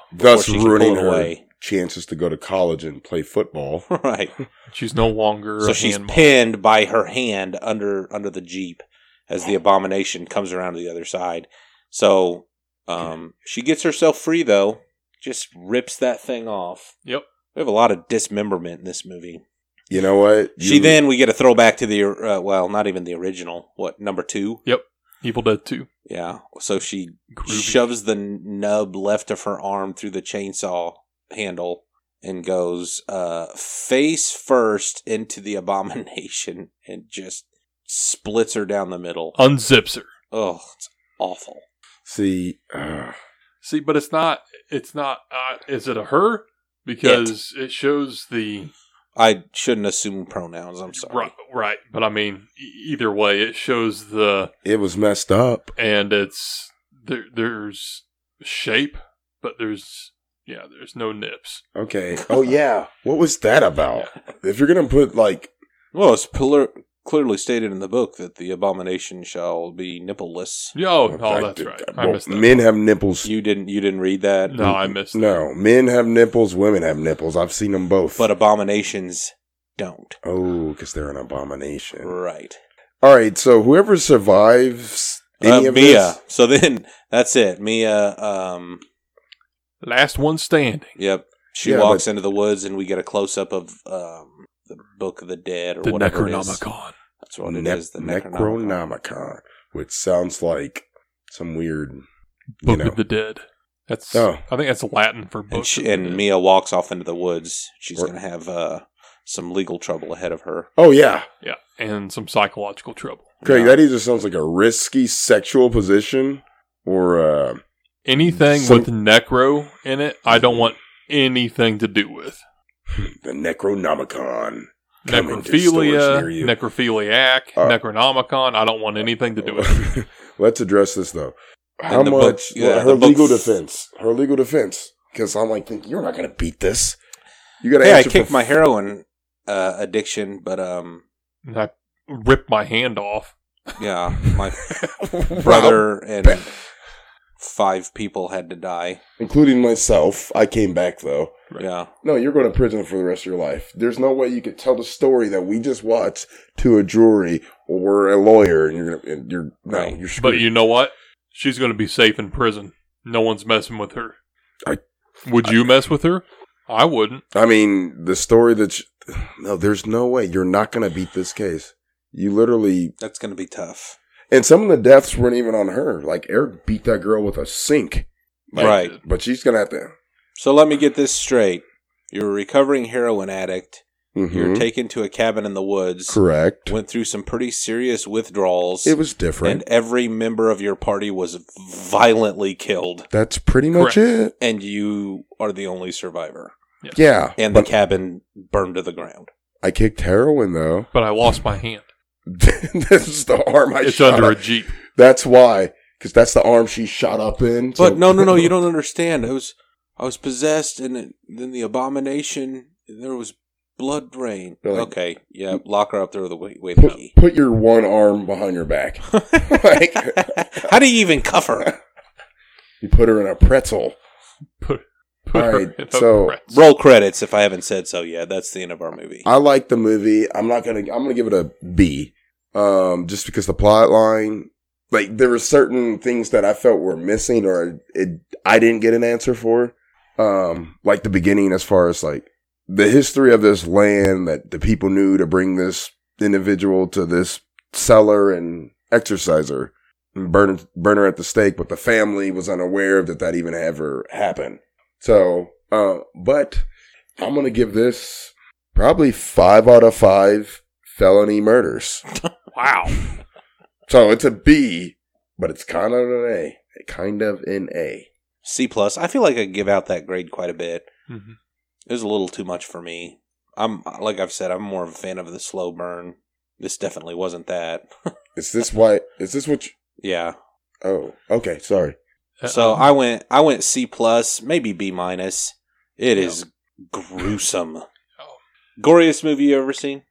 [SPEAKER 1] before
[SPEAKER 2] Thus
[SPEAKER 1] she can
[SPEAKER 2] ruining
[SPEAKER 1] pull it
[SPEAKER 2] her
[SPEAKER 1] away.
[SPEAKER 2] chances to go to college and play football.
[SPEAKER 1] right.
[SPEAKER 3] She's no longer
[SPEAKER 1] So
[SPEAKER 3] a
[SPEAKER 1] she's
[SPEAKER 3] hand model.
[SPEAKER 1] pinned by her hand under under the jeep as the abomination comes around to the other side. So um, she gets herself free, though. Just rips that thing off.
[SPEAKER 3] Yep.
[SPEAKER 1] We have a lot of dismemberment in this movie.
[SPEAKER 2] You know what?
[SPEAKER 1] She
[SPEAKER 2] You-
[SPEAKER 1] then we get a throwback to the uh, well, not even the original. What number two?
[SPEAKER 3] Evil Dead 2.
[SPEAKER 1] Yeah. So she
[SPEAKER 3] Groovy.
[SPEAKER 1] shoves the nub left of her arm through the chainsaw handle and goes uh, face first into the abomination and just splits her down the middle.
[SPEAKER 3] Uh, Unzips her.
[SPEAKER 1] Oh, it's awful.
[SPEAKER 2] see. Uh,
[SPEAKER 3] See, but it's not. It's not. Uh, is it a her? Because it, shows the
[SPEAKER 1] I shouldn't assume pronouns. I'm sorry.
[SPEAKER 3] right, right. But I mean, e- either way, it shows the
[SPEAKER 2] it was messed up.
[SPEAKER 3] and it's there. There's shape, but there's yeah. There's no nips.
[SPEAKER 2] Okay. Oh yeah. What was that about? If you're gonna put like
[SPEAKER 1] Well, it's pl- clearly stated in the book that the abomination shall be nippleless.
[SPEAKER 3] Yeah, Oh,
[SPEAKER 2] I
[SPEAKER 3] no, that's
[SPEAKER 2] did-
[SPEAKER 3] right. I
[SPEAKER 2] well,
[SPEAKER 3] missed that.
[SPEAKER 2] men have nipples.
[SPEAKER 1] You didn't. You didn't read that.
[SPEAKER 3] no, I missed. that.
[SPEAKER 2] No, men have nipples. Women have nipples. I've seen them both.
[SPEAKER 1] But abominations don't.
[SPEAKER 2] oh, because they're an abomination.
[SPEAKER 1] Right.
[SPEAKER 2] All right. So whoever survives any
[SPEAKER 1] Uh,
[SPEAKER 2] of
[SPEAKER 1] Mia.
[SPEAKER 2] this,
[SPEAKER 1] So then that's it. Mia. Um.
[SPEAKER 3] Last one standing.
[SPEAKER 1] Yep. She
[SPEAKER 2] Yeah,
[SPEAKER 1] walks into the woods, and we get a close up of um the Book of the Dead or
[SPEAKER 3] The
[SPEAKER 1] whatever it is.
[SPEAKER 3] Necronomicon.
[SPEAKER 1] That's what it is.
[SPEAKER 2] Nec-
[SPEAKER 1] The Necronomicon.
[SPEAKER 2] Necronomicon, which sounds like some weird.
[SPEAKER 3] Book
[SPEAKER 2] know.
[SPEAKER 3] of the Dead. That's
[SPEAKER 2] Oh.
[SPEAKER 3] I think that's Latin for book.
[SPEAKER 1] And,
[SPEAKER 3] of
[SPEAKER 1] she,
[SPEAKER 3] the
[SPEAKER 1] and
[SPEAKER 3] Dead.
[SPEAKER 1] Mia walks off into the woods. She's
[SPEAKER 2] Or-
[SPEAKER 1] going to have uh, some legal trouble ahead of her.
[SPEAKER 2] Oh yeah,
[SPEAKER 3] Yeah, and some psychological trouble.
[SPEAKER 2] Craig.
[SPEAKER 1] Yeah.
[SPEAKER 2] That either sounds like a risky sexual position or uh,
[SPEAKER 3] Anything
[SPEAKER 2] Some-
[SPEAKER 3] with necro in it, I don't want anything to do with.
[SPEAKER 2] the Necronomicon. Coming to stores
[SPEAKER 3] Necrophilia,
[SPEAKER 2] near you.
[SPEAKER 3] necrophiliac,
[SPEAKER 2] Uh,
[SPEAKER 3] Necronomicon. I don't want anything to do with. it.
[SPEAKER 2] Let's address this though. How
[SPEAKER 1] And the
[SPEAKER 2] much
[SPEAKER 1] book- yeah,
[SPEAKER 2] her
[SPEAKER 1] the book-
[SPEAKER 2] legal defense? Her legal defense. Because I'm like, thinking, you're not gonna beat this. You gotta.
[SPEAKER 1] Hey, I
[SPEAKER 2] answer
[SPEAKER 1] kicked
[SPEAKER 2] for-
[SPEAKER 1] my heroin uh, addiction, but um,
[SPEAKER 3] And I rip my hand off.
[SPEAKER 1] yeah, my
[SPEAKER 2] Wow.
[SPEAKER 1] brother and five people had to die.
[SPEAKER 2] including myself. I came back though.
[SPEAKER 3] Right.
[SPEAKER 1] Yeah.
[SPEAKER 2] No, you're going to prison for the rest of your life. There's no way you could tell the story that we just watched to a jury or a lawyer, and you're gonna, and you're no,
[SPEAKER 1] Right.
[SPEAKER 2] you're
[SPEAKER 3] But
[SPEAKER 2] screwed.
[SPEAKER 3] you know what? She's going to be safe in prison. No one's messing with her.
[SPEAKER 2] I-
[SPEAKER 3] Would you mess with her? I wouldn't.
[SPEAKER 2] I mean, the story that you- no, there's no way you're not going to beat this case. You literally,
[SPEAKER 1] That's going to be tough.
[SPEAKER 2] and some of the deaths weren't even on her. Like Eric beat that girl with a sink, Like,
[SPEAKER 1] right.
[SPEAKER 2] But she's gonna have to.
[SPEAKER 1] So let me get this straight. You're a recovering heroin addict. You were
[SPEAKER 2] Mhm.
[SPEAKER 1] taken to a cabin in the woods,
[SPEAKER 2] correct.
[SPEAKER 1] went through some pretty serious withdrawals,
[SPEAKER 2] It was
[SPEAKER 1] and
[SPEAKER 2] different.
[SPEAKER 1] every member of your party was violently killed,
[SPEAKER 2] That's pretty much
[SPEAKER 3] Correct.
[SPEAKER 2] it.
[SPEAKER 1] and you are the only survivor.
[SPEAKER 2] Yeah,
[SPEAKER 1] And
[SPEAKER 2] but
[SPEAKER 1] the cabin burned to the ground.
[SPEAKER 2] I kicked heroin though.
[SPEAKER 3] But I lost my hand.
[SPEAKER 2] this is the arm I
[SPEAKER 3] it's
[SPEAKER 2] shot
[SPEAKER 3] under a
[SPEAKER 2] at.
[SPEAKER 3] jeep.
[SPEAKER 2] That's why because that's the arm she shot up in. so-
[SPEAKER 1] But no, no, no, you don't understand. I was, I was possessed, and it- then the abomination. And there was blood rain.
[SPEAKER 2] You're like- "Mm."
[SPEAKER 1] okay, yeah, lock her up there with a way, way
[SPEAKER 2] Put,
[SPEAKER 1] key.
[SPEAKER 2] put your one arm behind your back. like
[SPEAKER 1] How do you even cuff her?
[SPEAKER 2] you put her in a pretzel.
[SPEAKER 3] Put, put
[SPEAKER 2] All
[SPEAKER 3] her
[SPEAKER 2] right,
[SPEAKER 3] in a
[SPEAKER 2] so-
[SPEAKER 3] pretzel.
[SPEAKER 1] Roll credits if I haven't said so. Yeah, that's the end of our movie.
[SPEAKER 2] I like the movie. I'm not gonna. I'm gonna give it a B, um, just because the plot line, like there were certain things that I felt were missing or it, I didn't get an answer for, um, like the beginning as far as like the history of this land that the people knew to bring this individual to this seller and exerciser and burn burn her at the stake, but the family was unaware that that even ever happened. So, uh, but I'm gonna give this probably five out of five felony murders.
[SPEAKER 3] Wow.
[SPEAKER 2] So it's a B, but it's kind of an A. Kind of an A.
[SPEAKER 1] C plus. I feel like I give out that grade quite a bit.
[SPEAKER 3] Mhm.
[SPEAKER 1] It was a little too much for me. I'm like I've said, I'm more of a fan of the slow burn. This definitely wasn't that.
[SPEAKER 2] Is this why? Is this what? You,
[SPEAKER 1] yeah.
[SPEAKER 2] oh, okay. Sorry.
[SPEAKER 1] So
[SPEAKER 3] Um,
[SPEAKER 1] I went I went C plus, maybe B minus. It is gruesome. Goriest movie you ever seen?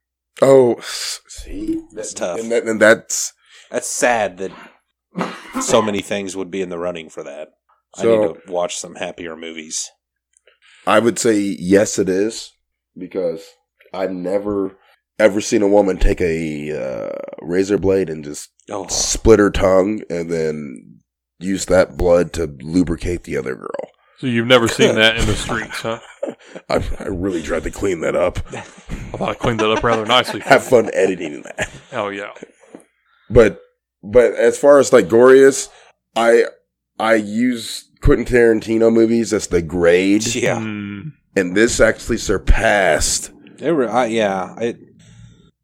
[SPEAKER 2] Oh, see,
[SPEAKER 1] That's tough.
[SPEAKER 2] And, that, and that's
[SPEAKER 1] That's sad that so many things would be in the running for that. I
[SPEAKER 2] So-
[SPEAKER 1] need to watch some happier movies.
[SPEAKER 2] I would say yes, it is because I've never ever seen a woman take a uh, razor blade and just
[SPEAKER 1] Oh,
[SPEAKER 2] split her tongue and then use that blood to lubricate the other girl.
[SPEAKER 3] so you've never seen that in the streets, huh?
[SPEAKER 2] I, I really tried to clean that up.
[SPEAKER 3] I thought I cleaned that up rather nicely.
[SPEAKER 2] Have fun editing that.
[SPEAKER 3] Oh yeah.
[SPEAKER 2] But but as far as like goriest, I I use Quentin Tarantino movies as the grade,
[SPEAKER 1] yeah.
[SPEAKER 3] Mm,
[SPEAKER 2] and this actually surpassed.
[SPEAKER 1] It re- I, yeah, it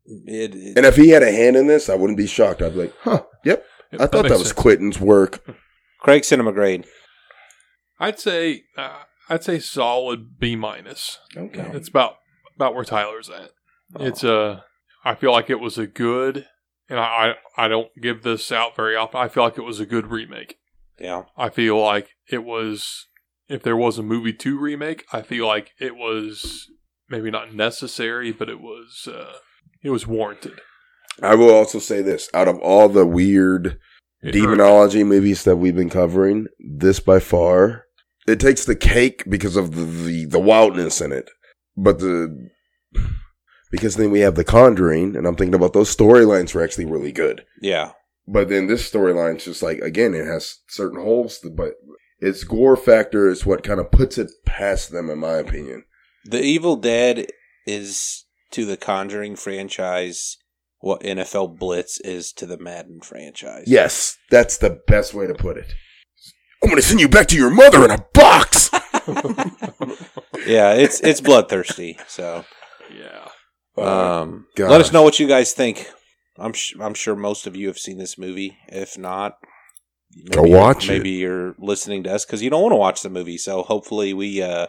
[SPEAKER 1] it, it
[SPEAKER 2] And if he had a hand in this, I wouldn't be shocked. I'd be like, huh, yep.
[SPEAKER 3] yeah,
[SPEAKER 2] I thought
[SPEAKER 3] makes
[SPEAKER 2] that was
[SPEAKER 3] sense.
[SPEAKER 2] Quentin's work.
[SPEAKER 1] Craig sent him a grade.
[SPEAKER 3] I'd say uh, I'd say solid B minus.
[SPEAKER 2] Okay.
[SPEAKER 3] It's about about where Tyler's at.
[SPEAKER 2] Oh.
[SPEAKER 3] It's uh I feel like it was a good and I, I I don't give this out very often. I feel like it was a good remake.
[SPEAKER 1] Yeah.
[SPEAKER 3] I feel like it was if there was a movie two remake, I feel like it was maybe not necessary, but it was uh it was warranted.
[SPEAKER 2] I will also say this: out of all the weird
[SPEAKER 3] It earned-
[SPEAKER 2] demonology movies that we've been covering, this by far it takes the cake because of the, the the wildness in it. But the because then we have The Conjuring, and I'm thinking about those storylines were actually really good.
[SPEAKER 1] Yeah.
[SPEAKER 2] But then this storyline's just like again, it has certain holes, but its gore factor is what kind of puts it past them, in my opinion.
[SPEAKER 1] The Evil Dead is to the Conjuring franchise what NFL Blitz is to the Madden franchise.
[SPEAKER 2] Yes, that's the best way to put it. I'm gonna send you back to your mother in a box.
[SPEAKER 1] Yeah, it's it's bloodthirsty. So,
[SPEAKER 3] Yeah.
[SPEAKER 1] um
[SPEAKER 2] Oh, gosh.
[SPEAKER 1] let us know what you guys think. I'm sh- I'm sure most of you have seen this movie. If not,
[SPEAKER 2] Go watch it.
[SPEAKER 1] maybe you're listening to us cuz you don't want to watch the movie. So, hopefully we uh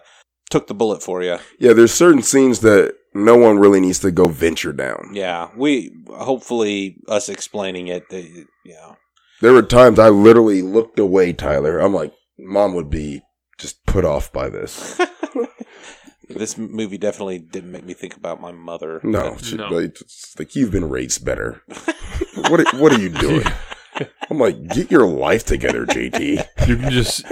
[SPEAKER 1] took the bullet for you.
[SPEAKER 2] Yeah, there's certain scenes that no one really needs to go venture down.
[SPEAKER 1] Yeah. We hopefully us explaining it they, yeah.
[SPEAKER 2] There were times I literally looked away, Tyler. I'm like, mom would be just put off by this.
[SPEAKER 1] This m- movie definitely didn't make me think about my mother.
[SPEAKER 2] No,
[SPEAKER 1] but-
[SPEAKER 2] she,
[SPEAKER 3] No.
[SPEAKER 2] Like, it's like you've been raised better. what are- What are you doing? I'm like, get your life together, JT.
[SPEAKER 3] You can just.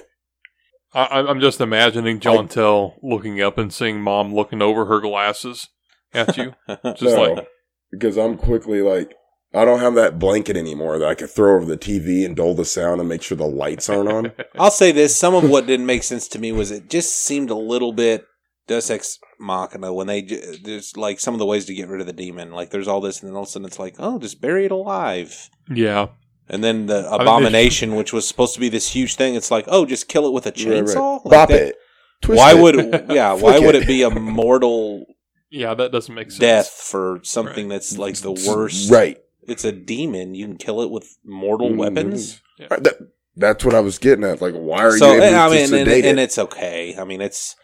[SPEAKER 3] I, I'm- I'm just imagining John Tell looking up and seeing mom looking over her glasses at you. Just
[SPEAKER 2] No.
[SPEAKER 3] like,
[SPEAKER 2] because I'm quickly like, I don't have that blanket anymore that I could throw over the TV and dull the sound and make sure the lights aren't on.
[SPEAKER 1] I'll say this: some of what didn't make sense to me was it just seemed a little bit Deus Ex Machina when they ju- there's like some of the ways to get rid of the demon. Like there's all this, and then all of a sudden it's like, oh, just bury it alive.
[SPEAKER 3] yeah.
[SPEAKER 1] And then the
[SPEAKER 3] they-
[SPEAKER 1] abomination, which was supposed to be this huge thing, it's like, oh, just kill it with a
[SPEAKER 2] Right, right.
[SPEAKER 1] chainsaw. Like
[SPEAKER 2] Bop
[SPEAKER 1] that-
[SPEAKER 2] it. Twist
[SPEAKER 1] why
[SPEAKER 2] it.
[SPEAKER 1] would yeah? Why
[SPEAKER 2] Flick
[SPEAKER 1] would
[SPEAKER 2] it.
[SPEAKER 1] it be a mortal
[SPEAKER 3] Yeah, that doesn't make sense.
[SPEAKER 1] death for something that's like the worst?
[SPEAKER 2] Right.
[SPEAKER 1] It's a demon. You can kill it with mortal
[SPEAKER 2] Mhm.
[SPEAKER 1] weapons.
[SPEAKER 2] Uh, that- that's what I was getting at. Like, why are
[SPEAKER 1] So eh,
[SPEAKER 2] you able
[SPEAKER 1] I
[SPEAKER 2] to
[SPEAKER 1] mean, and,
[SPEAKER 2] sedate
[SPEAKER 1] and
[SPEAKER 2] it?
[SPEAKER 1] it's okay. I mean, it's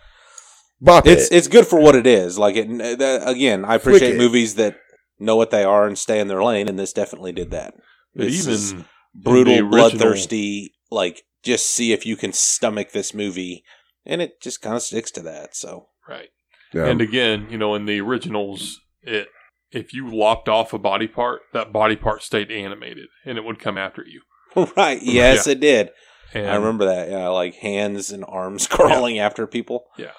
[SPEAKER 2] Bop
[SPEAKER 1] it's
[SPEAKER 2] it.
[SPEAKER 1] it's good for what it is. Like it, eh, that, again, I
[SPEAKER 2] Flick
[SPEAKER 1] appreciate
[SPEAKER 2] it.
[SPEAKER 1] movies that know what they are and stay in their lane, and this definitely did that.
[SPEAKER 3] But
[SPEAKER 1] This is
[SPEAKER 3] even The
[SPEAKER 1] brutal,
[SPEAKER 3] original-
[SPEAKER 1] bloodthirsty. Like, just see if you can stomach this movie, and it just kind of sticks to that. So,
[SPEAKER 3] Right.
[SPEAKER 1] Um,
[SPEAKER 2] Yeah.
[SPEAKER 3] And again, you know, in the originals, it if you lopped off a body part, that body part stayed animated and it would come after you.
[SPEAKER 1] right? Yes, it did.
[SPEAKER 3] And
[SPEAKER 1] I remember that. Yeah, like hands and arms crawling after people.
[SPEAKER 3] Yeah.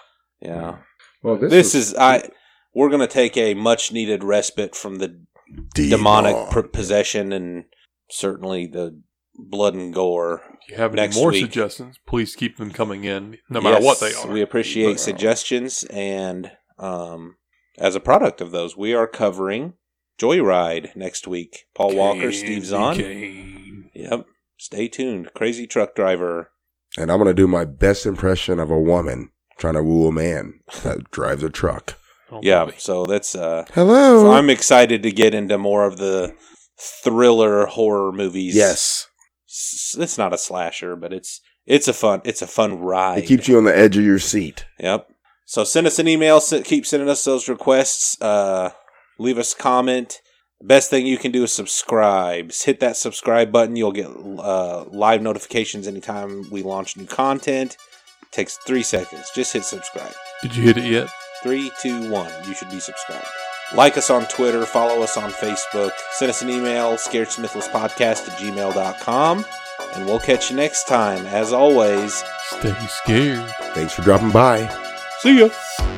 [SPEAKER 1] yeah.
[SPEAKER 2] well,
[SPEAKER 1] This, is, I. We're gonna take a much needed respite from the
[SPEAKER 2] D-
[SPEAKER 1] demonic
[SPEAKER 2] Law.
[SPEAKER 1] pr- possession and certainly the blood and gore.
[SPEAKER 3] If you have any
[SPEAKER 1] Next
[SPEAKER 3] more
[SPEAKER 1] week.
[SPEAKER 3] suggestions, please keep them coming in, no matter
[SPEAKER 1] Yes,
[SPEAKER 3] what they are. uh,
[SPEAKER 1] We appreciate
[SPEAKER 2] But-
[SPEAKER 1] suggestions, and um, as a product of those, we are covering Joyride next week. Paul Walker, Steve Zahn. Yep. Stay tuned. Crazy Truck Driver.
[SPEAKER 2] and I'm gonna do my best impression of a woman trying to woo a man that drives a truck.
[SPEAKER 3] Oh,
[SPEAKER 1] Yeah.
[SPEAKER 3] boy.
[SPEAKER 1] So that's. Uh,
[SPEAKER 2] Hello.
[SPEAKER 1] I'm excited to get into more of the thriller horror movies.
[SPEAKER 2] yes.
[SPEAKER 1] S- It's not a slasher, but it's it's a fun it's a fun ride.
[SPEAKER 2] It keeps you on the edge of your seat.
[SPEAKER 1] Yep. So send us an email. s- Keep sending us those requests. Uh, leave us a comment. The best thing you can do is subscribe. S- Hit that subscribe button. You'll get uh, live notifications anytime we launch new content. takes three seconds. Just hit subscribe.
[SPEAKER 3] Did you hit it yet?
[SPEAKER 1] Three, two, one. You should be subscribed. Like us on Twitter. Follow us on Facebook. Send us an email. ScaredSmithlessPodcast at gmail.com. And we'll catch you next time. As always,
[SPEAKER 3] Stay scared.
[SPEAKER 2] Thanks for dropping by.
[SPEAKER 1] see ya.